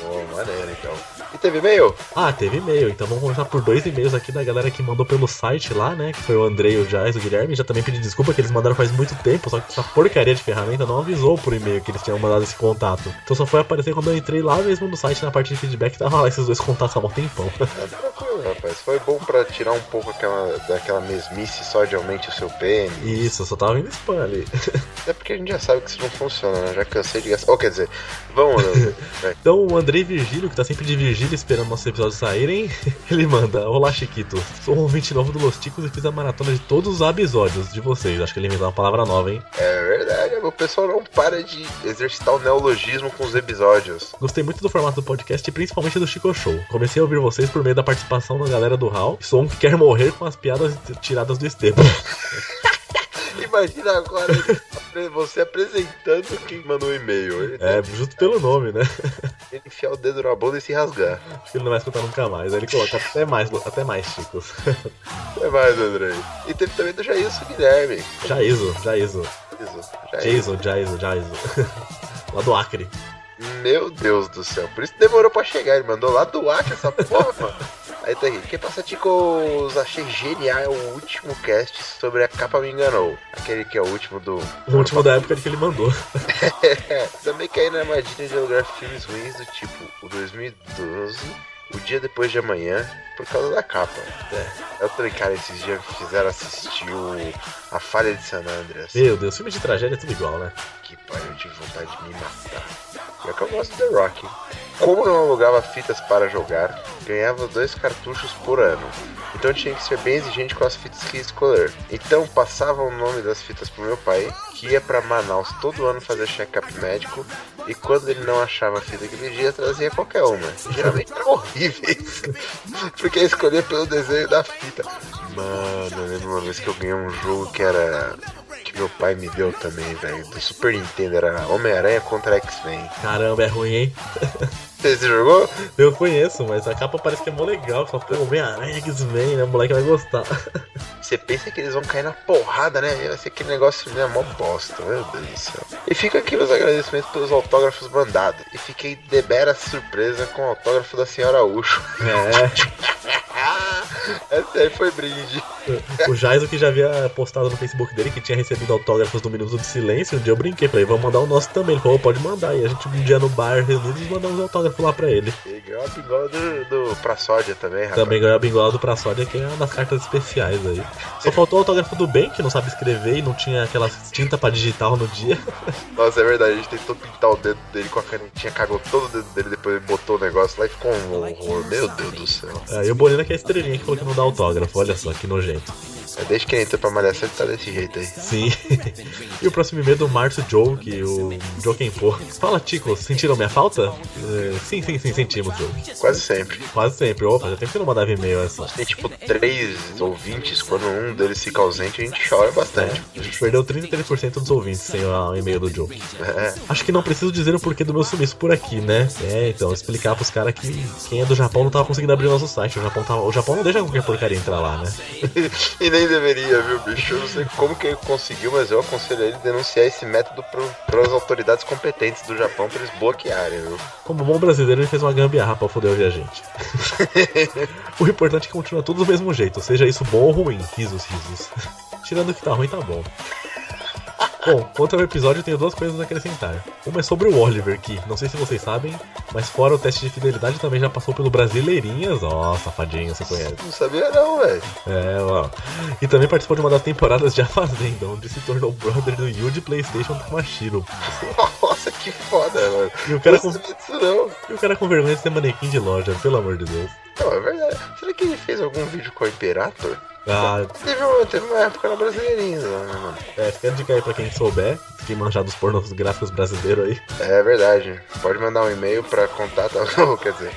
S17: Pô, maneiro então. E teve e-mail?
S18: Ah, teve e-mail, então vamos começar por dois e-mails aqui da galera que mandou pelo site lá, né? Que foi o Andrei, o Jazz, o Guilherme. Já também pedi desculpa que eles mandaram faz muito tempo, só que essa porcaria de ferramenta não avisou por e-mail que eles tinham mandado esse contato. Então só foi aparecer quando eu entrei lá mesmo no site, na parte de feedback, tava lá esses dois contatos há um tempão.
S17: Tranquilo, rapaz. Foi bom pra tirar um pouco aquela, daquela mesmice só de aumente o seu pênis.
S18: Isso, só tava vindo spam ali.
S17: É porque a gente já sabe que isso não funciona, né? Já cansei de gastar. Ou quer dizer, vamos, né? Vai.
S18: Então o Andrei Virgílio, que tá sempre de vigília esperando nossos episódios saírem, ele manda: Olá, Chiquito. Sou um ouvinte novo do Los Ticos e fiz a maratona de todos os episódios de vocês. Acho que ele inventou uma palavra nova, hein?
S17: É verdade, o pessoal não para de exercitar o neologismo com os episódios.
S18: Gostei muito do formato do podcast e principalmente do Chico Show. Comecei a ouvir vocês por meio da participação da galera do Hall. Sou um que quer morrer com as piadas t- tiradas do Esteban.
S17: Imagina agora apre- você apresentando quem mandou o e-mail. Ele
S18: É, justo pelo nome, né?
S17: tem que enfiar o dedo na bunda e se rasgar.
S18: Acho que ele não vai escutar nunca mais. Aí ele coloca até mais, lo- até mais, Chico.
S17: É mais, André. E teve também do Jailson Guilherme.
S18: Jaiso, Jaiso.
S17: Jailson, Jailson.
S18: Jason, Jaiso, Jaiso. Lá do Acre.
S17: Meu Deus do céu, por isso demorou pra chegar, ele mandou lá do Acre essa porra, mano. Aí tá aqui, que passa, Ticos? Achei genial é o último cast sobre a capa me enganou. Aquele que é o último do.
S18: O último da época que ele mandou.
S17: Também caí na armadilha de alugar filmes ruins do tipo o 2012, o dia depois de amanhã, por causa da capa. É. Eu falei, cara, esses dias me fizeram assistir o A Falha de San Andreas.
S18: Meu Deus, filme de tragédia é tudo igual, né?
S17: Que pariu, eu tive vontade de me matar. Pior que eu gosto do The Rock. hein? Como não alugava fitas para jogar, ganhava dois cartuchos por ano. Então tinha que ser bem exigente com as fitas que ia escolher. Então passava o nome das fitas pro meu pai, que ia para Manaus todo ano fazer check-up médico, e quando ele não achava a fita que ele pedia, trazia qualquer uma. Geralmente era horrível. Porque ia escolher pelo desenho da fita. Mano, eu lembro uma vez que eu ganhei um jogo que era. que meu pai me deu também, velho. Do Super Nintendo, era Homem-Aranha contra X-Men.
S18: Caramba, é ruim, hein?
S17: Você jogou?
S18: Eu conheço, mas a capa parece que é mó legal. Fala, pô, Homem-Aranha, X-Men, né? O moleque vai gostar.
S17: Você pensa que eles vão cair na porrada, né? Vai ser aquele negócio, né? Mó bosta, meu Deus do céu. E fica aqui os agradecimentos pelos autógrafos mandados. E fiquei deberas surpresa com o autógrafo da senhora Ucho. É. Essa aí foi brinde.
S18: O Jaiso que já havia postado no Facebook dele que tinha recebido autógrafos do Minuto do Silêncio, um dia eu brinquei, falei, vamos mandar o nosso também. Ele falou, pode mandar. E a gente um dia no bar reunidos mandamos autógrafo lá pra ele.
S17: E ganhou a bingola do, do pra sódia também, rapaz.
S18: Também ganhou É a bingola do Pra Sódia, que é uma das cartas especiais aí. Só faltou o autógrafo do Ben, que não sabe escrever e não tinha aquela tinta pra digital no dia.
S17: Nossa, é verdade, a gente tentou pintar o dedo dele com a canetinha, cagou todo o dedo dele, depois ele botou o negócio lá e ficou um horror. Meu Deus do céu.
S18: É, e o Bolina que é a estrelinha que falou que não dá autógrafo, olha só, que nojento.
S17: É, Desde que ele entrou pra malhação, ele tá desse jeito aí.
S18: Sim. e o próximo e-mail é do Márcio Joke, o Jokenpo. Fala, Tico, sentiram minha falta? É, sim, sim, sim, sentimos, Joke.
S17: Quase sempre.
S18: Quase sempre. Opa, já tem que não mandava e-mail essa.
S17: Tem tipo três ouvintes, quando um deles fica ausente, a gente chora bastante.
S18: A gente perdeu 33% dos ouvintes sem o e-mail do Joe.
S17: É.
S18: Acho que não preciso dizer o porquê do meu sumiço por aqui, né? É, então, explicar pros caras que quem é do Japão não tava conseguindo abrir nosso site. O Japão, tava- o Japão não deixa qualquer porcaria entrar lá, né?
S17: E nem deveria, viu, bicho? Eu não sei como que ele conseguiu, mas eu aconselho ele a denunciar esse método pro, pras autoridades competentes do Japão pra eles bloquearem, viu?
S18: Como bom brasileiro, ele fez uma gambiarra pra foder hoje a gente. o importante é que continua tudo do mesmo jeito, seja isso bom ou ruim. Risos, risos. Tirando o que tá ruim, tá bom. Bom, quanto ao episódio, eu tenho duas coisas a acrescentar. Uma é sobre o Oliver, que, não sei se vocês sabem, mas fora o teste de fidelidade, também já passou pelo Brasileirinhas. Ó, safadinho, você conhece.
S17: Não sabia não, velho.
S18: É, ó. E também participou de uma das temporadas de A Fazenda, onde se tornou brother do Yu de Playstation Tamashiro.
S17: Nossa, que foda, mano.
S18: E o cara
S17: Não
S18: com-
S17: sabia disso, não.
S18: E o cara com vergonha de ser manequim de loja, pelo amor de Deus.
S17: Não, é verdade. Será que ele fez algum vídeo com o Imperator?
S18: Ah,
S17: Teve uma, teve uma época na Brasileirinha, né, mano?
S18: É, fica a dica aí pra quem souber, quem manjar dos pornos gráficos brasileiros aí.
S17: É verdade. Pode mandar um e-mail pra contato. Não, quer dizer.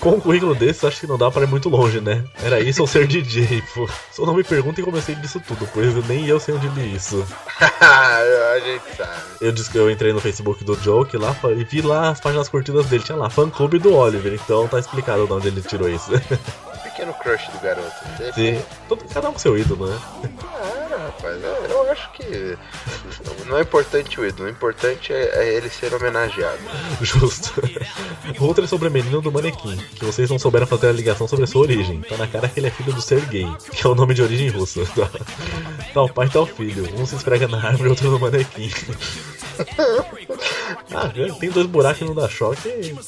S18: Com um currículo desse, acho que não dá pra ir muito longe, né? Era isso ou ser DJ, pô. Só não me perguntem como eu sei disso tudo, pois nem eu sei onde li isso.
S17: a gente sabe.
S18: Eu disse que eu entrei no Facebook do Joke lá fa- e vi lá as páginas curtidas dele. Tinha lá, fã clube do Oliver, então tá explicado de onde ele tirou isso.
S17: Um pequeno crush do garoto.
S18: Sim. Todo, cada um com seu ídolo, né?
S17: Cara, rapaz, eu- eu acho que não é importante o ídolo, o importante é é ele ser homenageado.
S18: Justo. Outra é sobre a menina do manequim, que vocês não souberam fazer a ligação sobre a sua origem. Tá na cara que ele é filho do Sergei, que é o nome de origem russa. Tal pai, tal filho. Um se esfrega na árvore, outro no manequim. Ah, tem dois buracos e não dá choque.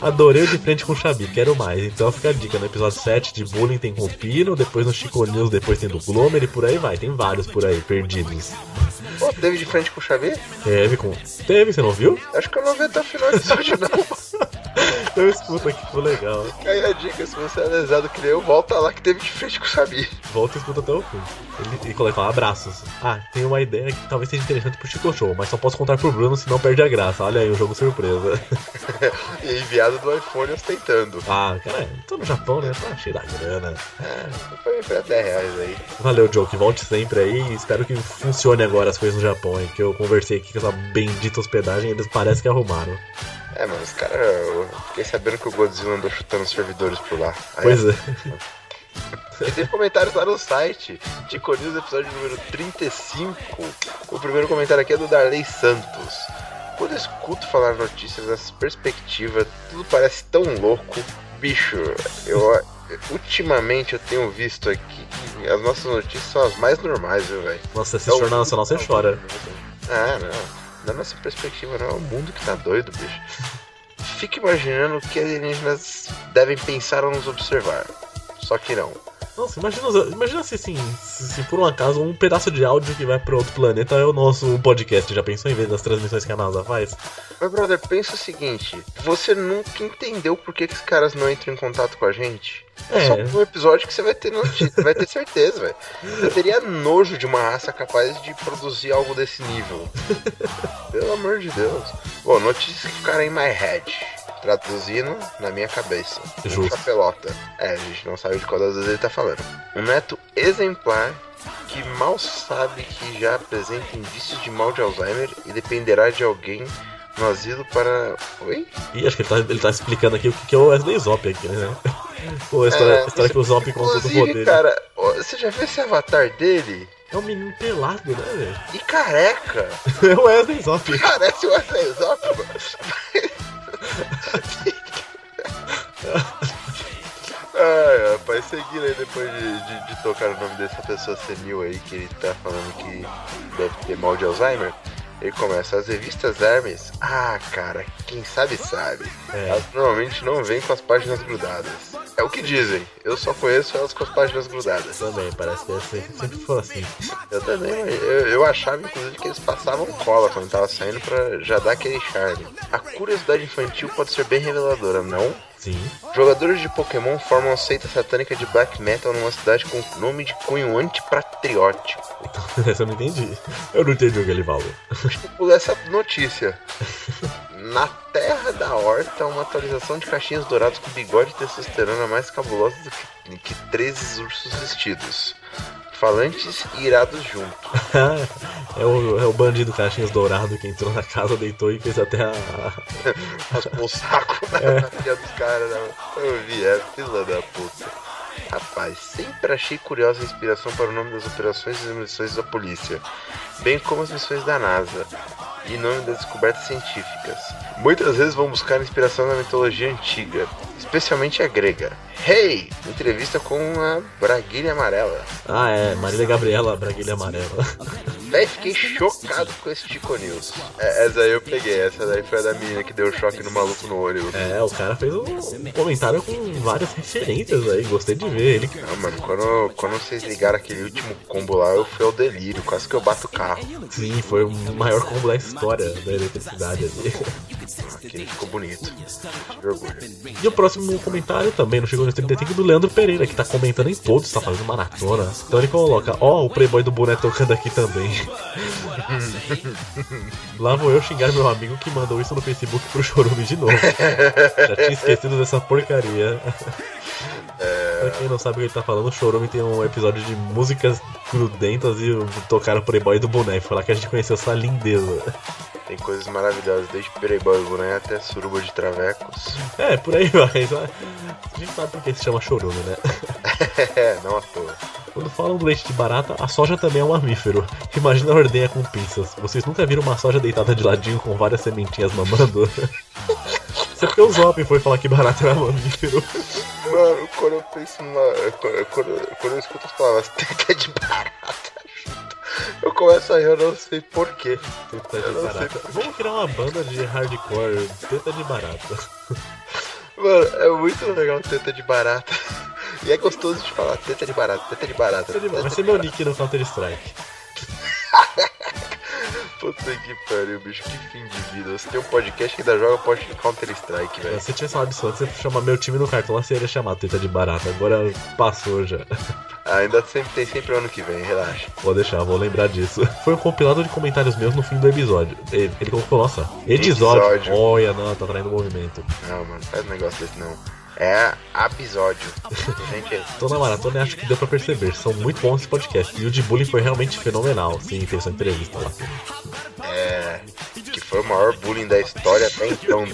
S18: Adorei o de frente com o Xabi, quero mais. Então fica a dica, no episódio 7 de Bullying tem com o Pino, depois no Chico News, depois tem do Glomer e por aí vai. Tem vários por aí, perdidos.
S17: Pô, teve de frente com o Xavier?
S18: Teve, com... Teve, você não viu?
S17: Acho que eu não vi até o final do episódio, não.
S18: Eu escuto aqui, foi legal.
S17: Fica aí a dica, se você é lesado que nem eu, volta lá que teve de frente com o Xavier.
S18: Volta e escuta até o fim. Ele, ele coloca lá, abraços. Ah, tem uma ideia que talvez seja interessante pro Chico Show, mas só posso contar pro Bruno, senão perde a graça. Olha aí, o jogo surpresa.
S17: E é enviado do iPhone ostentando.
S18: Ah, cara, é, tô no Japão, né? Tá cheio da grana.
S17: É, foi pra 10 reais aí.
S18: Valeu, Joe, que volte sempre aí e espero que funcione agora as coisas no Japão, hein? Que eu conversei aqui com essa bendita hospedagem e eles parecem que arrumaram.
S17: É, mano, os caras. Eu fiquei sabendo que o Godzilla andou chutando os servidores por lá. Aí-
S18: Pois é.
S17: E tem comentários lá no site. Tico News, episódio número 35. O primeiro comentário aqui é do Darley Santos. Quando eu escuto falar notícias nessa perspectiva, tudo parece tão louco. Bicho, eu. Ultimamente eu tenho visto aqui que as nossas notícias são as mais normais, viu, velho?
S18: Nossa, esse
S17: É o-
S18: jornal nacional você chora.
S17: Ah, não. Na nossa perspectiva, não. É o mundo que tá doido, bicho. Fica imaginando o que alienígenas devem pensar ao nos observar. Só que não.
S18: Nossa, imagina, os- imagina se, assim, se, se por um acaso um pedaço de áudio que vai pra outro planeta é o nosso podcast. Já pensou em vez das transmissões que a NASA faz?
S17: Mas, brother, pensa o seguinte: você nunca entendeu por que, que os caras não entram em contato com a gente? É.
S18: É.
S17: Só um episódio que você vai ter notícia, vai ter certeza, velho. Eu teria nojo de uma raça capaz de produzir algo desse nível. Pelo amor de Deus. Bom, notícias que ficaram em my head. Traduzindo na minha cabeça. Um
S18: Justo.
S17: Chapelota. É, a gente não sabe de qual das vezes ele tá falando. Um neto exemplar que mal sabe que já apresenta indícios de mal de Alzheimer e dependerá de alguém no asilo para. Oi?
S18: Ih, acho que ele tá, ele tá explicando aqui o que que é o Wesley Zop aqui, né? Pô, a história,
S17: É,
S18: a história que o Zop conta do
S17: Inclusive,
S18: poder. né?
S17: cara, ó, você já viu esse avatar dele?
S18: É um menino pelado, né, velho?
S17: E careca!
S18: É o Wesley Zop.
S17: Parece um o Wesley Zop, mano. Ai, rapaz, seguindo aí depois de, de- de tocar o nome dessa pessoa senil aí que ele tá falando que deve ter mal de Alzheimer. Ele começa, as revistas Hermes, ah cara, quem sabe sabe.
S18: É.
S17: Elas normalmente não vêm com as páginas grudadas. É o que dizem, eu só conheço elas com as páginas grudadas.
S18: Também, parece que é sempre, sempre foi assim.
S17: Eu também, eu, eu achava inclusive que eles passavam cola quando tava saindo pra já dar aquele charme. A curiosidade infantil pode ser bem reveladora, não?
S18: Sim.
S17: Jogadores de Pokémon formam seita satânica de black metal numa cidade com nome de cunho antipatriótico.
S18: Essa eu não entendi. Eu não entendi o que ele falou.
S17: Pula essa notícia. Na Terra da Horta, uma atualização de caixinhas dourados com bigode e testosterona mais cabulosa do que, que 13 ursos vestidos. Falantes e irados juntos.
S18: é, o, é o bandido caixinhas dourado que entrou na casa, deitou e fez até a. É.
S17: Raspou o saco na filha dos caras, né? Eu vi, é fila da puta. Rapaz, sempre achei curiosa a inspiração para o nome das operações e missões da polícia, bem como as missões da NASA, e nome das descobertas científicas. Muitas vezes vão buscar inspiração na mitologia antiga, especialmente a grega. Hey! Entrevista com a Braguilha Amarela.
S18: Ah, é, Marília Gabriela, Braguilha Amarela.
S17: Daí fiquei chocado com esse Tico News. É, essa aí eu peguei, essa daí foi a da menina que deu choque no maluco no olho.
S18: É, o cara fez um comentário com várias referências aí, gostei de ver ele.
S17: Não, mano, quando, quando vocês ligaram aquele último combo lá, eu fui ao delírio, quase que eu bato o carro.
S18: Sim, foi o maior combo da história da eletricidade ali.
S17: Aquele Ah, ficou bonito. Tive orgulho.
S18: E o próximo comentário também no Chegou no 35 do Leandro Pereira, que tá comentando em todos, tá fazendo maratona. Então ele coloca, ó, o Playboy do boné tocando aqui também. Lá vou eu xingar meu amigo que mandou isso no Facebook pro Chorume de novo. Já tinha esquecido dessa porcaria. Pra quem não sabe o que ele tá falando, o Chorume tem um episódio de músicas crudentas e tocaram o Playboy do boné. Foi lá que a gente conheceu essa lindeza.
S17: Tem coisas maravilhosas, desde Playboy Boné até suruba de travecos.
S18: É, por aí vai. sabe? A gente sabe por que se chama Chorume, né?
S17: É, Não à toa.
S18: Quando falam do leite de barata, a soja também é um mamífero. Imagina a ordenha com pinças. Vocês nunca viram uma soja deitada de ladinho com várias sementinhas mamando? Isso é porque o Zop foi falar que barata era mamífero.
S17: Mano, quando eu penso numa. Quando, quando, quando eu escuto as palavras teta de barata, eu começo a rir, eu não sei porquê.
S18: Teta de
S17: Eu não sei
S18: barata. Vamos criar uma banda de hardcore, teta de barata.
S17: Mano, é muito legal teta de barata. E é gostoso de falar teta de barata, teta de barata.
S18: Teta de barata. Vai ser meu nick no Counter-Strike.
S17: Puta que pariu, bicho, que fim de vida. Você tem um podcast que ainda joga post Counter Strike, velho.
S18: É, Se você tivesse falado isso antes, você chamar meu time no cartão, você iria chamar teta de barata. Agora passou já.
S17: Ainda sempre tem sempre o ano que vem, relaxa.
S18: Vou deixar, vou lembrar disso. Foi um compilado de comentários meus no fim do episódio. Ele, ele colocou, nossa, episódio.
S17: Episódio.
S18: Olha, não, tá traindo o movimento.
S17: Não, mano, faz um negócio desse não. É episódio. Gente,
S18: Tô na maratona e acho que deu pra perceber. São muito bons esses podcasts. E o de bullying foi realmente fenomenal. Sim, tem essa entrevista lá.
S17: é. Que foi o maior bullying da história até então.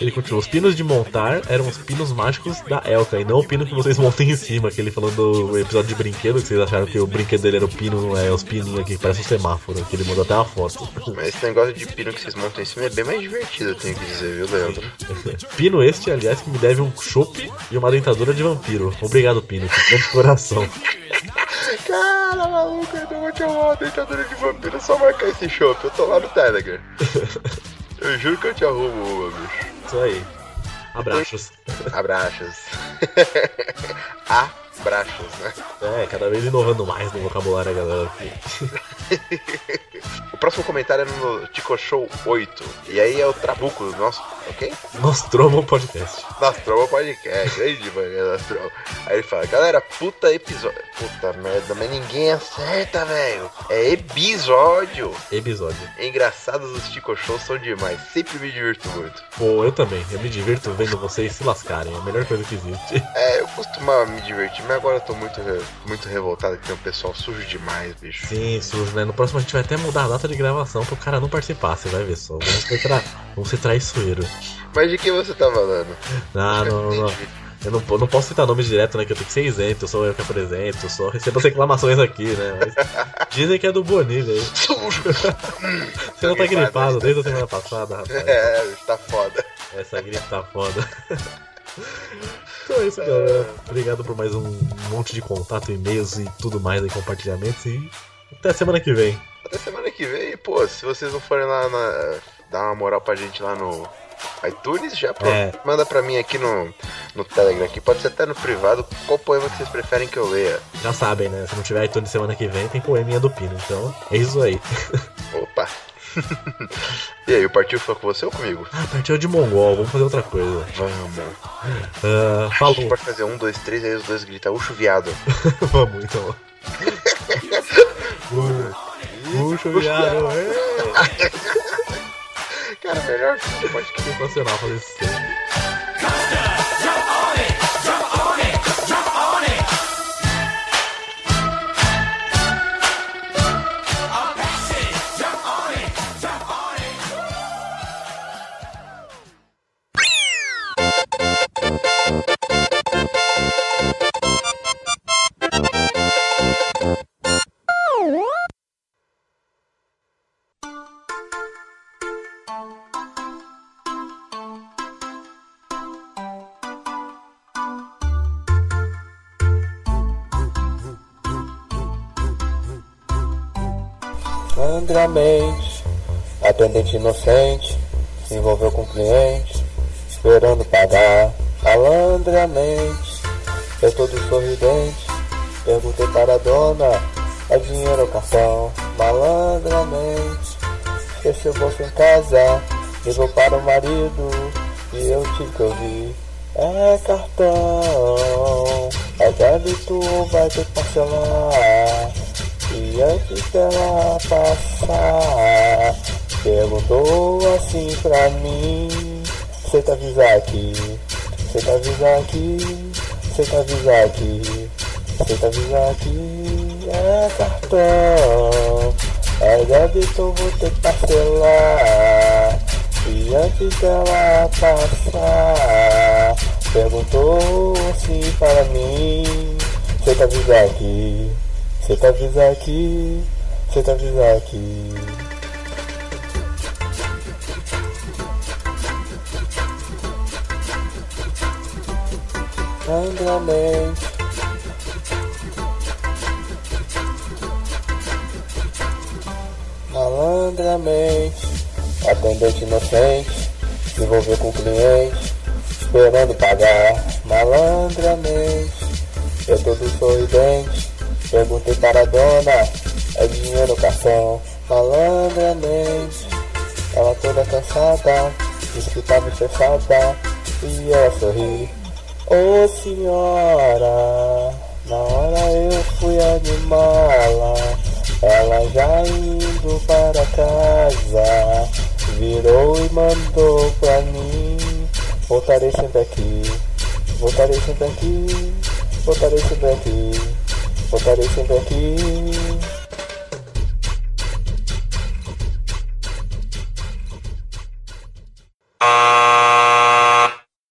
S18: Ele continua. Os pinos de montar eram os pinos mágicos da Elka. E não o pino que vocês montam em cima. Aquele falando do episódio de brinquedo. Que vocês acharam que o brinquedo dele era o pino. Não é os pininhos aqui que parece um semáforo. Que ele mandou até uma foto.
S17: Mas esse negócio de pino que vocês montam em cima é bem mais divertido, eu tenho que dizer, viu, Leandro?
S18: Pino este, aliás, que me deve um chope e uma dentadura de vampiro. Obrigado, Pino. Que grande coração.
S17: Cara, maluco, eu não vou te arrumar uma dentadura de vampiro, é só marcar esse chopp. Eu tô lá no Telegram. Eu juro que eu te arrumo uma, bicho.
S18: Isso aí. Abraços.
S17: Abraços. Abraços, né?
S18: É, cada vez inovando mais no vocabulário, galera. aqui.
S17: O próximo comentário é no Tico Show 8. E aí é o Trabuco nosso, ok?
S18: Nostromo Podcast.
S17: Nastroma Podcast, grande mania Nastroma. Aí ele fala, galera, puta episódio. Puta merda, mas ninguém acerta, velho. É episódio.
S18: Episódio.
S17: Engraçados os Tico Shows são demais. Sempre me divirto muito.
S18: Pô, eu também. Eu me divirto vendo vocês se lascarem. É a melhor coisa que existe.
S17: É, eu costumava me divertir, mas agora eu tô muito, re- muito revoltado que tem um pessoal sujo demais, bicho.
S18: Sim, sujo, né? No próximo a gente vai até mudar a data de gravação pro cara não participar. Você vai ver só. Vamos respeitar, Não ser traiçoeiro.
S17: Mas de que você tá falando?
S18: Ah,
S17: Acho que
S18: não,
S17: eu
S18: não. não. Eu não, po- não posso citar nomes direto, né? Que eu tenho que ser isento, eu sou eu que apresento, eu só recebo as reclamações aqui, né? Mas dizem que é do Bonilha aí. Você não tá gripado desde a semana passada, rapaz.
S17: É, bicho, tá foda.
S18: Essa gripe tá foda. Então é isso, galera. Obrigado por mais um monte de contato, e-mails e tudo mais aí, compartilhamentos. E até semana que vem.
S17: Até semana que vem, pô, se vocês não forem lá na- dar uma moral pra gente lá no iTunes, já pô,
S18: É.
S17: manda pra mim aqui no, no Telegram, aqui pode ser até no privado, qual poema que vocês preferem que eu leia.
S18: Já sabem, né? Se não tiver iTunes semana que vem, tem poeminha do Pino. Então é isso aí.
S17: Opa. e aí, o Partiu foi com você ou comigo?
S18: Ah, partiu de Mongol, vamos fazer outra coisa.
S17: Vamos.
S18: Ah,
S17: A gente
S18: falou.
S17: pode fazer um, dois, três, aí os dois gritam, ucho viado.
S18: vamos então. Puxa, viado.
S17: Cara, melhor que pode que
S18: Sensacional fazer isso.
S12: Andra Mendes, atendente inocente, se envolveu com cliente, esperando pagar. Malandramente, eu todo sorridente, perguntei para a dona, é dinheiro ou cartão? Malandramente, esqueceu o bolso em casa, ligou para o marido, e eu tive que ouvir, é cartão, é débito ou vai ter que parcelar? E antes dela passar, perguntou assim pra mim: Cê tá avisar aqui, cê tá avisar aqui, cê tá avisar aqui, cê tá avisar aqui, é cartão, é débito, vou ter que parcelar. E antes dela passar, perguntou assim para mim: Cê tá avisar aqui. Você tá avisar aqui, você tá avisar aqui. Andramente. Malandramente, atendente inocente, se envolveu com o cliente, esperando pagar. Malandramente, eu todo sorridente, perguntei para a dona, é dinheiro ou cartão? Malandramente, ela toda cansada, disse que estava estressada, e eu sorri. Ô senhora, na hora eu fui animá-la, ela já indo para casa, virou e mandou pra mim, voltarei sempre aqui, voltarei sempre aqui, voltarei sempre aqui, voltarei sempre aqui.